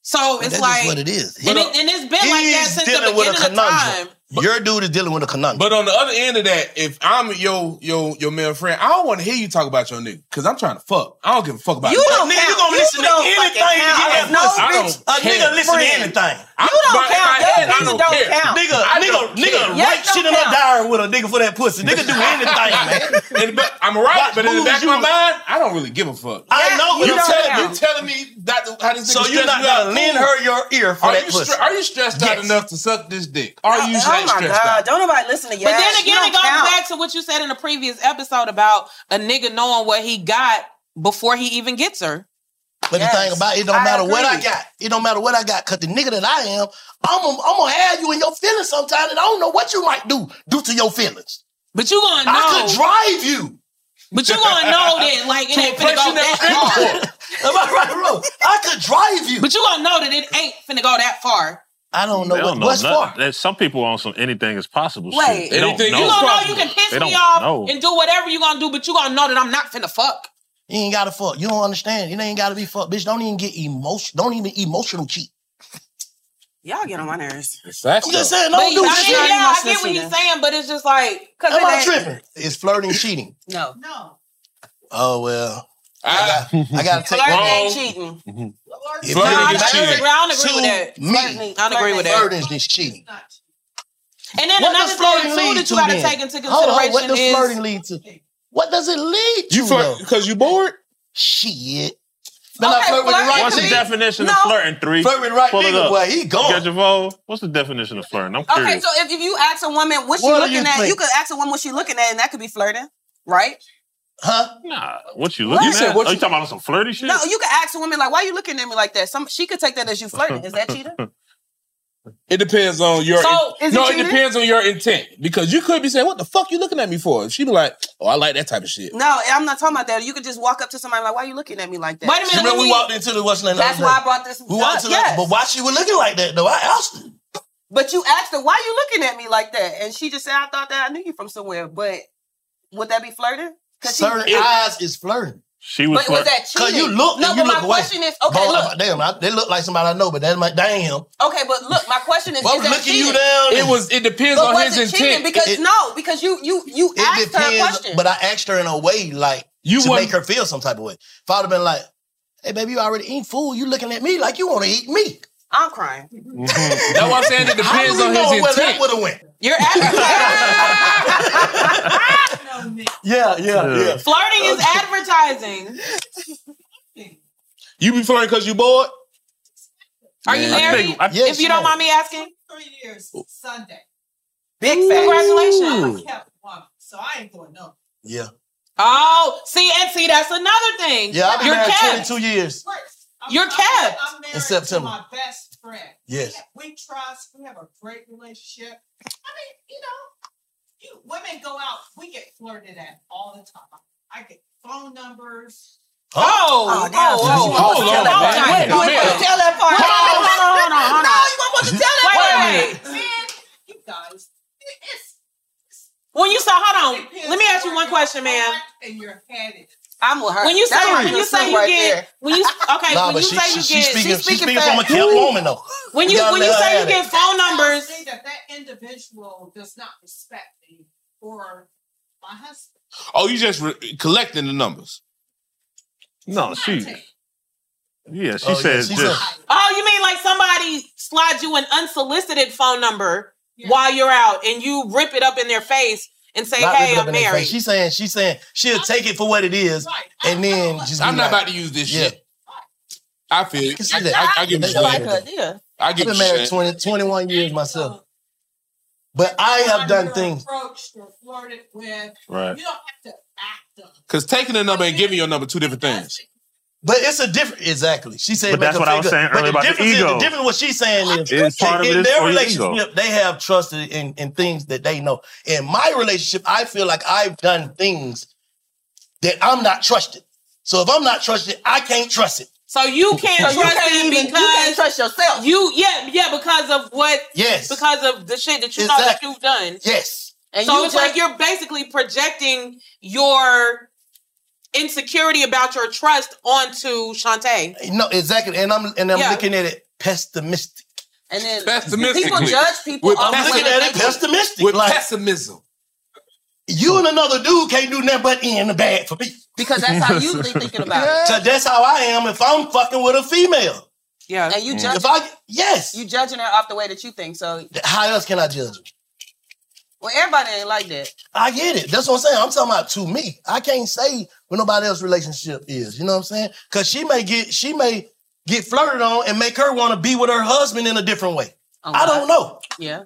Speaker 6: So it's
Speaker 7: that's
Speaker 6: like
Speaker 7: just what it is.
Speaker 6: And, it, and it's been like that
Speaker 7: He's
Speaker 6: since the
Speaker 7: dealing
Speaker 6: beginning of time.
Speaker 7: your dude is dealing with a conundrum.
Speaker 8: But on the other end of that, if I'm your your your male friend, I don't want to hear you talk about your nigga because I'm trying to fuck. I don't give a fuck about
Speaker 7: You
Speaker 8: it.
Speaker 7: don't Nigga, you count. gonna You listen to don't fucking anything to get count. that pussy.
Speaker 8: I
Speaker 7: bitch, a nigga listen to anything.
Speaker 10: You don't count. Your opinion don't count.
Speaker 7: Nigga, nigga, nigga,
Speaker 10: Yes,
Speaker 7: write
Speaker 10: don't
Speaker 7: shit in her
Speaker 10: count.
Speaker 7: diary with a nigga for that pussy. Nigga do anything, man.
Speaker 8: I'm right, but in the back of my
Speaker 7: you
Speaker 8: mind, I don't really give a fuck.
Speaker 7: I
Speaker 8: Yeah,
Speaker 7: know
Speaker 8: you
Speaker 7: you
Speaker 8: telling
Speaker 7: don't.
Speaker 8: you telling me that how this.
Speaker 7: So
Speaker 8: nigga
Speaker 7: you're
Speaker 8: stressed
Speaker 7: not
Speaker 8: me out.
Speaker 7: gonna lend her your ear for
Speaker 8: are
Speaker 7: that
Speaker 8: you
Speaker 7: pussy.
Speaker 8: Are you stressed out enough to suck this dick? Are you
Speaker 10: oh
Speaker 8: stressed
Speaker 10: my
Speaker 8: stressed
Speaker 10: God.
Speaker 8: out?
Speaker 10: Don't nobody listen to you.
Speaker 8: But
Speaker 10: Yes,
Speaker 8: then
Speaker 10: you
Speaker 8: again,
Speaker 10: don't
Speaker 8: it goes
Speaker 10: count.
Speaker 6: back to what you said in the previous episode about a nigga knowing what he got before he even gets her.
Speaker 7: But the thing about it, it don't
Speaker 6: I
Speaker 7: matter what I
Speaker 6: agree.
Speaker 7: got. It don't matter what I got, cause the nigga that I am, I'm gonna I'm gonna have you in your feelings sometimes, and I don't know what you might do due to your feelings.
Speaker 6: But you gonna
Speaker 7: I
Speaker 6: know.
Speaker 7: could drive you.
Speaker 6: But you gonna know then, like, it
Speaker 7: To a
Speaker 6: ain't finna
Speaker 7: place
Speaker 6: go
Speaker 7: you never
Speaker 6: that
Speaker 7: been far. Am I right, or wrong? I could drive you.
Speaker 6: But you gonna know that it ain't finna go that far.
Speaker 7: I don't know
Speaker 3: They
Speaker 7: what,
Speaker 3: don't know
Speaker 7: what's
Speaker 3: nothing.
Speaker 7: for.
Speaker 3: There's some people on some anything is possible
Speaker 6: Wait,
Speaker 3: shit. They don't
Speaker 6: you
Speaker 3: know.
Speaker 6: gonna know you can piss
Speaker 3: They
Speaker 6: me
Speaker 3: don't
Speaker 6: off
Speaker 3: know.
Speaker 6: and do whatever you gonna do, but you gonna know that I'm not finna fuck.
Speaker 7: You ain't gotta fuck. You don't understand. It ain't gotta be fucked, bitch. Don't even get emotion. Don't even emotional cheat.
Speaker 10: Y'all get on my nerves.
Speaker 7: I'm just saying, don't
Speaker 10: But
Speaker 7: do
Speaker 10: I
Speaker 7: shit.
Speaker 10: mean, yeah, I get what you're saying, but it's just like, cause
Speaker 7: Am
Speaker 10: it
Speaker 7: I
Speaker 10: ain't-
Speaker 7: tripping? Is flirting cheating?
Speaker 10: No, no.
Speaker 7: Oh well. I got. I gotta take.
Speaker 10: Flirting ain't cheating.
Speaker 7: If
Speaker 10: Flirting
Speaker 7: you
Speaker 10: is
Speaker 7: get
Speaker 10: cheating. I don't
Speaker 7: married
Speaker 10: agree with
Speaker 7: to
Speaker 10: that.
Speaker 7: Me,
Speaker 10: Flirting- I don't agree with that.
Speaker 7: Flirting is cheating.
Speaker 10: And then
Speaker 7: What
Speaker 10: another
Speaker 7: does flirting
Speaker 10: thing too
Speaker 7: lead
Speaker 10: that
Speaker 7: to
Speaker 10: you got to
Speaker 7: then?
Speaker 10: take into
Speaker 7: Hold on,
Speaker 10: consideration
Speaker 7: what does
Speaker 10: is
Speaker 7: flirting lead to? What does it lead to?
Speaker 8: You flirt because you bored.
Speaker 7: Shit.
Speaker 10: Then I Okay,
Speaker 7: flirt with the right
Speaker 3: What's the
Speaker 7: nigga.
Speaker 3: definition of
Speaker 7: No.
Speaker 3: flirting? Three.
Speaker 7: Flirt with the right
Speaker 3: Pull it
Speaker 7: nigga,
Speaker 3: up.
Speaker 7: boy, he gone.
Speaker 3: You got your vote? What's the definition of flirting? I'm curious.
Speaker 10: Okay, so if, if you ask a woman what she
Speaker 3: What do
Speaker 10: looking
Speaker 3: you
Speaker 10: at, you
Speaker 3: think?
Speaker 10: could ask a woman what she looking at, and that could be flirting, right?
Speaker 7: Huh?
Speaker 3: Nah, what you looking
Speaker 10: You said
Speaker 3: at?
Speaker 10: what
Speaker 3: Are you
Speaker 10: you-
Speaker 3: talking about some flirty shit?
Speaker 10: No, you could ask a woman like, "Why you looking at me like that?" Some she could take that as you flirting. Is that cheating?
Speaker 8: It depends on your.
Speaker 10: So, is it
Speaker 8: no, it
Speaker 10: cheating?
Speaker 8: depends on your intent because you could be saying, "What the fuck you looking at me for?" And she be like, "Oh, I like that type of shit."
Speaker 10: No, I'm not talking about that. You could just walk up to somebody like, "Why you looking at me like that?"
Speaker 7: Wait a minute, You remember let we me- walked into the what's name
Speaker 10: That's
Speaker 7: the
Speaker 10: why
Speaker 7: other
Speaker 10: I brought this.
Speaker 7: Who wants
Speaker 10: up.
Speaker 7: to
Speaker 10: Yes.
Speaker 7: like, but why she was looking like that though? I asked her.
Speaker 10: But you asked her, "Why you looking at me like that?" And she just said, "I thought that I knew you from somewhere." But would that be flirting? 'Cause she-
Speaker 7: Certain eyes is flirting.
Speaker 3: She
Speaker 10: was But was flirt- that cheating?
Speaker 7: Cause you look
Speaker 10: No,
Speaker 7: and you
Speaker 10: but my
Speaker 7: look away.
Speaker 10: question is- okay,
Speaker 7: Boy,
Speaker 10: look.
Speaker 7: Damn, I, they look like somebody I know, but that's my damn.
Speaker 10: Okay, but look, my question is,
Speaker 7: Well,
Speaker 10: is that
Speaker 7: looking you
Speaker 10: cheating?
Speaker 7: down and- It was- it depends
Speaker 10: But
Speaker 7: on
Speaker 10: was
Speaker 7: his
Speaker 10: it cheating?
Speaker 7: intent.
Speaker 10: Because
Speaker 7: It-
Speaker 10: no, because you you you asked her a question.
Speaker 7: but I asked her in a way like
Speaker 8: You
Speaker 7: to
Speaker 8: want-
Speaker 7: make her feel some type of way. If I'd have been like, "Hey, baby, you already eating food. You looking at me like you want to eat me."
Speaker 10: I'm crying.
Speaker 8: That's why I'm saying it
Speaker 7: How do
Speaker 8: depends
Speaker 7: we
Speaker 8: on
Speaker 7: know
Speaker 8: his
Speaker 7: where that
Speaker 8: intent.
Speaker 7: would have went?
Speaker 10: You're
Speaker 7: Yeah, yeah, yeah.
Speaker 10: Flirting is advertising.
Speaker 8: You be flirting because you bored.
Speaker 10: Are you
Speaker 8: Man, I
Speaker 10: married?
Speaker 8: think- I-
Speaker 10: if you don't mind me asking,
Speaker 16: three years Sunday.
Speaker 10: big facts. Congratulations.
Speaker 16: kept one, so I ain't going no.
Speaker 7: Yeah.
Speaker 10: Oh, see and see, that's another thing.
Speaker 7: Yeah, I've been
Speaker 10: You're
Speaker 7: married
Speaker 10: kept.
Speaker 7: 22 years
Speaker 10: You're kept.
Speaker 7: in September.
Speaker 16: My best friend.
Speaker 7: Yes.
Speaker 16: We trust. We have a great relationship. I mean, you know, you women go out. We get flirted at all the time. I get phone numbers.
Speaker 10: Oh, oh, oh, oh,
Speaker 16: Hold
Speaker 10: oh, oh,
Speaker 16: on, man.
Speaker 10: oh, You ain't supposed
Speaker 16: Wait a
Speaker 10: to
Speaker 16: minute.
Speaker 10: tell that part.
Speaker 16: Hold on,
Speaker 10: Hold on, hold on, hold on.
Speaker 16: No,
Speaker 10: you weren't supposed to tell that part.
Speaker 16: Man, you guys, it's
Speaker 10: When you say, hold on, let me ask you one question, ma'am.
Speaker 16: in your head.
Speaker 10: I'm with her. When you say,
Speaker 16: That's
Speaker 10: when you
Speaker 16: real
Speaker 10: say
Speaker 16: snow
Speaker 10: you
Speaker 16: right
Speaker 10: get,
Speaker 16: there.
Speaker 10: when you okay,
Speaker 7: nah,
Speaker 10: when
Speaker 7: but
Speaker 10: you
Speaker 7: she,
Speaker 10: say
Speaker 7: she,
Speaker 10: you
Speaker 7: she
Speaker 10: get,
Speaker 7: speaking,
Speaker 10: she's speaking,
Speaker 7: she speaking from a
Speaker 10: facts.
Speaker 7: kept woman though.
Speaker 10: When
Speaker 7: We
Speaker 10: you
Speaker 7: gotta
Speaker 10: when
Speaker 7: let
Speaker 10: you
Speaker 7: her
Speaker 10: say
Speaker 7: have
Speaker 10: you get
Speaker 7: it.
Speaker 10: phone numbers,
Speaker 16: Say that that individual does not respect me or my husband.
Speaker 8: Oh, you just re- collecting the numbers.
Speaker 3: No, she. Yeah, she
Speaker 8: Oh, yeah,
Speaker 3: says
Speaker 8: she
Speaker 3: just.
Speaker 10: oh, you mean like somebody slides you an unsolicited phone number while you're out and you rip it up in their face and say,
Speaker 7: Not
Speaker 10: "Hey,
Speaker 7: ripping up
Speaker 10: I'm
Speaker 7: in their face.
Speaker 10: married."
Speaker 7: She's saying, she's saying she'll take it for what it is, and then just.
Speaker 8: I'm
Speaker 7: be
Speaker 8: not
Speaker 7: like-
Speaker 8: about to use this
Speaker 7: Yeah.
Speaker 8: shit. I feel. I,
Speaker 7: see that.
Speaker 8: I, I, give
Speaker 7: They
Speaker 8: you
Speaker 7: like
Speaker 8: shit.
Speaker 7: her.
Speaker 10: Yeah.
Speaker 8: I
Speaker 7: I've
Speaker 8: give
Speaker 7: been
Speaker 8: you
Speaker 7: married
Speaker 8: shit.
Speaker 7: 20, 21 years
Speaker 10: Oh.
Speaker 7: myself, but I have done things.
Speaker 16: Approached or flirted with.
Speaker 8: Right.
Speaker 16: You don't have to act up.
Speaker 8: Because taking a number and giving your number two different things.
Speaker 7: But it's a different, exactly. She said,
Speaker 8: But
Speaker 7: make
Speaker 8: that's
Speaker 7: a
Speaker 8: what I was
Speaker 7: finger.
Speaker 8: saying
Speaker 7: But
Speaker 8: earlier about the
Speaker 7: difference is-
Speaker 8: ego.
Speaker 7: The difference, what she's saying is,
Speaker 8: It's part of
Speaker 7: in
Speaker 8: it is
Speaker 7: their
Speaker 8: for your ego.
Speaker 7: relationship, they have trust in, in, in things that they know. In my relationship, I feel like I've done things that I'm not trusted. So if I'm not trusted, I can't trust it.
Speaker 10: So you can't
Speaker 7: So you
Speaker 10: trust
Speaker 7: can't
Speaker 10: him
Speaker 7: even- you
Speaker 10: because
Speaker 7: can't
Speaker 10: trust yourself. You yeah yeah because of what
Speaker 7: Yes.
Speaker 10: because of the shit that you know that
Speaker 7: Exactly.
Speaker 10: you've done.
Speaker 7: Yes.
Speaker 10: so it's like you're basically projecting your insecurity about your trust onto Shantae.
Speaker 7: No, exactly. And I'm and I'm
Speaker 10: Yeah.
Speaker 7: looking at it pessimistic.
Speaker 10: And then
Speaker 7: Pessimistic.
Speaker 10: people judge people
Speaker 7: With
Speaker 10: on
Speaker 7: I'm
Speaker 10: the way
Speaker 7: looking
Speaker 10: that
Speaker 7: at it
Speaker 10: they look.
Speaker 7: pessimistic. With
Speaker 8: pessimism.
Speaker 7: You and another dude can't do nothing but in the bad for me.
Speaker 10: Because that's how you be thinking about it.
Speaker 7: Cause that's how I am if I'm fucking with a female.
Speaker 10: Yeah. And you
Speaker 7: Mm.
Speaker 10: judging
Speaker 7: If I- yes.
Speaker 10: You judging her off the way that you think. So
Speaker 7: How else can I judge? it?
Speaker 10: well, everybody ain't like that.
Speaker 7: I get it. That's what I'm saying. I'm talking about to me. I can't say what nobody else's relationship is. You know what I'm saying? Because she may get she may get flirted on and make her want to be with her husband in a different way.
Speaker 10: Oh
Speaker 7: I don't know.
Speaker 10: Yeah.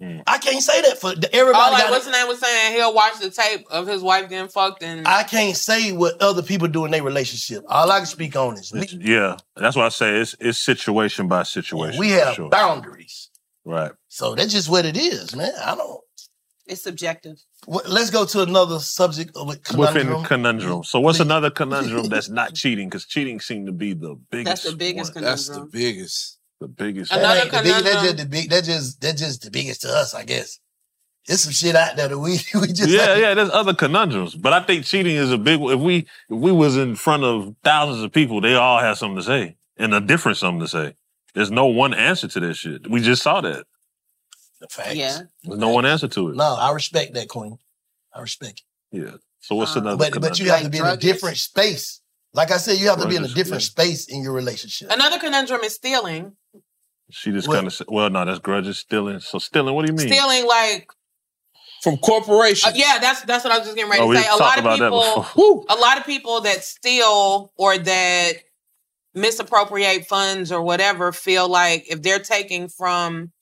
Speaker 3: Mm.
Speaker 7: I can't say that for everybody.
Speaker 6: Oh, like
Speaker 7: got-
Speaker 6: what's his name was saying? He'll watch the tape of his wife getting fucked and
Speaker 7: I can't say what other people do in their relationship. All I can speak on is we,
Speaker 3: Yeah, that's why I say it's it's situation by situation.
Speaker 7: we
Speaker 3: for
Speaker 7: have
Speaker 3: sure.
Speaker 7: boundaries.
Speaker 3: right.
Speaker 7: So that's just what it is, man. I don't.
Speaker 10: It's subjective.
Speaker 7: Well, let's go to another subject of a
Speaker 3: Within
Speaker 7: conundrum.
Speaker 3: the conundrum. So what's another conundrum that's not cheating? Because cheating seemed to be the biggest.
Speaker 7: the biggest
Speaker 3: one.
Speaker 7: That's the conundrum.
Speaker 3: biggest. The biggest.
Speaker 7: That ain't the big, that's just the big. That just that just the biggest to us, I guess. There's some shit out there that we we just
Speaker 3: yeah, yeah. There's other conundrums, but I think cheating is a big. one. If we if we was in front of thousands of people, they all have something to say and a different something to say. There's no one answer to that shit. We just saw that.
Speaker 7: Facts.
Speaker 10: Yeah.
Speaker 3: There's no one answer to it.
Speaker 7: No, I respect that, Queen. I respect
Speaker 3: Yeah. So what's
Speaker 7: it.
Speaker 3: another?
Speaker 7: But but you
Speaker 3: Uh, conundrum?
Speaker 7: have to be in a different space. Like I said, you have to be in a
Speaker 3: Drugs,
Speaker 7: different space in your relationship.
Speaker 6: another conundrum is stealing.
Speaker 3: She just kind of said, "Well, no, that's grudges, stealing." So stealing. What do you mean?
Speaker 6: Stealing like
Speaker 3: from corporations.
Speaker 6: uh, yeah, that's that's what I was just getting ready
Speaker 3: Oh, we
Speaker 6: to say. A
Speaker 3: talked
Speaker 6: lot of
Speaker 3: about that
Speaker 6: people
Speaker 3: before.
Speaker 6: a lot of people that steal or that misappropriate funds or whatever feel like if they're taking from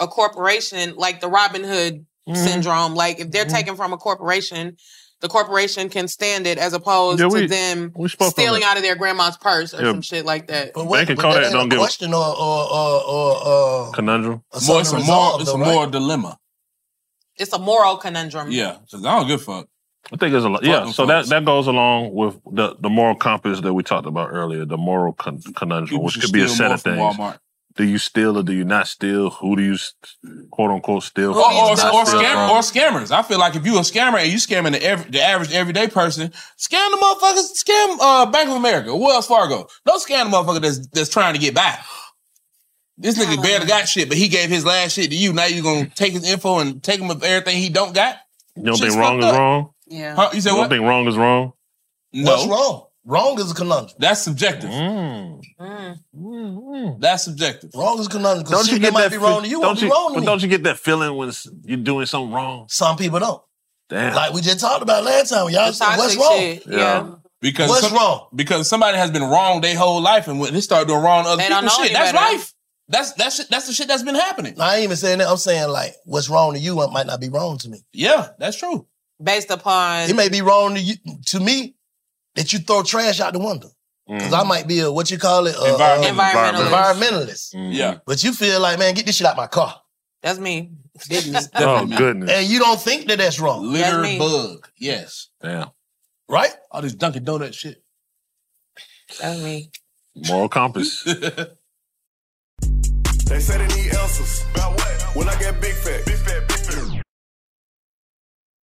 Speaker 6: a corporation, like the Robin Hood
Speaker 3: Mhm.
Speaker 6: syndrome, like if they're
Speaker 3: Mhm.
Speaker 6: taking from a corporation, the corporation can stand it as opposed
Speaker 3: Yeah, we-
Speaker 6: to them
Speaker 3: we spoke on
Speaker 6: stealing
Speaker 3: that.
Speaker 6: out of their grandma's purse or
Speaker 3: Yeah.
Speaker 6: some shit like that.
Speaker 7: But
Speaker 3: Bank and Kodak don't give a
Speaker 7: Question or or or or, or uh
Speaker 3: conundrum.
Speaker 7: something More- it's a to moral- resolve, it's a though, right? moral
Speaker 3: dilemma.
Speaker 6: It's a moral conundrum.
Speaker 3: because I don't give a fuck. I think there's a lot. Yeah, so that, that goes along with the, the moral compass that we talked about earlier, the moral con- conundrum,
Speaker 8: People
Speaker 3: which
Speaker 8: should
Speaker 3: could be a
Speaker 8: steal
Speaker 3: set
Speaker 8: more
Speaker 3: of
Speaker 8: from
Speaker 3: things.
Speaker 8: Walmart.
Speaker 3: Do you steal or do you not steal? Who do you s- quote unquote steal?
Speaker 8: Or,
Speaker 3: from?
Speaker 8: Oh, or, or,
Speaker 3: Not steal
Speaker 8: scam,
Speaker 3: from?
Speaker 8: or scammers. I feel like if you a scammer and you scamming the, every, the average everyday person, scam the motherfuckers, scam uh, Bank of America, Wells Fargo. Don't scam the motherfucker that's, that's trying to get by. This nigga barely got shit, but he gave his last shit to you. Now you gonna take his info and take him of everything he don't got?
Speaker 3: You don't
Speaker 8: Shit's
Speaker 3: think wrong
Speaker 8: fucked
Speaker 3: is
Speaker 8: up.
Speaker 3: wrong?
Speaker 10: Yeah.
Speaker 8: Huh? You said
Speaker 3: You
Speaker 8: what?
Speaker 3: don't think wrong is wrong?
Speaker 8: What's
Speaker 7: wrong? Wrong is a conundrum.
Speaker 8: That's subjective.
Speaker 3: Mm.
Speaker 8: That's subjective.
Speaker 7: Wrong is conundrum. 'cause
Speaker 3: Don't
Speaker 7: shit
Speaker 3: you
Speaker 7: that
Speaker 3: get
Speaker 7: might
Speaker 3: that?
Speaker 7: be
Speaker 3: fe-
Speaker 7: wrong to you?
Speaker 3: Don't
Speaker 7: Won't
Speaker 3: you?
Speaker 7: be wrong to
Speaker 3: but
Speaker 7: me.
Speaker 3: don't you get that feeling when s- you're doing something wrong?
Speaker 7: Some people don't.
Speaker 3: Damn.
Speaker 7: Like we just talked about last time. Y'all said, what's wrong?
Speaker 8: Because
Speaker 7: What's wrong?
Speaker 8: Because somebody has been wrong their whole life, and when they start doing wrong to other
Speaker 7: They don't
Speaker 8: people,
Speaker 7: know
Speaker 8: shit,
Speaker 7: any
Speaker 8: that's
Speaker 7: better.
Speaker 8: life. That's that's shit- that's the shit that's been happening.
Speaker 7: I ain't even saying that. I'm saying like what's wrong to you it might not be wrong to me.
Speaker 8: Yeah, that's true.
Speaker 6: Based upon
Speaker 7: It may be wrong to you to me that you throw trash out the window. Because I might be a what you call it? A,
Speaker 8: Environmentalist.
Speaker 7: environmentalist.
Speaker 8: Environmentalist.
Speaker 7: Yeah. But you feel like, man, get this shit out my car.
Speaker 6: That's me.
Speaker 3: Oh goodness.
Speaker 7: And you don't think that that's wrong.
Speaker 8: Litter bug. Yes.
Speaker 3: Damn.
Speaker 7: Right?
Speaker 8: All this Dunkin' Donut shit.
Speaker 6: That's me.
Speaker 3: Moral compass.
Speaker 4: They say they need answers. About what? When I get big fat, big fat, big fat.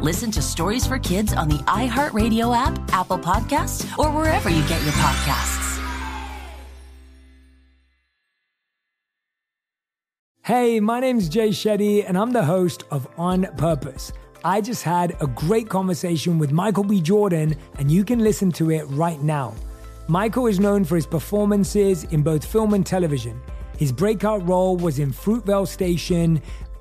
Speaker 17: Listen to Stories for Kids on the iHeartRadio app, Apple Podcasts, or wherever you get your podcasts.
Speaker 18: Hey, my name's Jay Shetty, and I'm the host of On Purpose. I just had a great conversation with Michael B. Jordan, and you can listen to it right now. Michael is known for his performances in both film and television. His breakout role was in Fruitvale Station,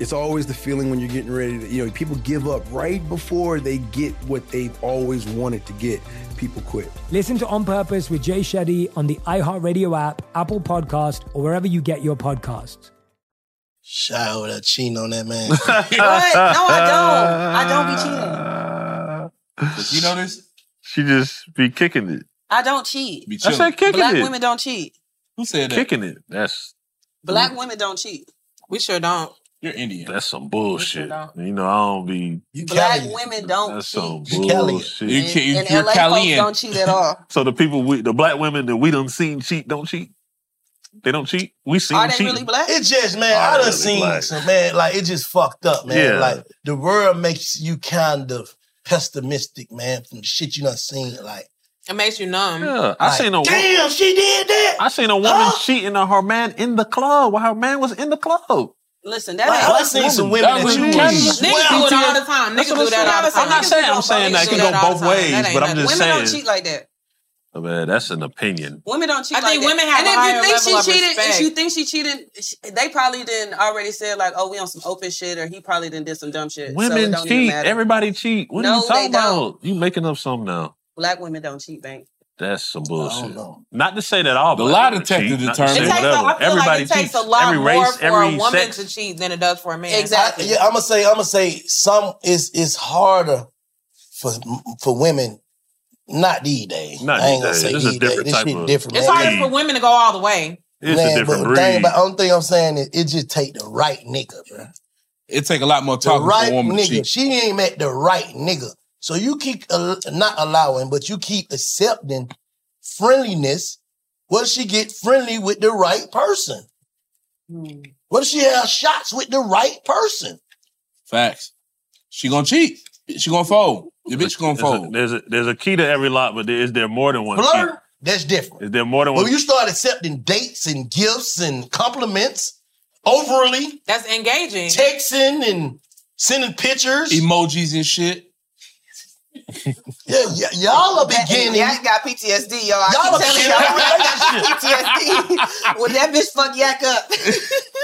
Speaker 19: It's always the feeling when you're getting ready to, you know, people give up right before they get what they've always wanted to get. People quit.
Speaker 18: Listen to On Purpose with Jay Shetty on the iHeartRadio app, Apple Podcast, or wherever you get your podcasts.
Speaker 7: Shout out to cheating on that man.
Speaker 10: What? No, I don't. I don't be cheating.
Speaker 8: you know this?
Speaker 3: She just be kicking it.
Speaker 10: I don't cheat.
Speaker 3: I said kicking
Speaker 10: Black
Speaker 3: it.
Speaker 10: women don't cheat.
Speaker 8: Who said
Speaker 10: that?
Speaker 3: Kicking it. That's
Speaker 10: Black women don't cheat. We sure don't.
Speaker 8: You're Indian.
Speaker 3: That's some bullshit.
Speaker 10: don't.
Speaker 3: You know, I don't be.
Speaker 10: Black women don't
Speaker 3: That's
Speaker 10: cheat.
Speaker 3: some
Speaker 10: You Cali-
Speaker 3: bullshit.
Speaker 10: You And- ca- and you're LA folks Calian. don't cheat at all.
Speaker 3: so the people, we, the black women that we done seen cheat, don't cheat. They don't cheat. We seen them cheating.
Speaker 10: black?
Speaker 7: It just man,
Speaker 3: Are
Speaker 7: I
Speaker 3: they
Speaker 7: done
Speaker 3: really
Speaker 7: seen
Speaker 3: black?
Speaker 7: some man like it just fucked up, man.
Speaker 3: Yeah.
Speaker 7: Like the world makes you kind of pessimistic, man, from the shit you done seen. Like
Speaker 10: It makes you numb.
Speaker 3: Yeah, I seen a wo-
Speaker 7: damn, she did that.
Speaker 3: I seen a woman cheating on her man in the club while her man was in the club.
Speaker 10: Listen, that
Speaker 3: Like,
Speaker 10: ain't-
Speaker 3: I seen some women
Speaker 10: That's
Speaker 3: that you
Speaker 10: what
Speaker 3: would
Speaker 10: it is.
Speaker 3: swear
Speaker 10: Niggas do it
Speaker 3: to.
Speaker 10: all the time.
Speaker 3: That's
Speaker 10: Niggas
Speaker 3: what
Speaker 10: do that
Speaker 3: I'm
Speaker 10: all the time.
Speaker 3: saying. I'm not
Speaker 10: Niggas
Speaker 3: saying
Speaker 10: do
Speaker 3: I'm
Speaker 10: all-
Speaker 3: saying that.
Speaker 10: niggas
Speaker 3: It can
Speaker 10: do
Speaker 3: go
Speaker 10: all
Speaker 3: both
Speaker 10: the time. That
Speaker 3: ways,
Speaker 10: ain't
Speaker 3: but I'm
Speaker 10: nothing.
Speaker 3: just
Speaker 10: women don't
Speaker 3: saying.
Speaker 10: cheat like that.
Speaker 3: Oh, man, that's an opinion.
Speaker 10: Women don't cheat.
Speaker 6: I think
Speaker 10: like
Speaker 6: women
Speaker 10: that.
Speaker 6: have a higher
Speaker 10: And if you
Speaker 6: level
Speaker 10: think
Speaker 6: of
Speaker 10: she cheated, if
Speaker 6: respect.
Speaker 10: you think she cheated, she- they probably didn't already said like, "Oh, we on some open shit," or he probably didn't did some dumb shit. so it
Speaker 3: Women
Speaker 10: don't even
Speaker 3: cheat.
Speaker 10: matter.
Speaker 3: Everybody cheat. What
Speaker 10: No,
Speaker 3: are you talking
Speaker 10: they don't.
Speaker 3: about? You making up something now?
Speaker 10: Black women don't cheat, bank.
Speaker 3: That's some bullshit. Not to say that all
Speaker 8: The
Speaker 3: black
Speaker 8: lie
Speaker 3: women
Speaker 8: detector
Speaker 3: cheat, not to
Speaker 8: determines-
Speaker 3: say
Speaker 8: It takes a-
Speaker 3: whatever.
Speaker 10: I feel
Speaker 3: Everybody
Speaker 10: like it takes
Speaker 3: cheats.
Speaker 10: a lot
Speaker 3: every
Speaker 10: more
Speaker 3: race,
Speaker 10: for
Speaker 3: every
Speaker 10: a woman
Speaker 3: sex.
Speaker 10: to cheat than it does for a man.
Speaker 7: Exactly. yeah, I'm gonna say I'm gonna say some it's it's harder for for women Not these days.
Speaker 3: Not
Speaker 7: I
Speaker 3: these
Speaker 7: ain't gonna
Speaker 3: days.
Speaker 7: say
Speaker 3: This is
Speaker 7: these
Speaker 3: different
Speaker 7: days.
Speaker 3: type
Speaker 7: this shit
Speaker 3: of-
Speaker 7: different.
Speaker 6: It's
Speaker 7: man.
Speaker 6: harder for women to go all the way.
Speaker 3: It's a different
Speaker 7: but the Thing,
Speaker 3: breed.
Speaker 7: but only thing I'm saying is, it just take the right nigga, bro.
Speaker 8: It take a lot more talking
Speaker 7: the right
Speaker 8: for a woman to
Speaker 7: nigga.
Speaker 8: cheat.
Speaker 7: She ain't met the right nigga. So you keep al- not allowing, but you keep accepting friendliness. What if she get friendly with the right person? What if she have shots with the right person?
Speaker 8: Facts. She gonna cheat. She gonna fold. The bitch gonna
Speaker 3: There's a-
Speaker 8: fold.
Speaker 3: There's a, there's a key to every lock, but there, is there more than one
Speaker 7: Flirt, that's different.
Speaker 3: key? Is there more than one
Speaker 7: When you start accepting dates and gifts and compliments overly,
Speaker 6: that's engaging.
Speaker 7: Texting and sending pictures,
Speaker 8: emojis and shit.
Speaker 7: yeah, y- y'all are beginning.
Speaker 10: Yak got PTSD, y'all. I
Speaker 7: Y'all
Speaker 10: keep telling y'all, y'all got PTSD. when that bitch fuck Yak up.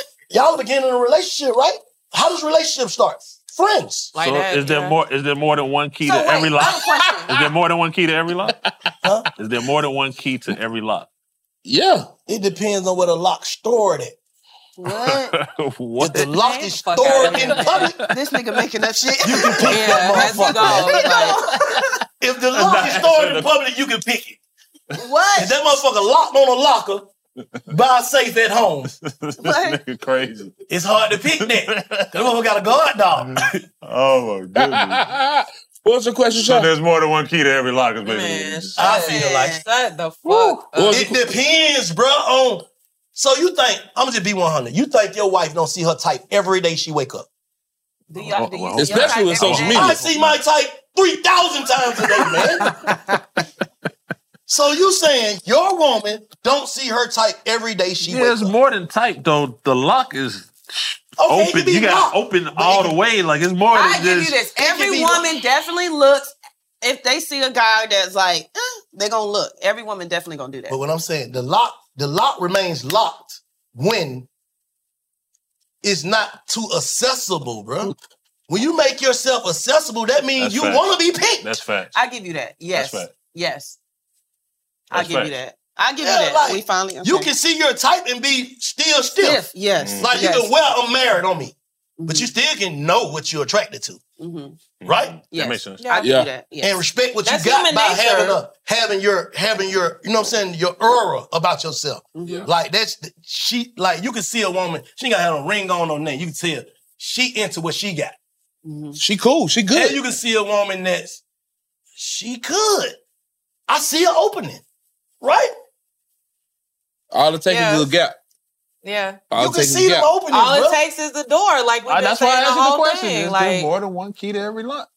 Speaker 7: y'all are beginning a relationship, right? How does relationship start? Friends.
Speaker 3: so is there more? Is there more than one key to every lock? Is there more than one key to every lock? Is there more than one key to every lock?
Speaker 7: Yeah. It depends on what a lock stored at.
Speaker 3: what?
Speaker 7: The lock is
Speaker 10: fuck outta
Speaker 7: stored in
Speaker 10: here.
Speaker 7: public.
Speaker 10: this nigga making that shit.
Speaker 7: You can pick
Speaker 10: Yeah,
Speaker 7: that
Speaker 10: that's
Speaker 7: motherfucker. if the lock is stored in public, you can pick it.
Speaker 10: What?
Speaker 7: If that motherfucker locked on a locker by a safe at home,
Speaker 3: This nigga crazy.
Speaker 7: it's hard to pick that. 'Cause That motherfucker got a guard dog.
Speaker 3: Oh my goodness.
Speaker 8: What's the question?
Speaker 3: So there's more than one key to every lock. Is basically.
Speaker 7: I feel like
Speaker 6: shut the fuck. up.
Speaker 7: It depends, bro. On so you think I'm gonna just be 100. You think your wife don't see her type every day she wake up?
Speaker 6: Do
Speaker 3: Oh,
Speaker 6: y'all, do you,
Speaker 8: Especially your type with every social day? media.
Speaker 7: I see my type three thousand times a day, man. so you saying your woman don't see her type every day she
Speaker 3: Yeah, it's more than type though. The lock is
Speaker 7: Okay, it
Speaker 3: open.
Speaker 7: could be
Speaker 3: You
Speaker 7: locked,
Speaker 3: gotta open all the way. Like it's more
Speaker 10: I
Speaker 3: than
Speaker 10: give you
Speaker 3: just.
Speaker 10: this.
Speaker 20: can
Speaker 10: Every
Speaker 20: be-
Speaker 10: woman definitely looks. If they see a guy that's like, eh, they gonna look. Every woman definitely gonna do that.
Speaker 7: But what I'm saying, the lock, the lock remains locked when it's not too accessible, bro. When you make yourself accessible, that means
Speaker 3: That's
Speaker 7: you
Speaker 3: facts.
Speaker 7: want to be picked.
Speaker 3: That's fact.
Speaker 10: I give you that. Yes.
Speaker 3: That's fact.
Speaker 10: Yes.
Speaker 3: That's
Speaker 10: I give you
Speaker 3: fact.
Speaker 10: that. I give
Speaker 7: Yeah,
Speaker 10: you that.
Speaker 7: like,
Speaker 10: we finally.
Speaker 7: You
Speaker 10: okay.
Speaker 7: can see your type and be still stiff.
Speaker 10: Stiff,
Speaker 3: Mm.
Speaker 10: yes,
Speaker 7: Like
Speaker 10: yes.
Speaker 7: you can well I'm married on me, but you still can know what you're attracted to, right?
Speaker 3: Yes. Mm-hmm. That makes sense.
Speaker 10: Yeah, I can do Yeah. that, yes.
Speaker 7: And respect what
Speaker 10: That's
Speaker 7: you got
Speaker 10: human
Speaker 7: by
Speaker 10: nature.
Speaker 7: having a having your having your you know what I'm saying your aura about yourself.
Speaker 3: Mm-hmm.
Speaker 7: Like that's she like you can see a woman she ain't got have a ring on or nothing. You can tell she into what she got.
Speaker 3: Mm-hmm.
Speaker 8: She cool. She good.
Speaker 7: And you can see a woman that's she could. I see an opening, right?
Speaker 8: All it takes is a gap.
Speaker 20: Yeah.
Speaker 8: All it takes is a gap.
Speaker 20: All it takes is the door. Like we
Speaker 8: Uh,
Speaker 20: just
Speaker 8: that's why I
Speaker 20: saying
Speaker 8: asked
Speaker 20: the
Speaker 8: you the
Speaker 20: whole
Speaker 8: question.
Speaker 20: thing.
Speaker 8: Is there
Speaker 20: Like
Speaker 8: more than one key to every lock?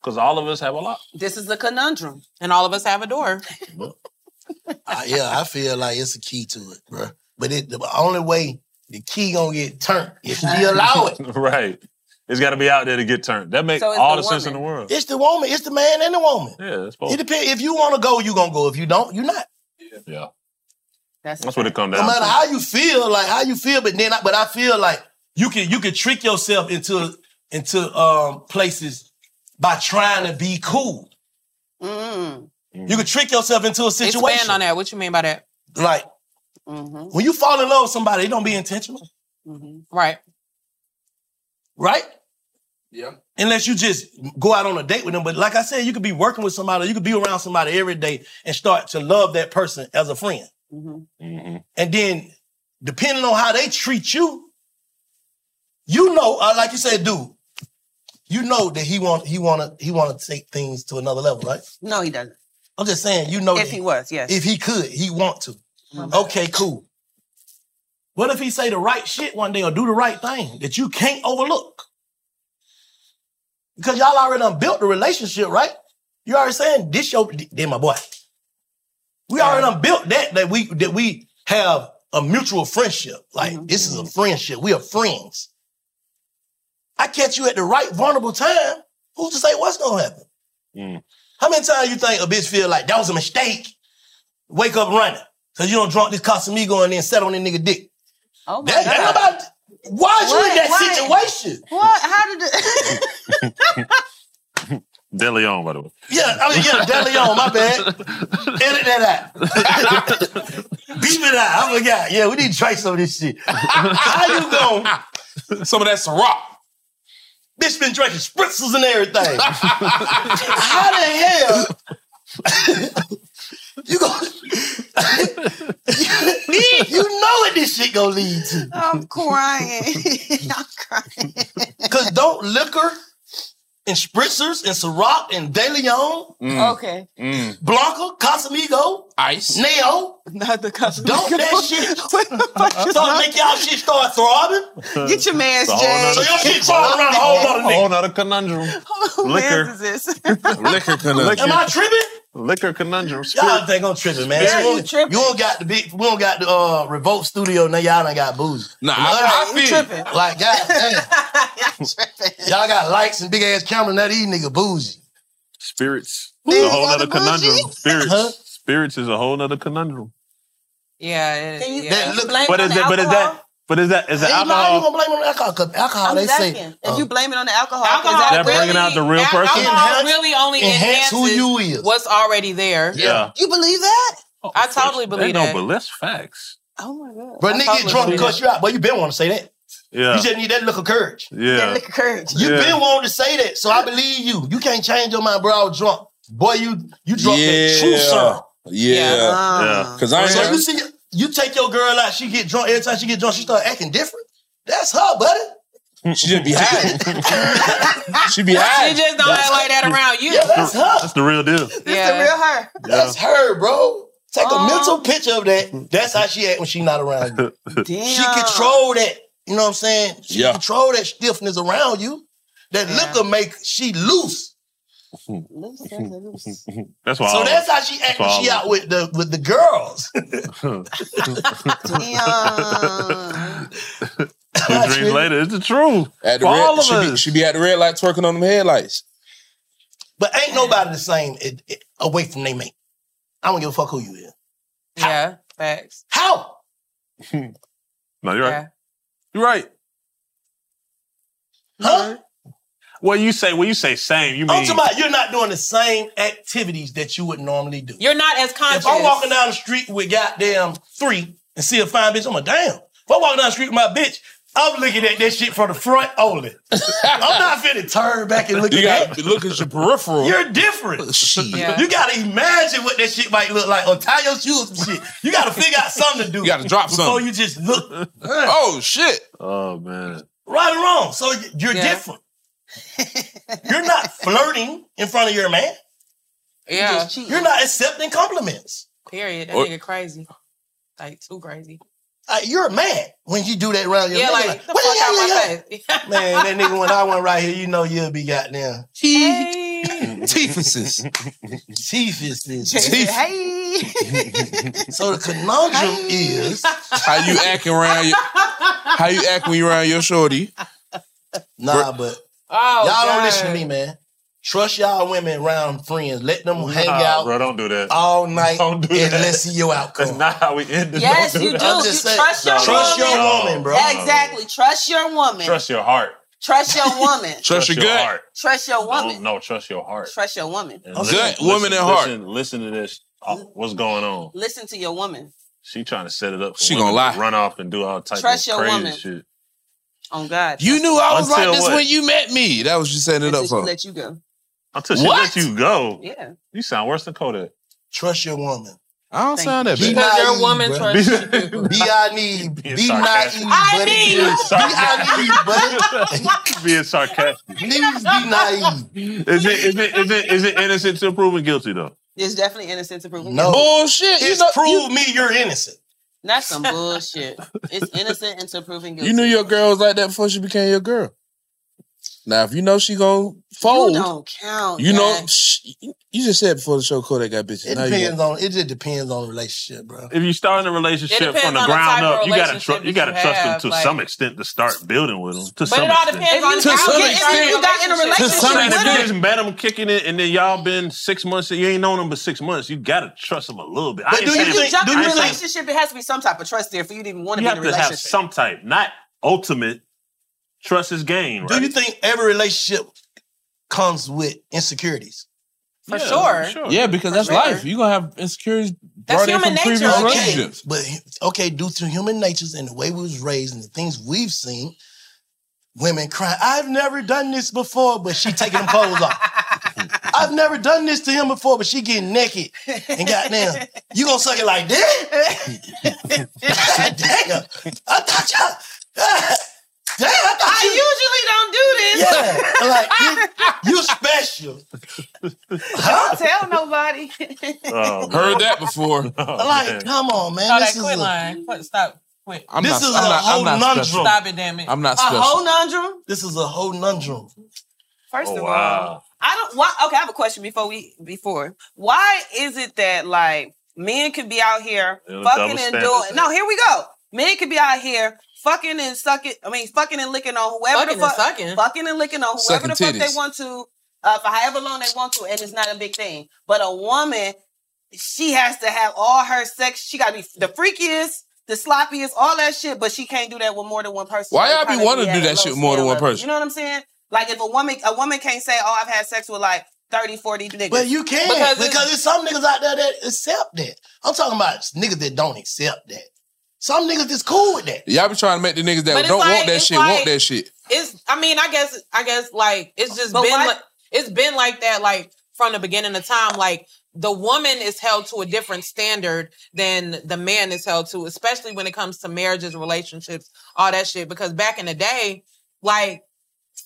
Speaker 3: Because all of us have a lock.
Speaker 6: This is the conundrum, and all of us have a door.
Speaker 7: I- yeah, I feel like it's a key to it, bro. But it, the only way the key gonna get turned if she allow it.
Speaker 3: right. It's got to be out there to get turned. That makes
Speaker 7: So it's
Speaker 3: all
Speaker 7: the
Speaker 3: the, sense in the
Speaker 7: woman.
Speaker 3: world.
Speaker 7: It's the woman, it's the man and the woman.
Speaker 3: yeah, that's both.
Speaker 7: It depends. If you want to go, you gonna go. If you don't, you not.
Speaker 3: yeah,
Speaker 6: that's,
Speaker 3: that's what it comes
Speaker 7: No
Speaker 3: down.
Speaker 7: matter
Speaker 3: to.
Speaker 7: how you feel, like how you feel, but then, I, but I feel like you can you can trick yourself into into um places by trying to be cool.
Speaker 6: Mm.
Speaker 3: Mm-hmm.
Speaker 7: You can trick yourself into a situation.
Speaker 6: Expand on that. What you mean by that?
Speaker 7: Like when you fall in love with somebody, it don't be intentional,
Speaker 6: Right.
Speaker 7: right?
Speaker 8: Yeah.
Speaker 7: Unless you just go out on a date with them. But like I said, you could be working with somebody, you could be around somebody every day and start to love that person as a friend.
Speaker 10: Mm-hmm.
Speaker 7: Mm-hmm. And then depending on how they treat you, you know, uh, like you said, dude, you know that he want he wanna he wanna take things to another level, right?
Speaker 10: No, he doesn't.
Speaker 7: I'm just saying, you know
Speaker 10: If he was, yes. Mm-hmm.
Speaker 7: If he could, he want to. Okay, cool. What if he say the right shit one day or do the right thing that you can't overlook? Because y'all already done built the relationship, right? You already saying this your then my boy. We already done built that that we that we have a mutual friendship. Like this is a friendship. We are friends. I catch you at the right vulnerable time. Who's to say what's gonna happen? How many times you think a bitch feel like that was a mistake? Wake up running. Cause you don't drunk this Casamigo and then sat on that nigga dick.
Speaker 10: Oh
Speaker 7: That- that nobody- why you in that situation?
Speaker 10: What? How did it?
Speaker 3: De Leon, by the way.
Speaker 7: Yeah, I mean, yeah, Deleon, my bad. Edit that out. Beep it out. I forgot. Yeah, we need to try some of this shit. How you going?
Speaker 8: Some of that Ciroc.
Speaker 7: Bitch been drinking spritzels and everything. How the hell you go. you know what this shit gonna lead to.
Speaker 16: I'm crying.
Speaker 7: Cause don't liquor and spritzers and Ciroc and De Leon,
Speaker 3: Mm.
Speaker 16: Okay.
Speaker 7: Blanca,
Speaker 8: Mm.
Speaker 7: Casamigo,
Speaker 8: Ice,
Speaker 7: Neo.
Speaker 16: Not the Casamigo.
Speaker 7: Don't that shit
Speaker 16: is
Speaker 7: start make y'all shit start throbbing.
Speaker 16: Get your man's
Speaker 7: It's a whole
Speaker 16: Jay.
Speaker 7: nother- So your shit falling around a whole nother nigga.
Speaker 3: Whole nother conundrum.
Speaker 16: Who
Speaker 3: Liquor.
Speaker 16: man's is this?
Speaker 3: Liquor
Speaker 7: Am I tripping?
Speaker 3: Liquor conundrum.
Speaker 7: Y'all think I'm tripping, man.
Speaker 3: Yeah,
Speaker 7: you,
Speaker 3: you
Speaker 7: don't- you don't got the big, we don't got the uh, Revolt Studio. Now y'all done got boozy.
Speaker 8: Nah,
Speaker 7: You know,
Speaker 8: I- I
Speaker 7: like,
Speaker 8: feel you.
Speaker 7: tripping. Like God damn, y'all got lights and big ass camera. Now these nigga boozy.
Speaker 3: Spirits.
Speaker 7: Who
Speaker 3: It's a
Speaker 7: is
Speaker 3: whole
Speaker 7: on
Speaker 3: nother
Speaker 7: the bougie?
Speaker 3: conundrum. Spirits.
Speaker 7: Huh?
Speaker 3: Spirits is a whole nother conundrum.
Speaker 16: Yeah.
Speaker 7: Can you
Speaker 3: yeah. But is that? But is that? But is that? Is
Speaker 7: Hey,
Speaker 3: that
Speaker 7: nah, how you
Speaker 3: alcohol?
Speaker 7: gonna blame it on alcohol? 'Cause alcohol,
Speaker 16: I'm
Speaker 7: they
Speaker 16: asking.
Speaker 7: say uh,
Speaker 16: if you blame it on the alcohol,
Speaker 6: Alcohol
Speaker 16: is that,
Speaker 3: That bringing out the real person.
Speaker 16: Enhance-
Speaker 6: Alcohol really only
Speaker 16: enhance
Speaker 6: enhances
Speaker 16: who
Speaker 7: you is.
Speaker 6: what's already there.
Speaker 3: Yeah.
Speaker 16: you believe that?
Speaker 8: Oh,
Speaker 6: I totally believe
Speaker 3: They know,
Speaker 6: that.
Speaker 3: but that's facts.
Speaker 16: Oh my god.
Speaker 7: But nigga get drunk and cuss you out. But you been want to say that.
Speaker 3: Yeah.
Speaker 7: You just need that look of courage.
Speaker 3: Yeah.
Speaker 16: Courage.
Speaker 7: You
Speaker 3: Yeah.
Speaker 7: been wanting to say that, so I believe you. You can't change your mind, bro. I was drunk. Boy, you you drunk that true sir.
Speaker 8: Yeah.
Speaker 6: Uh-huh.
Speaker 8: Because I
Speaker 7: so you
Speaker 8: ain't.
Speaker 7: see, you take your girl out, she get drunk. Every time she get drunk, she start acting different. That's her, buddy.
Speaker 8: She just be high. she be high.
Speaker 6: She just don't act like that around you.
Speaker 7: Yeah, that's her.
Speaker 3: That's the real deal.
Speaker 7: That's the real
Speaker 16: her.
Speaker 3: Yeah.
Speaker 7: That's her, bro. Take a mental picture of that. That's how she act when she not around you. She control that. You know what I'm saying? She
Speaker 8: Yeah.
Speaker 7: control that stiffness around you. That liquor make she loose.
Speaker 3: That's why.
Speaker 7: so
Speaker 3: I
Speaker 7: that's how
Speaker 3: always-
Speaker 7: she
Speaker 3: that's
Speaker 7: act
Speaker 3: why
Speaker 7: when
Speaker 3: I
Speaker 7: she out with the with the girls.
Speaker 8: Two
Speaker 3: drinks later, it's the truth.
Speaker 8: At the
Speaker 3: For
Speaker 8: red,
Speaker 3: all of
Speaker 8: she Be, she be at the red light twerking on them headlights.
Speaker 7: But ain't nobody the same it- it- away from they mate. I don't give a fuck who you is.
Speaker 6: Yeah, facts.
Speaker 7: How?
Speaker 3: No, you're right.
Speaker 6: Yeah.
Speaker 3: You're right.
Speaker 7: Huh? Oh,
Speaker 3: Well, you say when you say same, you
Speaker 7: I'm
Speaker 3: mean
Speaker 7: talking about you're not doing the same activities that you would normally do.
Speaker 6: You're not as conscious.
Speaker 7: If I'm walking down the street with goddamn three and see a fine bitch, I'm a damn. If I'm walking down the street with my bitch, I'm looking at that shit from the front only. I'm not finna turn back and look
Speaker 8: You
Speaker 7: at
Speaker 8: got to look at your peripheral. Oh,
Speaker 7: You're different.
Speaker 8: Yeah.
Speaker 7: You gotta imagine what that shit might look like, or tie your shoes and shit. You gotta figure out something to do.
Speaker 8: You gotta drop
Speaker 7: before
Speaker 8: something.
Speaker 7: you just look.
Speaker 8: oh shit!
Speaker 3: Oh man.
Speaker 7: Right or wrong. So y- you're different. you're not flirting in front of your man.
Speaker 6: Yeah.
Speaker 7: You're not accepting compliments.
Speaker 6: Period. That
Speaker 7: Or-
Speaker 6: nigga crazy. Like too crazy.
Speaker 7: Like, Uh, you're mad when you do that around your
Speaker 6: Yeah,
Speaker 7: man.
Speaker 6: like, the fuck out my
Speaker 7: Man, that nigga when I went right here, you know you'll be goddamn.
Speaker 8: Teethuses.
Speaker 7: Teethuses.
Speaker 16: Hey.
Speaker 7: So the conundrum is
Speaker 8: how you acting around your, how you act when you around your shorty.
Speaker 7: Nah, but
Speaker 6: Oh,
Speaker 7: y'all
Speaker 6: God.
Speaker 7: don't listen to me, man. Trust y'all women around friends. Let them hang
Speaker 3: Nah,
Speaker 7: out
Speaker 3: bro. Don't do that.
Speaker 7: all night
Speaker 3: Don't do
Speaker 7: and
Speaker 3: that.
Speaker 7: let's see your outcome.
Speaker 3: That's not how we end this.
Speaker 6: Yes,
Speaker 3: Don't
Speaker 6: you
Speaker 3: that.
Speaker 6: do. You trust your
Speaker 7: Trust your
Speaker 6: woman.
Speaker 7: woman, bro.
Speaker 6: Exactly.
Speaker 10: Trust your woman.
Speaker 3: Trust your heart.
Speaker 10: Trust your woman.
Speaker 3: Trust your gut. heart.
Speaker 10: Trust your
Speaker 3: Don't-
Speaker 10: woman.
Speaker 3: no, trust your heart.
Speaker 10: Trust your woman.
Speaker 3: And
Speaker 10: Listen,
Speaker 3: listen,
Speaker 8: woman and heart.
Speaker 3: Listen, listen to this. Oh, what's going on?
Speaker 10: to your woman.
Speaker 3: She trying to set it up. For
Speaker 8: She
Speaker 3: women
Speaker 8: gonna
Speaker 3: to run off and do all types
Speaker 10: Trust
Speaker 3: of
Speaker 10: your
Speaker 3: crazy
Speaker 10: woman.
Speaker 3: shit.
Speaker 10: On God.
Speaker 8: You knew I was
Speaker 3: Until
Speaker 8: like this
Speaker 3: what?
Speaker 8: when you met me. That was you setting it
Speaker 10: Until
Speaker 8: up
Speaker 10: she
Speaker 8: for.
Speaker 10: let you go.
Speaker 3: Until she
Speaker 8: What?
Speaker 3: let you go.
Speaker 10: Yeah.
Speaker 3: You sound worse than Kodak.
Speaker 7: Trust your woman.
Speaker 8: I don't sound that
Speaker 7: Be
Speaker 8: bad.
Speaker 7: naive,
Speaker 6: your woman
Speaker 7: bro.
Speaker 6: trusts
Speaker 7: Be I need.
Speaker 3: Being
Speaker 7: Be
Speaker 3: sarcastic.
Speaker 7: naive, buddy.
Speaker 6: need
Speaker 7: Be I need, buddy.
Speaker 3: Being sarcastic.
Speaker 7: Please be naive.
Speaker 3: Is it is it is it is it innocent till proven guilty though?
Speaker 10: It's definitely innocent to prove
Speaker 7: No.
Speaker 8: Bullshit. You
Speaker 7: It's
Speaker 8: know-
Speaker 7: prove me you're innocent.
Speaker 10: That's some bullshit. It's innocent until proven guilty.
Speaker 8: You knew your girl was like that before she became your girl. Now, if you know she gonna fold,
Speaker 10: You
Speaker 8: you,
Speaker 10: don't count.
Speaker 8: know,
Speaker 10: Jack.
Speaker 8: sh- you just said before the show Kodak got bitches.
Speaker 7: It
Speaker 8: Now you
Speaker 7: depends on. It just depends on the relationship, bro.
Speaker 3: If you start in a
Speaker 6: It
Speaker 3: relationship
Speaker 6: depends
Speaker 3: from the
Speaker 6: on the type
Speaker 3: ground
Speaker 6: of
Speaker 3: up, you gotta
Speaker 6: relationship
Speaker 3: trust you
Speaker 6: that
Speaker 3: gotta
Speaker 6: you
Speaker 3: trust them
Speaker 6: have,
Speaker 3: to
Speaker 6: like-
Speaker 3: some extent to start building with them. To
Speaker 6: But
Speaker 3: some
Speaker 6: it all
Speaker 3: extent.
Speaker 6: depends on
Speaker 8: To
Speaker 6: how
Speaker 8: some
Speaker 6: you got
Speaker 8: extent.
Speaker 6: you got in a
Speaker 3: To
Speaker 6: relationship.
Speaker 3: some
Speaker 6: with her.
Speaker 3: extent, you met them kicking it, and then y'all been six months. You ain't known them but six months. You gotta trust them a little bit.
Speaker 7: But
Speaker 3: ain't
Speaker 7: do you
Speaker 6: If
Speaker 3: saying-
Speaker 6: you jump
Speaker 3: I
Speaker 6: in a
Speaker 3: ain't saying-
Speaker 6: relationship, it has to be some type of trust there for you to even want to
Speaker 3: you
Speaker 6: be in
Speaker 3: have
Speaker 6: a
Speaker 3: to have
Speaker 6: relationship.
Speaker 3: some type, not ultimate. Trust is gain, right?
Speaker 7: Do you think every relationship comes with insecurities?
Speaker 6: For sure.
Speaker 8: Yeah, because that's life. You're gonna have insecurities
Speaker 6: That's
Speaker 8: brought in
Speaker 6: human
Speaker 8: from
Speaker 6: nature,
Speaker 8: previous
Speaker 6: okay.
Speaker 8: relationships.
Speaker 7: But okay, due to human natures and the way we was raised and the things we've seen, women cry. I've never done this before, but she taking them clothes off. I've never done this to him before, but she getting naked. And goddamn, you gonna suck it like that? damn. I thought y'all. damn, I thought
Speaker 6: I
Speaker 7: you.
Speaker 6: usually don't do this.
Speaker 7: yeah. I'm Like, you, you special.
Speaker 10: Don't tell nobody.
Speaker 3: Oh,
Speaker 10: Oh,
Speaker 8: Heard that before.
Speaker 7: like, come on, man.
Speaker 6: Oh,
Speaker 7: this
Speaker 6: that
Speaker 7: is
Speaker 6: quit
Speaker 7: a-
Speaker 6: line. Quit, stop. Quit.
Speaker 8: I'm This not- is I'm a not- I'm not
Speaker 7: whole special. nundrum.
Speaker 6: Stop it, damn it.
Speaker 7: I'm not
Speaker 6: a
Speaker 7: special.
Speaker 6: whole nundrum.
Speaker 7: This is a whole nundrum.
Speaker 6: First
Speaker 7: Oh,
Speaker 6: of
Speaker 7: wow.
Speaker 6: all,
Speaker 10: I
Speaker 21: don't. Why, okay, I have a question before we before.
Speaker 10: Why is it that like men could be out here
Speaker 6: Yeah, the
Speaker 10: fucking
Speaker 6: double
Speaker 10: and
Speaker 6: standards.
Speaker 10: doing? No, here we go. Men could be out here fucking and sucking. I mean, fucking and licking on whoever
Speaker 6: Fucking
Speaker 10: the
Speaker 6: and
Speaker 10: fuck,
Speaker 6: sucking.
Speaker 10: fucking and licking on whoever
Speaker 6: Sucking
Speaker 10: the fuck
Speaker 6: titties.
Speaker 10: they want to uh, for however long they want to, and it's not a big thing. But a woman, she has to have all her sex. She got to be the freakiest. The sloppiest, all that shit, but she can't do that with more than one person.
Speaker 8: Why
Speaker 10: So it
Speaker 8: y'all be
Speaker 10: kinda
Speaker 8: wanting to
Speaker 10: at
Speaker 8: do
Speaker 10: a
Speaker 8: that
Speaker 10: low
Speaker 8: shit with more than
Speaker 10: skill
Speaker 8: one
Speaker 10: level.
Speaker 8: person?
Speaker 10: You know what I'm saying? Like if a woman, a woman can't say, "Oh, I've had sex with like 30, 40 niggas."
Speaker 7: But you can
Speaker 10: because,
Speaker 7: because, there's some niggas out there that accept that. I'm talking about niggas that don't accept that. Some niggas is cool with that.
Speaker 8: Y'all be trying to make the niggas that
Speaker 7: But it's
Speaker 8: don't
Speaker 7: like-
Speaker 8: want that
Speaker 7: it's
Speaker 8: shit
Speaker 7: like-
Speaker 8: want that shit.
Speaker 6: It's. I mean, I guess. I guess like it's just
Speaker 22: But
Speaker 6: been.
Speaker 22: why-
Speaker 6: Like, it's been like that. Like from the beginning of time. Like the woman is held to a different standard than the man is held to, especially when it comes to marriages, relationships, all that shit. Because back in the day, like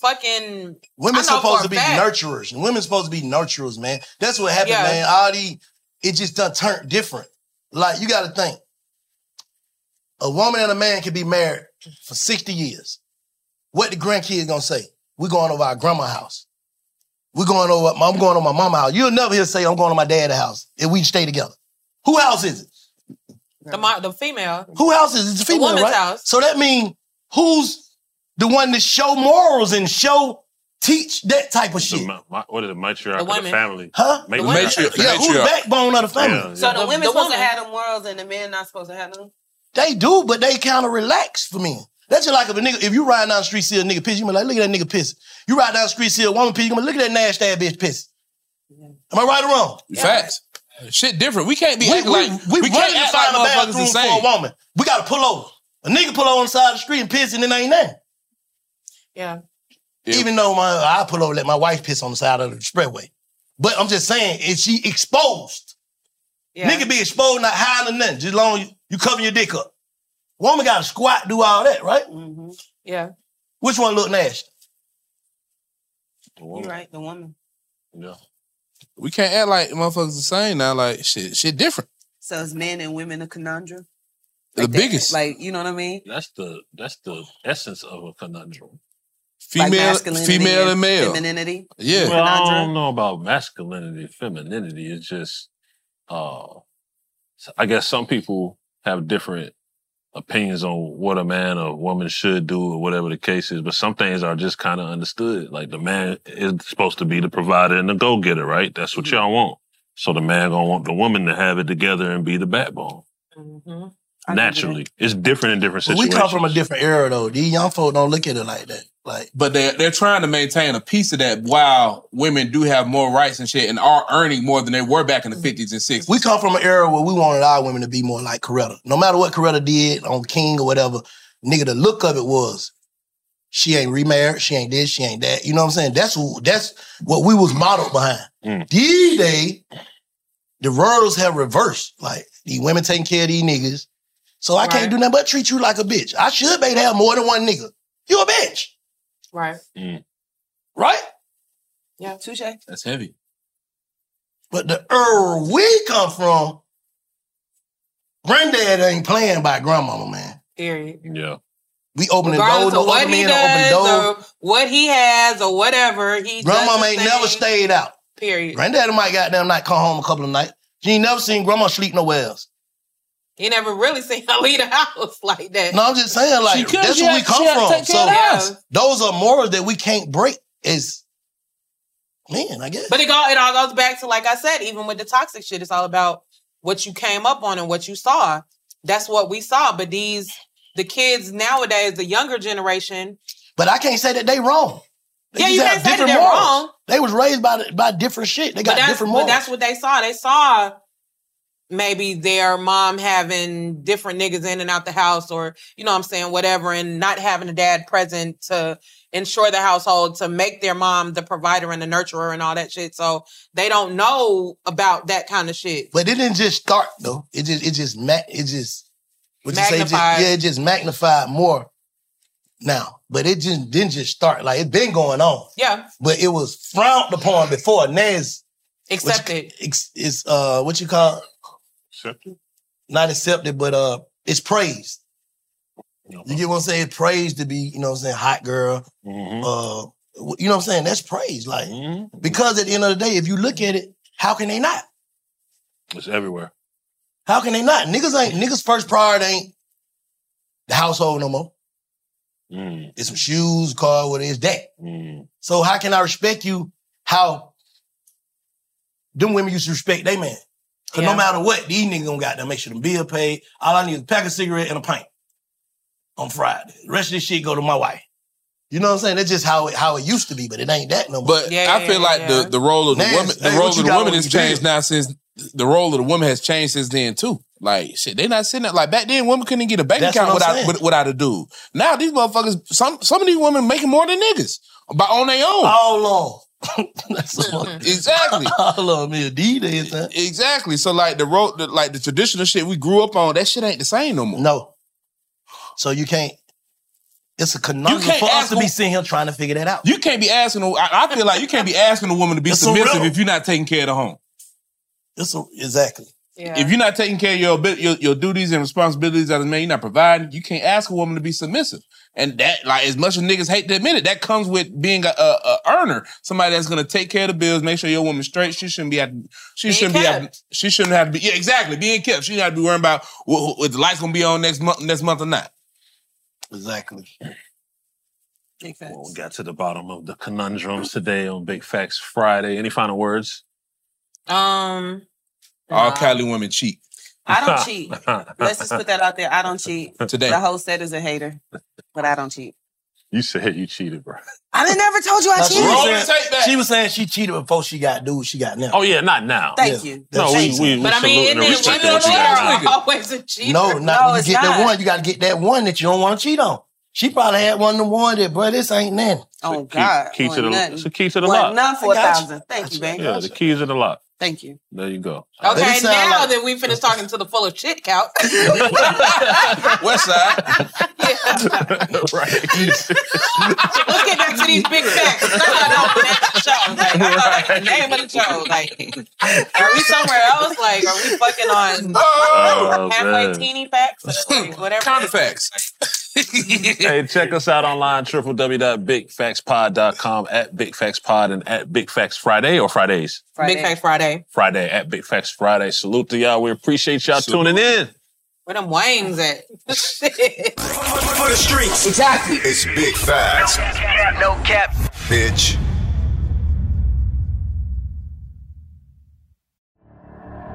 Speaker 6: fucking
Speaker 7: Women
Speaker 6: I know for
Speaker 7: supposed
Speaker 6: a
Speaker 7: to be
Speaker 6: fact-
Speaker 7: nurturers. Women supposed to be nurturers, man. That's what happened,
Speaker 6: Yeah.
Speaker 7: man. All the it just done turned different. Like you got to think, a woman and a man can be married for sixty years. What the grandkids gonna say? We going over our grandma house. We going over. I'm going to my mama house. You'll never hear say I'm going to my dad's house if we stay together. Who house is it?
Speaker 6: The mo- the female.
Speaker 7: Who else is it's a
Speaker 6: The
Speaker 7: female,
Speaker 6: woman's
Speaker 7: right?
Speaker 6: house.
Speaker 7: So that means who's the one to show morals and show teach that type of shit?
Speaker 3: Ma- ma- What is it? Matriarch
Speaker 10: The
Speaker 3: of the
Speaker 10: women.
Speaker 3: family.
Speaker 7: Huh?
Speaker 10: The women. Matriarch,
Speaker 7: Yeah, who's the backbone of the family?
Speaker 3: Yeah,
Speaker 10: so the, women
Speaker 7: the
Speaker 10: supposed to
Speaker 7: woman.
Speaker 10: have them morals, and the men not supposed to have them.
Speaker 7: They do, but they kind of relax for me. That's just like if a nigga, if you ride down the street, see a nigga piss, you be like, look at that nigga piss. You ride down the street, see a woman piss, you be like, look at that nasty ass bitch piss. Am I right or wrong?
Speaker 8: Facts. Shit different. We can't be
Speaker 7: We,
Speaker 8: acting
Speaker 7: we,
Speaker 8: like
Speaker 7: we,
Speaker 8: we
Speaker 7: running
Speaker 8: can't
Speaker 7: to
Speaker 8: act
Speaker 7: find
Speaker 8: like
Speaker 7: a
Speaker 8: motherfuckers
Speaker 7: bathroom for
Speaker 8: insane.
Speaker 7: a woman. We gotta pull over. A nigga pull over on the side of the street and piss, and it ain't nothing.
Speaker 6: Yeah.
Speaker 7: Even though my I pull over, let my wife piss on the side of the spreadway. But I'm just saying, is she exposed? Nigga be exposed, not hiding or nothing. Just long you, you cover your dick up. Woman got to squat, do all that, right?
Speaker 6: Yeah.
Speaker 7: Which one look nasty?
Speaker 10: You're right, the woman.
Speaker 3: Yeah.
Speaker 8: We can't act like motherfuckers the same now. Like shit, shit different.
Speaker 10: So it's men and women a conundrum.
Speaker 8: The biggest.
Speaker 10: Like you know what I mean?
Speaker 3: That's the that's the essence of a conundrum.
Speaker 8: Female-
Speaker 10: masculinity
Speaker 8: female and male.
Speaker 10: Femininity.
Speaker 3: Well, I
Speaker 10: Conundrum.
Speaker 3: don't know about masculinity, femininity. It's just, uh, I guess some people have different opinions on what a man or woman should do or whatever the case is. But some things are just kind of understood. Like the man is supposed to be the provider and the go getter, right? That's what
Speaker 10: Mm-hmm.
Speaker 3: y'all want. So the man gonna want the woman to have it together and be the backbone.
Speaker 10: Mm-hmm.
Speaker 3: Naturally, it's different in different
Speaker 7: But
Speaker 3: situations.
Speaker 7: we come from a different era though. These young folk don't look at it like that. Like,
Speaker 8: but they they're trying to maintain a piece of that while women do have more rights and shit and are earning more than they were back in the fifties and sixties.
Speaker 7: We come from an era where we wanted our women to be more like Coretta. No matter what Coretta did on King or whatever, nigga, the look of it was she ain't remarried, she ain't this, she ain't that. You know what I'm saying? That's who, that's what we was modeled behind. These days, the roles have reversed. Like these women taking care of these niggas, so I can't do nothing but treat you like a bitch. I should be to have more than one nigga. You a bitch,
Speaker 6: Right.
Speaker 7: right?
Speaker 6: Yeah.
Speaker 10: Touche.
Speaker 8: That's heavy.
Speaker 7: But the era we come from, granddad ain't playing by grandmama, man.
Speaker 6: Period.
Speaker 3: Yeah.
Speaker 7: We open the door,
Speaker 6: Regardless
Speaker 7: no
Speaker 6: of what
Speaker 7: other
Speaker 6: he
Speaker 7: man to open the
Speaker 6: does
Speaker 7: door.
Speaker 6: or what he has or whatever, he does
Speaker 7: Grandmama
Speaker 6: his
Speaker 7: ain't
Speaker 6: thing.
Speaker 7: never stayed out.
Speaker 6: Period.
Speaker 7: Granddaddy might goddamn night come home a couple of nights. She ain't never seen grandma sleep nowhere else.
Speaker 6: He never really seen her leave the house like that.
Speaker 7: No, I'm just saying, like, that's where we come from. So those are morals that we can't break as men, I guess.
Speaker 6: But it all it all goes back to like I said, even with the toxic shit, it's all about what you came up on and what you saw. That's what we saw. But these the kids nowadays, the younger generation,
Speaker 7: But I can't say that they wrong. They
Speaker 6: Yeah,
Speaker 7: just
Speaker 6: you
Speaker 7: have
Speaker 6: can't say that
Speaker 7: different
Speaker 6: they're
Speaker 7: morals.
Speaker 6: wrong.
Speaker 7: They was raised by by different shit. They got
Speaker 6: but that's,
Speaker 7: different
Speaker 6: but
Speaker 7: morals.
Speaker 6: that's what they saw. They saw maybe their mom having different niggas in and out the house or you know what I'm saying whatever and not having a dad present to ensure the household to make their mom the provider and the nurturer and all that shit so they don't know about that kind of shit
Speaker 7: But it didn't just start though. It just it just ma- it just what you say? Just,
Speaker 6: Magnified.
Speaker 7: yeah, it just magnified more now. But it just didn't just start. Like it's been going on,
Speaker 6: yeah
Speaker 7: but it was frowned upon before. Now it's
Speaker 6: accepted
Speaker 7: it's, it's uh what you call accepted, not accepted, but uh it's praised. You get what I'm saying? It's praised to be you know what I'm saying hot girl. Uh, you know what I'm saying? That's praise, like because at the end of the day, if you look at it, how can they not?
Speaker 3: Mm,
Speaker 23: It's everywhere.
Speaker 7: How can they not? Niggas ain't niggas first priority ain't the household no more.
Speaker 8: Mm.
Speaker 7: It's some shoes, car, what is that? So how can I respect you? How them women used to respect they man. Cause no
Speaker 4: Yeah.
Speaker 7: matter what, these niggas gonna goddamn make sure the bill paid. All I need is a pack of cigarette and a pint on Friday. The rest of this shit go to my wife. You know what I'm saying? That's just how it how it used to be, but it ain't that no more.
Speaker 8: But I feel like the, the role of the
Speaker 7: Now
Speaker 8: woman,
Speaker 7: it's,
Speaker 8: the
Speaker 7: hey,
Speaker 8: role
Speaker 7: what
Speaker 8: of
Speaker 7: you
Speaker 8: the
Speaker 7: got
Speaker 8: woman
Speaker 7: on
Speaker 8: has
Speaker 7: you, Jill?
Speaker 8: changed now since the role of the woman has changed since then too. Like shit, they not sitting there like back then. Women couldn't get a bank
Speaker 7: That's
Speaker 8: account
Speaker 7: what I'm
Speaker 8: without
Speaker 7: saying.
Speaker 8: with- without a dude. Now these motherfuckers, some some of these women making more than niggas, but on their own.
Speaker 7: All on. exactly. All on me,
Speaker 8: E, Exactly. So like the road, the, like the traditional shit we grew up on, that shit ain't the same no more.
Speaker 7: No. So you can't. It's a conundrum
Speaker 8: can't
Speaker 7: for us
Speaker 8: ask
Speaker 7: to be
Speaker 8: who-
Speaker 7: sitting here trying to figure that out.
Speaker 8: You can't be asking. a- I, I feel like you can't be asking a woman to be
Speaker 7: It's a
Speaker 8: submissive
Speaker 7: riddle.
Speaker 8: if you're not taking care of the home.
Speaker 7: It's a, exactly.
Speaker 8: If you're not taking care of your, abi- your your duties and responsibilities as a man, you're not providing. You can't ask a woman to be submissive. And that, like, as much as niggas hate to admit it, that comes with being a, a, a earner, somebody that's gonna take care of the bills, make sure your woman's straight. She shouldn't be at, she shouldn't be at, she shouldn't have to be. Yeah, exactly, being kept. She not be worrying about wh- wh- if the lights gonna be on next month, next month or not.
Speaker 7: Exactly.
Speaker 23: Well, we got to the bottom of the conundrums today on Big Facts Friday. Any final words?
Speaker 10: Um,
Speaker 8: All Cali women cheat.
Speaker 10: I don't cheat. Let's just put that out there. I don't cheat.
Speaker 8: Today.
Speaker 10: the host said is a hater, but I don't cheat.
Speaker 23: You said you cheated, bro.
Speaker 10: I done never told you I
Speaker 7: Now, she,
Speaker 10: cheated.
Speaker 7: was saying, she was saying she cheated before she got dude. She got now.
Speaker 23: Oh yeah, not now.
Speaker 10: Thank you.
Speaker 23: No, we, we, we
Speaker 6: But I mean,
Speaker 23: salute
Speaker 6: isn't
Speaker 23: and
Speaker 6: it
Speaker 23: respect
Speaker 6: women
Speaker 23: what you
Speaker 6: that
Speaker 23: guys
Speaker 6: are always a cheater?
Speaker 7: No, not when you get that one. You got to get that one that you don't want to cheat on. She probably had one of them one that, bro, this ain't nothing.
Speaker 10: Oh God,
Speaker 23: Key to
Speaker 10: One
Speaker 23: the
Speaker 10: nothing.
Speaker 23: it's the key to the
Speaker 10: One
Speaker 23: lock.
Speaker 10: none for a
Speaker 6: I got you.
Speaker 10: thousand. Thank you, baby.
Speaker 23: Yeah, the keys of the lock.
Speaker 10: Thank you.
Speaker 23: There you go.
Speaker 6: Okay,
Speaker 23: It sound
Speaker 6: now
Speaker 23: like-
Speaker 6: that we finished talking to the full of shit count,
Speaker 8: West side.
Speaker 23: right.
Speaker 6: let's get back to these big facts. That's what I know about the show. Like, I thought like, the name of the show. Like, are we somewhere else? Like, are we fucking on
Speaker 23: Oh,
Speaker 6: halfway
Speaker 23: man.
Speaker 6: teeny facts or like, whatever?
Speaker 8: Counter facts.
Speaker 23: hey, check us out online, www.bigfaxpod.com, at Big Facts Pod and at Big Facts Friday or Fridays?
Speaker 6: Big Facts Friday.
Speaker 23: Friday, at Big Facts Friday. Salute to y'all. We appreciate y'all tuning in.
Speaker 6: Where them wangs at?
Speaker 4: For the streets. Exactly. It's big facts. No cap, no cap. Bitch.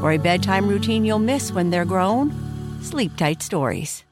Speaker 24: For a bedtime routine you'll miss when they're grown, Sleep Tight Stories.